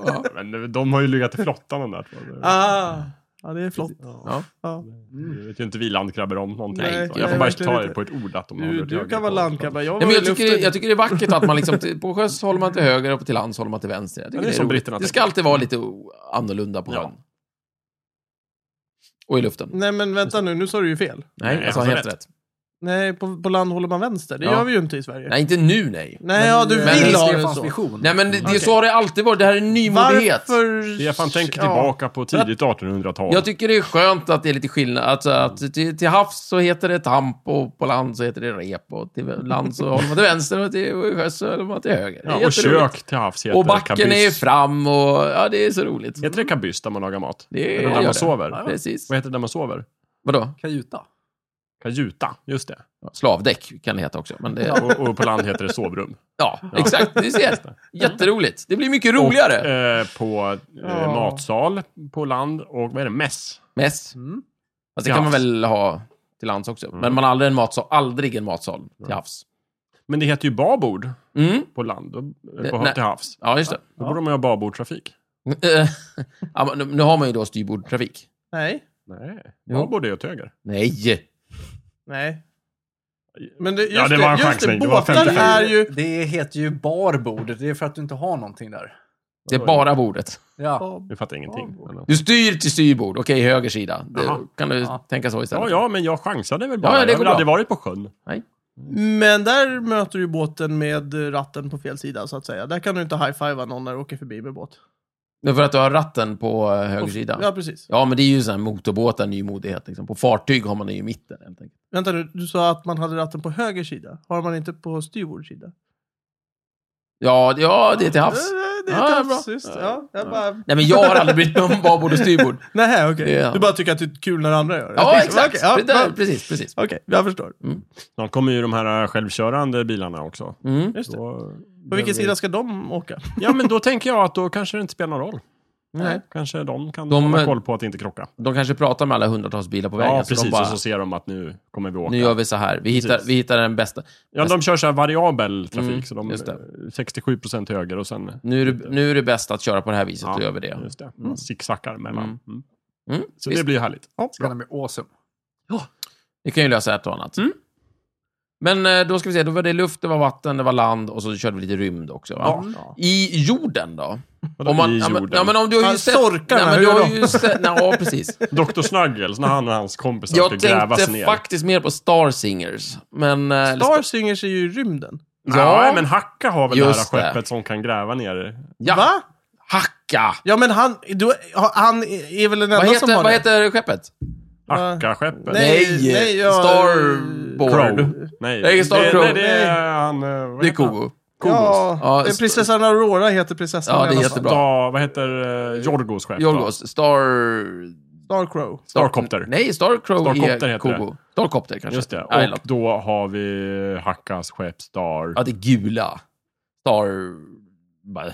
[SPEAKER 2] Ja.
[SPEAKER 3] Men de har ju legat i flottan de där två.
[SPEAKER 1] Ah, ja, det är flott.
[SPEAKER 2] Ja.
[SPEAKER 1] Ja.
[SPEAKER 3] Det vet ju inte vi landkrabbor om någonting.
[SPEAKER 1] Nej,
[SPEAKER 3] jag
[SPEAKER 1] nej,
[SPEAKER 3] får bara
[SPEAKER 1] verkligen
[SPEAKER 3] ta er
[SPEAKER 1] inte.
[SPEAKER 3] på ett ord att de håller
[SPEAKER 1] Du,
[SPEAKER 3] åt
[SPEAKER 1] du
[SPEAKER 3] höger
[SPEAKER 1] kan vara
[SPEAKER 3] på-
[SPEAKER 1] landkrabba. Jag var
[SPEAKER 2] Nej, men jag,
[SPEAKER 1] i luften.
[SPEAKER 2] tycker, jag tycker det är vackert att man liksom, till- på sjöss håller man till höger och på till lands håller man till vänster. Jag
[SPEAKER 3] Ja,
[SPEAKER 2] tycker
[SPEAKER 3] det är
[SPEAKER 2] det, är
[SPEAKER 3] som
[SPEAKER 2] roligt.
[SPEAKER 3] britterna
[SPEAKER 2] det ska
[SPEAKER 3] tänker.
[SPEAKER 2] alltid vara lite o- annorlunda på
[SPEAKER 3] Ja.
[SPEAKER 2] sjön. Och i luften.
[SPEAKER 1] Nej men vänta nu, nu sa du ju fel.
[SPEAKER 2] Nej,
[SPEAKER 3] Nej,
[SPEAKER 2] jag sa
[SPEAKER 3] alltså
[SPEAKER 2] helt
[SPEAKER 3] rätt.
[SPEAKER 2] rätt.
[SPEAKER 1] Nej, på, på land håller man vänster. Det
[SPEAKER 2] Ja.
[SPEAKER 1] gör vi ju inte i Sverige. Nej,
[SPEAKER 2] Nej, inte nu nej.
[SPEAKER 1] ja, du
[SPEAKER 4] Men
[SPEAKER 2] det
[SPEAKER 1] vill
[SPEAKER 2] är
[SPEAKER 1] ha det
[SPEAKER 4] Stefans
[SPEAKER 1] så.
[SPEAKER 4] vision.
[SPEAKER 2] Nej, men det, det,
[SPEAKER 1] Okej.
[SPEAKER 2] så har det alltid varit. Det här är en nymodighet.
[SPEAKER 1] Varför...
[SPEAKER 3] Stefan, tänk
[SPEAKER 1] Ja.
[SPEAKER 3] tillbaka på tidigt 1800-tal.
[SPEAKER 2] Jag tycker det är skönt att det är lite skillnad. Alltså, att till, till havs så heter det tamp och på land så heter det rep. Och till land så håller man till vänster och till och i sjöss så håller man till höger. Det är
[SPEAKER 3] Ja, och
[SPEAKER 2] jätteroligt.
[SPEAKER 3] kök till havs heter
[SPEAKER 2] Och backen
[SPEAKER 3] kabyss.
[SPEAKER 2] är fram och... Ja, det är så roligt.
[SPEAKER 3] Heter det kabyss där man lagar mat?
[SPEAKER 2] Det
[SPEAKER 3] Eller
[SPEAKER 2] gör
[SPEAKER 3] där man
[SPEAKER 2] det.
[SPEAKER 3] sover?
[SPEAKER 2] Precis.
[SPEAKER 3] Vad heter det där man sover?
[SPEAKER 2] Vadå?
[SPEAKER 4] Kajuta.
[SPEAKER 3] Kajuta, just det.
[SPEAKER 2] Slavdäck kan det heta också. Men det, ja.
[SPEAKER 3] Och, och på land heter det sovrum.
[SPEAKER 2] exakt. Du ser. Jätteroligt. Det blir mycket roligare.
[SPEAKER 3] Och, eh, på eh,
[SPEAKER 1] Ja.
[SPEAKER 3] matsal på land och vad är det? Mess.
[SPEAKER 2] Mess.
[SPEAKER 4] Mm.
[SPEAKER 2] Alltså, det kan man
[SPEAKER 3] havs. Mm.
[SPEAKER 2] väl ha till lands också. Men man har aldrig en matsal, aldrig en matsal till havs.
[SPEAKER 3] Men det heter ju babord
[SPEAKER 2] Mm.
[SPEAKER 3] på land och eh,
[SPEAKER 2] Det-
[SPEAKER 3] på,
[SPEAKER 2] nej.
[SPEAKER 3] till havs.
[SPEAKER 2] Ja, just det.
[SPEAKER 3] Då borde man ju ha babordtrafik.
[SPEAKER 2] Eh, ja, men nu- nu har man ju då styrbordtrafik.
[SPEAKER 1] Nej.
[SPEAKER 3] Nej,
[SPEAKER 2] Jo.
[SPEAKER 3] babord är åt höger.
[SPEAKER 2] Nej!
[SPEAKER 1] Nej. Men det, just
[SPEAKER 3] Ja, det var en
[SPEAKER 1] just det,
[SPEAKER 3] chansning. Det var
[SPEAKER 1] båtar
[SPEAKER 3] 55.
[SPEAKER 1] är ju...
[SPEAKER 4] Det heter ju barbord. Det är för att du inte har någonting där.
[SPEAKER 2] Det är bara bordet.
[SPEAKER 4] Ja.
[SPEAKER 3] Jag fattar ingenting.
[SPEAKER 2] Du styr till styrbord, okej, höger sida. Det,
[SPEAKER 3] Jaha.
[SPEAKER 2] kan du
[SPEAKER 4] Ja.
[SPEAKER 2] tänka så istället?
[SPEAKER 3] Ja, ja, men jag chansade väl
[SPEAKER 2] Ja,
[SPEAKER 3] bara.
[SPEAKER 2] ja, det
[SPEAKER 3] jag har
[SPEAKER 2] går
[SPEAKER 3] väl
[SPEAKER 2] bra.
[SPEAKER 3] aldrig varit på sjön.
[SPEAKER 1] Men där möter du båten med ratten på fel sida, så att säga. Där kan du inte high-fiva någon när du åker förbi med båt.
[SPEAKER 2] Det är För att du har ratten på eh, höger sida?
[SPEAKER 1] Ja, precis.
[SPEAKER 2] Ja, men det är ju sån här motorbåtar, nymodighet. Liksom. På fartyg har man den ju i mitten. Helt enkelt.
[SPEAKER 1] Vänta nu, du sa att man hade ratten på höger sida. Har man inte på styrbord sida?
[SPEAKER 2] Ja, det- ja, det är till havs.
[SPEAKER 1] Det, det
[SPEAKER 2] Ja,
[SPEAKER 1] är
[SPEAKER 2] ja,
[SPEAKER 1] till
[SPEAKER 2] bra.
[SPEAKER 1] havs, just det. Ja, jag bara...
[SPEAKER 2] Nej, men jag har aldrig brytt mig om babord och styrbord.
[SPEAKER 1] Nej, okej.
[SPEAKER 2] Det är-
[SPEAKER 1] Du bara tycker att det är kul när andra gör det?
[SPEAKER 2] Ja,
[SPEAKER 1] Okej,
[SPEAKER 2] exakt.
[SPEAKER 1] ja,
[SPEAKER 2] Det där-
[SPEAKER 1] bra.
[SPEAKER 2] precis, precis.
[SPEAKER 1] Okej, jag förstår.
[SPEAKER 3] Snart kommer ju de här eh, självkörande bilarna också.
[SPEAKER 2] Mm.
[SPEAKER 1] Just det.
[SPEAKER 3] Då
[SPEAKER 1] På vilken
[SPEAKER 3] behöver
[SPEAKER 1] sida ska de åka?
[SPEAKER 3] Ja, men då tänker jag att då kanske det inte spelar någon roll.
[SPEAKER 2] Nej.
[SPEAKER 3] Kanske de kan
[SPEAKER 2] De-
[SPEAKER 3] hålla koll på att inte krocka.
[SPEAKER 2] De kanske pratar med alla hundratals bilar på vägen.
[SPEAKER 3] Ja,
[SPEAKER 2] så
[SPEAKER 3] precis.
[SPEAKER 2] De bara,
[SPEAKER 3] Och så ser de att nu kommer vi åka.
[SPEAKER 2] nu gör vi så här. Vi hittar,
[SPEAKER 3] Precis.
[SPEAKER 2] vi hittar den bästa.
[SPEAKER 3] Ja, de kör så här variabel trafik.
[SPEAKER 2] Mm,
[SPEAKER 3] så de,
[SPEAKER 2] just det.
[SPEAKER 3] 67 procent höger och sen...
[SPEAKER 2] Nu är, det, nu är det bäst att köra på det här viset,
[SPEAKER 3] Ja,
[SPEAKER 2] då gör vi det.
[SPEAKER 3] Just det. Man zigzaggar mellan.
[SPEAKER 2] Mm.
[SPEAKER 3] Mm.
[SPEAKER 2] Mm,
[SPEAKER 3] Så
[SPEAKER 2] visst.
[SPEAKER 3] det blir härligt.
[SPEAKER 4] Ska den bli awesome.
[SPEAKER 2] Vi kan ju lösa ett och annat.
[SPEAKER 1] Mm.
[SPEAKER 2] Men eh, då ska vi se, då var det luft, det var vatten, det var land och så körde vi lite rymd också. Va? I jorden då?
[SPEAKER 3] Vadå
[SPEAKER 2] Om
[SPEAKER 3] i
[SPEAKER 2] ja, men,
[SPEAKER 3] jorden?
[SPEAKER 2] ja, men om du har
[SPEAKER 1] Ja,
[SPEAKER 2] ju sett...
[SPEAKER 1] sorkarna,
[SPEAKER 2] nej, men
[SPEAKER 1] hur
[SPEAKER 2] du
[SPEAKER 1] gör
[SPEAKER 2] har
[SPEAKER 1] de?
[SPEAKER 2] ju sett... Nej, ja, precis.
[SPEAKER 3] Dr Snuggles, när han och hans kompisar
[SPEAKER 2] Jag
[SPEAKER 3] ska gräva sig
[SPEAKER 2] tänkte
[SPEAKER 3] ner.
[SPEAKER 2] faktiskt mer på Star Singers. Men... eh, eller
[SPEAKER 1] Star Singers är ju i rymden.
[SPEAKER 3] Ja, men Hacka har väl det här
[SPEAKER 2] Just det.
[SPEAKER 3] skeppet som kan gräva ner.
[SPEAKER 2] ja.
[SPEAKER 1] Va?
[SPEAKER 2] Hacka!
[SPEAKER 1] Ja, men han, du, han är väl den enda
[SPEAKER 2] Vad
[SPEAKER 1] som har
[SPEAKER 2] heter, vad
[SPEAKER 1] det?
[SPEAKER 2] heter skeppet?
[SPEAKER 3] Hacka-skeppet.
[SPEAKER 1] Nej, nej, jag-
[SPEAKER 2] Starboard.
[SPEAKER 3] Crow. Nej,
[SPEAKER 2] Det är Star
[SPEAKER 3] det,
[SPEAKER 2] Crow.
[SPEAKER 3] nej, det är han... eh, vad
[SPEAKER 2] Det är
[SPEAKER 3] heter han?
[SPEAKER 2] Kogo.
[SPEAKER 1] Ja,
[SPEAKER 2] Ja,
[SPEAKER 1] det är
[SPEAKER 2] st-
[SPEAKER 1] prinsessan Aurora heter prinsessan.
[SPEAKER 2] Ja, det är
[SPEAKER 1] i alla
[SPEAKER 2] jätte-
[SPEAKER 1] fall.
[SPEAKER 2] Bra.
[SPEAKER 3] Sta, vad heter uh, Jorgos skepp? då?
[SPEAKER 2] Jorgos. Star...
[SPEAKER 1] Starcrow.
[SPEAKER 3] Starcopter.
[SPEAKER 2] Nej, Starcrow
[SPEAKER 3] Starcopter
[SPEAKER 2] är
[SPEAKER 3] heter det.
[SPEAKER 2] Kogo. Starcopter kanske.
[SPEAKER 3] Just det.
[SPEAKER 2] Island.
[SPEAKER 3] Och då har vi Hackas skepp Star...
[SPEAKER 2] Ja, det gula. Star... bara-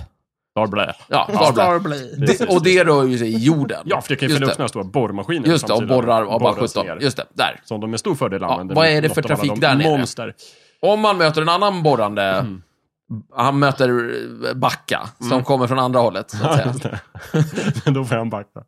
[SPEAKER 3] Star Blä.
[SPEAKER 2] Ja, Star Black.
[SPEAKER 1] Starblade.
[SPEAKER 2] Det, och det rör ju sig i jorden.
[SPEAKER 3] Ja, för det kan ju
[SPEAKER 2] Just
[SPEAKER 3] finnas
[SPEAKER 2] det.
[SPEAKER 3] såna här stora borrmaskiner.
[SPEAKER 2] Just det, och
[SPEAKER 3] samtidigt.
[SPEAKER 2] borrar och bara
[SPEAKER 3] Borras
[SPEAKER 2] 17.
[SPEAKER 3] ner.
[SPEAKER 2] Just det, där.
[SPEAKER 3] Som de med stor fördel använder.
[SPEAKER 2] vad
[SPEAKER 3] mot
[SPEAKER 2] är det
[SPEAKER 3] något
[SPEAKER 2] för
[SPEAKER 3] av alla
[SPEAKER 2] trafik
[SPEAKER 3] de
[SPEAKER 2] där nere?
[SPEAKER 3] Monster.
[SPEAKER 2] Om man möter en annan borrande,
[SPEAKER 3] Mm.
[SPEAKER 2] han möter eh, Backa, som kommer från andra hållet. Så att säga.
[SPEAKER 3] då får han backa.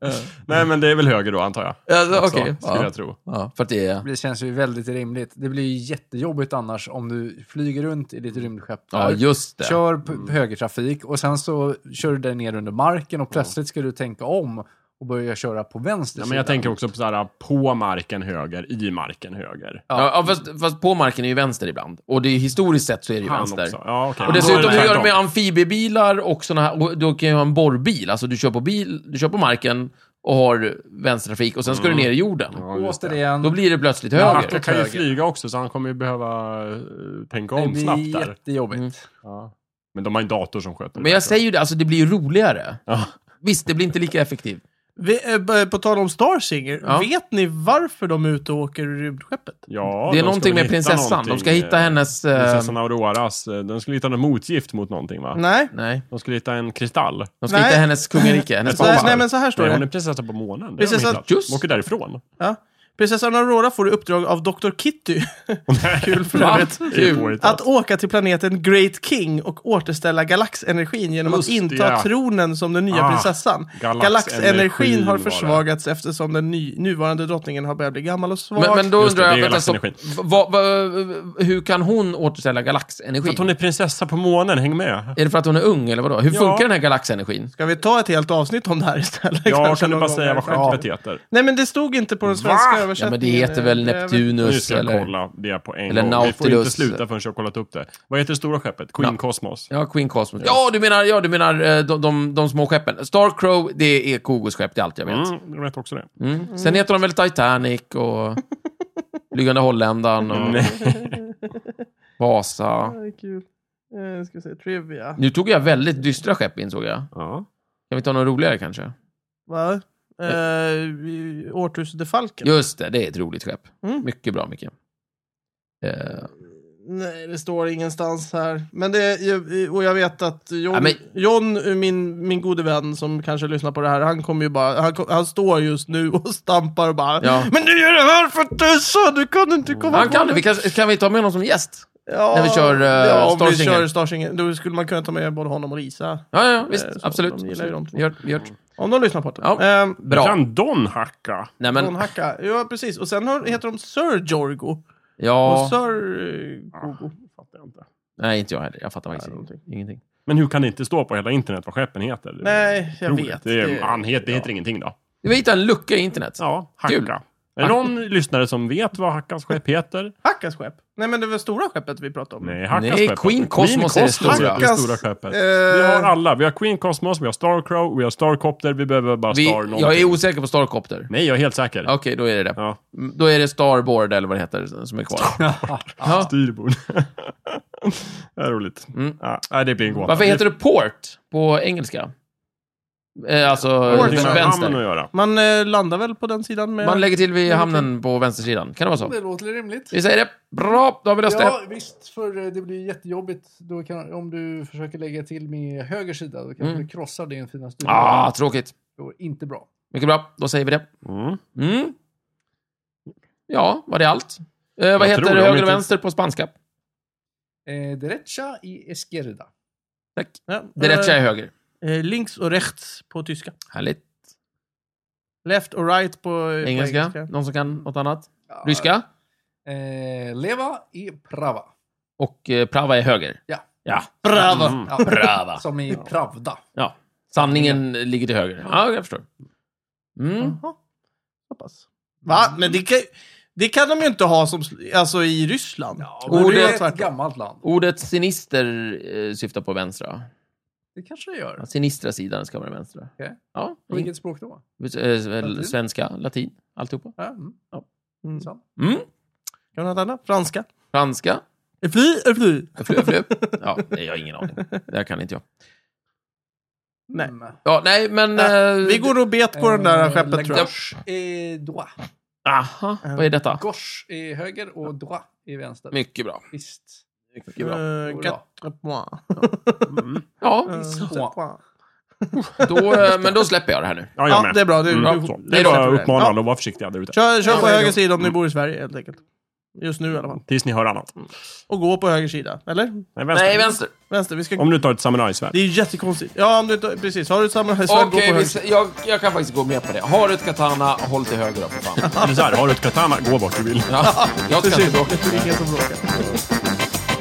[SPEAKER 3] Nej, men det är väl höger då, antar jag.
[SPEAKER 2] Ja,
[SPEAKER 3] Också,
[SPEAKER 2] Okej.
[SPEAKER 3] Skulle
[SPEAKER 2] Ja.
[SPEAKER 3] jag tro.
[SPEAKER 2] Ja, för att det är...
[SPEAKER 4] Det känns ju väldigt rimligt. Det blir ju jättejobbigt annars om du flyger runt i ditt rymdskepp.
[SPEAKER 2] Ja,
[SPEAKER 4] där,
[SPEAKER 2] just det.
[SPEAKER 4] Kör p- högertrafik och sen så kör du dig ner under marken och plötsligt ska du tänka om och börjar köra på vänster
[SPEAKER 3] Ja, men
[SPEAKER 4] sida.
[SPEAKER 3] jag tänker också på så här, på marken höger, i marken höger.
[SPEAKER 2] Ja, ja, fast, fast på marken är ju vänster ibland. Och det är, historiskt sett så är det ju
[SPEAKER 3] Han
[SPEAKER 2] vänster.
[SPEAKER 3] också. Ja, okej.
[SPEAKER 2] Och dessutom,
[SPEAKER 3] Då är
[SPEAKER 2] hur gör de med
[SPEAKER 3] tvärtom.
[SPEAKER 2] amfibiebilar och såna här? Och då kan ju ha en borrbil. Alltså, du kör på, bil, du kör på marken och har vänstertrafik och sen ska du ner i jorden.
[SPEAKER 3] Mm. Ja, just det.
[SPEAKER 4] Återigen,
[SPEAKER 2] Då blir det plötsligt
[SPEAKER 4] Ja,
[SPEAKER 2] höger.
[SPEAKER 3] Marken kan ju
[SPEAKER 4] Höger.
[SPEAKER 3] flyga också, så han kommer ju behöva eh, tänka
[SPEAKER 4] det
[SPEAKER 3] om snabbt
[SPEAKER 4] blir
[SPEAKER 3] där.
[SPEAKER 4] jättejobbigt.
[SPEAKER 3] Ja. Men de har ju en dator som sköter det.
[SPEAKER 2] Mm. Men jag säger ju det, alltså det blir ju roligare.
[SPEAKER 3] Ja.
[SPEAKER 2] Visst, det blir inte lika effektivt.
[SPEAKER 1] Vi, eh, b- på tal om Starsinger,
[SPEAKER 2] Ja.
[SPEAKER 1] vet ni varför de är ute och åker i rymdskeppet?
[SPEAKER 3] Ja,
[SPEAKER 2] det
[SPEAKER 3] de
[SPEAKER 2] är
[SPEAKER 3] ska
[SPEAKER 2] någonting med
[SPEAKER 3] väl hitta
[SPEAKER 2] prinsessan.
[SPEAKER 3] någonting,
[SPEAKER 2] De ska hitta
[SPEAKER 3] eh,
[SPEAKER 2] hennes... eh,
[SPEAKER 3] Prinsessan Auroras. eh, De skulle hitta något motgift mot någonting, va?
[SPEAKER 1] Nej.
[SPEAKER 2] nej,
[SPEAKER 3] De skulle hitta en kristall.
[SPEAKER 2] de ska
[SPEAKER 1] Nej.
[SPEAKER 2] hitta hennes kungarike. Hennes
[SPEAKER 1] Så här,
[SPEAKER 2] pappa.
[SPEAKER 1] nej men så här står
[SPEAKER 3] Nej, hon är
[SPEAKER 1] det.
[SPEAKER 3] prinsessa på månen. Det har
[SPEAKER 1] Prinsessa-
[SPEAKER 3] de hittat.
[SPEAKER 2] Just.
[SPEAKER 3] De åker därifrån.
[SPEAKER 1] Ja. Prinsessan Aurora får i uppdrag av Dr. Kitty
[SPEAKER 3] Kul för
[SPEAKER 2] Va?
[SPEAKER 3] Det är
[SPEAKER 2] Kul.
[SPEAKER 3] påhittat.
[SPEAKER 1] att åka till planeten Great King och återställa galaxenergin genom att
[SPEAKER 3] Just det,
[SPEAKER 1] inta
[SPEAKER 3] ja.
[SPEAKER 1] tronen som den nya
[SPEAKER 3] Ah,
[SPEAKER 1] prinsessan.
[SPEAKER 3] galaxenergin
[SPEAKER 1] Galaxenergin har
[SPEAKER 3] var det.
[SPEAKER 1] försvagats eftersom den ny, nuvarande drottningen har börjat bli gammal och svag.
[SPEAKER 2] Men, men då
[SPEAKER 3] Just det,
[SPEAKER 2] undrar jag,
[SPEAKER 3] det är
[SPEAKER 2] vänta, så,
[SPEAKER 3] galaxenergin.
[SPEAKER 2] vad- vad- hur kan hon återställa galaxenergin?
[SPEAKER 3] Att hon är prinsessa på månen, häng med.
[SPEAKER 2] Är det för att hon är ung, eller vadå? Hur
[SPEAKER 3] Ja.
[SPEAKER 2] funkar den här galaxenergin?
[SPEAKER 1] Ska vi ta ett helt avsnitt om det här istället?
[SPEAKER 3] Ja,
[SPEAKER 1] Kanske
[SPEAKER 3] kan du
[SPEAKER 1] någon
[SPEAKER 3] bara
[SPEAKER 1] gång
[SPEAKER 3] säga vad
[SPEAKER 1] här.
[SPEAKER 3] skeppet heter?
[SPEAKER 1] Nej, men det stod inte på den
[SPEAKER 3] Va?
[SPEAKER 1] svenska
[SPEAKER 3] Ja, men
[SPEAKER 2] Ja,
[SPEAKER 1] översättningen. Eh,
[SPEAKER 2] men det heter väl
[SPEAKER 1] Det är
[SPEAKER 3] Nu
[SPEAKER 2] Neptunus,
[SPEAKER 3] ska jag
[SPEAKER 2] eller?
[SPEAKER 3] kolla det på en
[SPEAKER 2] eller
[SPEAKER 3] gång. Vi får inte
[SPEAKER 2] Nautilus.
[SPEAKER 3] sluta förrän jag har kollat upp det. Vad heter det stora skeppet? Queen
[SPEAKER 2] Na-
[SPEAKER 3] Cosmos?
[SPEAKER 2] Ja, Queen Cosmos. Ja, du menar, ja, du menar eh, de, de, de små skeppen. Starcrow, det är Kogos skepp, det är allt jag vet.
[SPEAKER 3] Mm, de heter också det.
[SPEAKER 2] Mm. Sen heter de väl Titanic och Flygande Holländaren och
[SPEAKER 3] Mm.
[SPEAKER 2] Vasa.
[SPEAKER 1] Ja, det är kul. Eh, ska vi se, trivia.
[SPEAKER 2] Nu tog jag väldigt dystra skepp, insåg jag.
[SPEAKER 3] Ja.
[SPEAKER 2] Kan vi ta något roligare kanske?
[SPEAKER 1] Va? Eh, vi- Årtusende Falken?
[SPEAKER 2] Just det, det är ett roligt skepp.
[SPEAKER 1] Mm.
[SPEAKER 2] Mycket bra, Micke. Eh,
[SPEAKER 1] Nej, det står ingenstans här. Men det är, ju- och jag vet att John,
[SPEAKER 2] Ja, men-
[SPEAKER 1] John min, min gode vän som kanske lyssnar på det här, han kommer ju bara, han, kom- han står just nu och stampar och bara
[SPEAKER 2] Ja.
[SPEAKER 1] Men du gör det här för tusan, du kan inte komma
[SPEAKER 2] han
[SPEAKER 1] på
[SPEAKER 2] kan
[SPEAKER 1] det."
[SPEAKER 2] det. Vi kan, kan vi ta med honom som gäst?
[SPEAKER 1] Ja,
[SPEAKER 2] när vi kör, eh,
[SPEAKER 1] ja, om vi
[SPEAKER 2] Starsinger.
[SPEAKER 1] kör Starsinger. Då skulle man kunna ta med både honom och Lisa.
[SPEAKER 2] Ja, ja, visst.
[SPEAKER 1] Eh, så
[SPEAKER 2] absolut.
[SPEAKER 1] de gillar ju de två.
[SPEAKER 2] Vi gör, vi gör.
[SPEAKER 1] Om de lyssnar på det.
[SPEAKER 2] Ja.
[SPEAKER 1] Ehm,
[SPEAKER 2] Bra.
[SPEAKER 3] Kan Don hacka?
[SPEAKER 2] Nej, men,
[SPEAKER 1] Don Hacka. Ja, precis. Och sen har, heter de Sir Jorgo.
[SPEAKER 2] ja.
[SPEAKER 1] Och Sir... eh, Gogo.
[SPEAKER 3] Fattar jag inte.
[SPEAKER 2] Nej, inte jag heller. Jag fattar faktiskt
[SPEAKER 1] Nej,
[SPEAKER 2] ingenting. ingenting.
[SPEAKER 3] Men hur kan det inte stå på hela internet vad skeppen heter? Det är
[SPEAKER 1] Nej, jag
[SPEAKER 3] otroligt.
[SPEAKER 1] vet.
[SPEAKER 3] Det, är,
[SPEAKER 1] Det-
[SPEAKER 3] han heter, det heter ingenting då.
[SPEAKER 2] Vi hittar en lucka i internet.
[SPEAKER 3] Ja, hacka.
[SPEAKER 2] Kul.
[SPEAKER 3] Är det någon lyssnare som vet vad Hackans skepp heter?
[SPEAKER 1] Hackas skepp? Nej, men det var stora skeppet vi pratade om.
[SPEAKER 3] Nej, Hackas
[SPEAKER 2] Nej,
[SPEAKER 3] skepp.
[SPEAKER 2] Queen Cosmos är det stora.
[SPEAKER 3] det
[SPEAKER 1] Hackas,
[SPEAKER 3] stora skeppet.
[SPEAKER 1] eh,
[SPEAKER 3] Vi har alla. Vi har Queen Cosmos, vi har Starcrow, vi har Starcopter, vi behöver bara
[SPEAKER 2] Vi,
[SPEAKER 3] Star någonting.
[SPEAKER 2] jag är osäker på Starcopter.
[SPEAKER 3] Nej, jag är helt säker.
[SPEAKER 2] Okej, då är det det.
[SPEAKER 3] Ja.
[SPEAKER 2] Mm, Då är det Starboard, eller vad det heter, som är kvar. Ja.
[SPEAKER 3] Styrbord. det är roligt.
[SPEAKER 2] Mm.
[SPEAKER 3] Ja, nej, det blir en gåta.
[SPEAKER 2] Varför heter det Port på engelska? Eh, alltså,
[SPEAKER 1] Port.
[SPEAKER 3] det
[SPEAKER 2] vä-
[SPEAKER 3] har med hamnen att
[SPEAKER 2] vänster.
[SPEAKER 3] göra.
[SPEAKER 1] Man eh, landar väl på den sidan med...
[SPEAKER 2] Man lägger till vid hamnen på vänstersidan. Kan det vara så?
[SPEAKER 4] Det låter rimligt.
[SPEAKER 2] Vi säger det. Bra, då har vi löst
[SPEAKER 4] Ja,
[SPEAKER 2] det.
[SPEAKER 4] visst, för eh, det blir jättejobbigt då kan, om du försöker lägga till med höger sida. Då kan
[SPEAKER 2] Mm.
[SPEAKER 4] du krossa din fina styre.
[SPEAKER 2] Ah, tråkigt.
[SPEAKER 4] Det går inte bra.
[SPEAKER 2] Mycket bra, då säger vi det.
[SPEAKER 3] Mm.
[SPEAKER 2] Mm. Ja, var det allt? Eh, vad
[SPEAKER 3] Jag
[SPEAKER 2] heter
[SPEAKER 3] tror det, om
[SPEAKER 2] höger och
[SPEAKER 3] inte-
[SPEAKER 2] vänster på spanska?
[SPEAKER 4] Eh, derecha i esquerda.
[SPEAKER 2] Tack.
[SPEAKER 1] Ja,
[SPEAKER 2] Det
[SPEAKER 1] eh,
[SPEAKER 2] rätta är höger.
[SPEAKER 1] eh, links och rechts på tyska.
[SPEAKER 2] Härligt.
[SPEAKER 1] Left och right på eh, på
[SPEAKER 2] Engelska? Någon som kan något annat?
[SPEAKER 4] Ja,
[SPEAKER 2] Ryska?
[SPEAKER 4] Eh, leva i prava.
[SPEAKER 2] Och eh, Prava är höger?
[SPEAKER 4] Ja.
[SPEAKER 2] Ja.
[SPEAKER 1] Bravo!
[SPEAKER 3] Mm.
[SPEAKER 4] Ja,
[SPEAKER 2] Prava.
[SPEAKER 4] Som i pravda.
[SPEAKER 2] Ja. Sanningen ligger till höger. Ja, jag förstår. Mm.
[SPEAKER 1] Jaha. Hoppas. Va? Men det kan, det kan de ju inte ha som, sl- alltså, i Ryssland.
[SPEAKER 2] men
[SPEAKER 1] Borde
[SPEAKER 4] det
[SPEAKER 2] ordet-
[SPEAKER 1] vara
[SPEAKER 4] är ett
[SPEAKER 1] Oh, tvärtom.
[SPEAKER 4] gammalt land.
[SPEAKER 2] Ordet sinister eh, syftar på vänstra.
[SPEAKER 4] Det kanske det gör.
[SPEAKER 2] Ja, Sinistra sidan ska vara den vänstra.
[SPEAKER 4] Okej.
[SPEAKER 2] Ja.
[SPEAKER 4] På vilket språk då?
[SPEAKER 2] Eh, väl, Svenska, latin, alltihopa.
[SPEAKER 4] Ja, mm.
[SPEAKER 1] Mm.
[SPEAKER 4] Så.
[SPEAKER 2] Mm.
[SPEAKER 1] Kan du något annat? Franska? eh,
[SPEAKER 2] Franska.
[SPEAKER 1] Fly, fly.
[SPEAKER 2] Flu, flu. Ja, nej, jag har ingen aning. Det här kan inte jag.
[SPEAKER 1] Nej.
[SPEAKER 4] Mm.
[SPEAKER 2] Ja, nej, men...
[SPEAKER 1] Nej,
[SPEAKER 2] eh,
[SPEAKER 1] Vi går och bet på den där
[SPEAKER 4] Eh,
[SPEAKER 1] skeppet tror jag.
[SPEAKER 4] Gosh är droit.
[SPEAKER 2] Aha, vad är detta?
[SPEAKER 4] Gosh är höger och droit är vänster.
[SPEAKER 2] Mycket bra.
[SPEAKER 4] Visst.
[SPEAKER 2] Mycket bra.
[SPEAKER 1] Eh, quatre points.
[SPEAKER 3] Mm.
[SPEAKER 2] Ja,
[SPEAKER 1] Eh,
[SPEAKER 4] Så.
[SPEAKER 1] quatre points.
[SPEAKER 2] då, eh, men då släpper jag det här nu.
[SPEAKER 3] Ja, jag
[SPEAKER 1] Ja,
[SPEAKER 3] med.
[SPEAKER 1] det är bra. Du,
[SPEAKER 3] Mm.
[SPEAKER 1] du,
[SPEAKER 3] Så.
[SPEAKER 1] du
[SPEAKER 3] Det är bara
[SPEAKER 1] släpper
[SPEAKER 3] att
[SPEAKER 1] det.
[SPEAKER 3] uppmana
[SPEAKER 1] Ja.
[SPEAKER 3] alla att vara försiktiga där ute.
[SPEAKER 1] Kör, kör på
[SPEAKER 4] Ja,
[SPEAKER 1] höger
[SPEAKER 4] ja.
[SPEAKER 1] sida om ni bor i Sverige helt enkelt. Just nu i alla fall.
[SPEAKER 3] Tills ni hör annat.
[SPEAKER 1] Och gå på höger sida, eller?
[SPEAKER 3] Nej,
[SPEAKER 2] Nej, vänster.
[SPEAKER 1] Vänster, vi ska...
[SPEAKER 3] Om du tar ett samurajsvärd.
[SPEAKER 1] Det är ju jättekonstigt. Ja, om du inte... Precis, har du ett sammanhang så gå på
[SPEAKER 2] Okej,
[SPEAKER 1] höger.
[SPEAKER 2] vi- jag, jag kan faktiskt gå med på det. Har du ett katana, håll till höger då, för fan.
[SPEAKER 3] Eller så här, har du ett katana, gå vart du vill.
[SPEAKER 2] Ja, jag ska inte bråka.
[SPEAKER 1] Det är ingen som bråkar.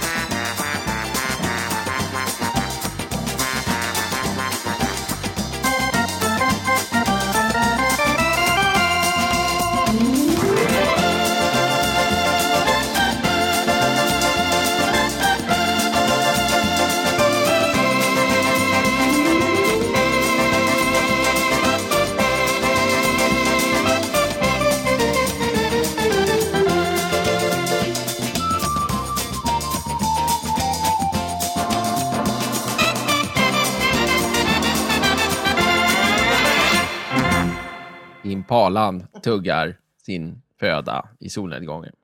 [SPEAKER 2] Impalan tuggar sin föda i solnedgången.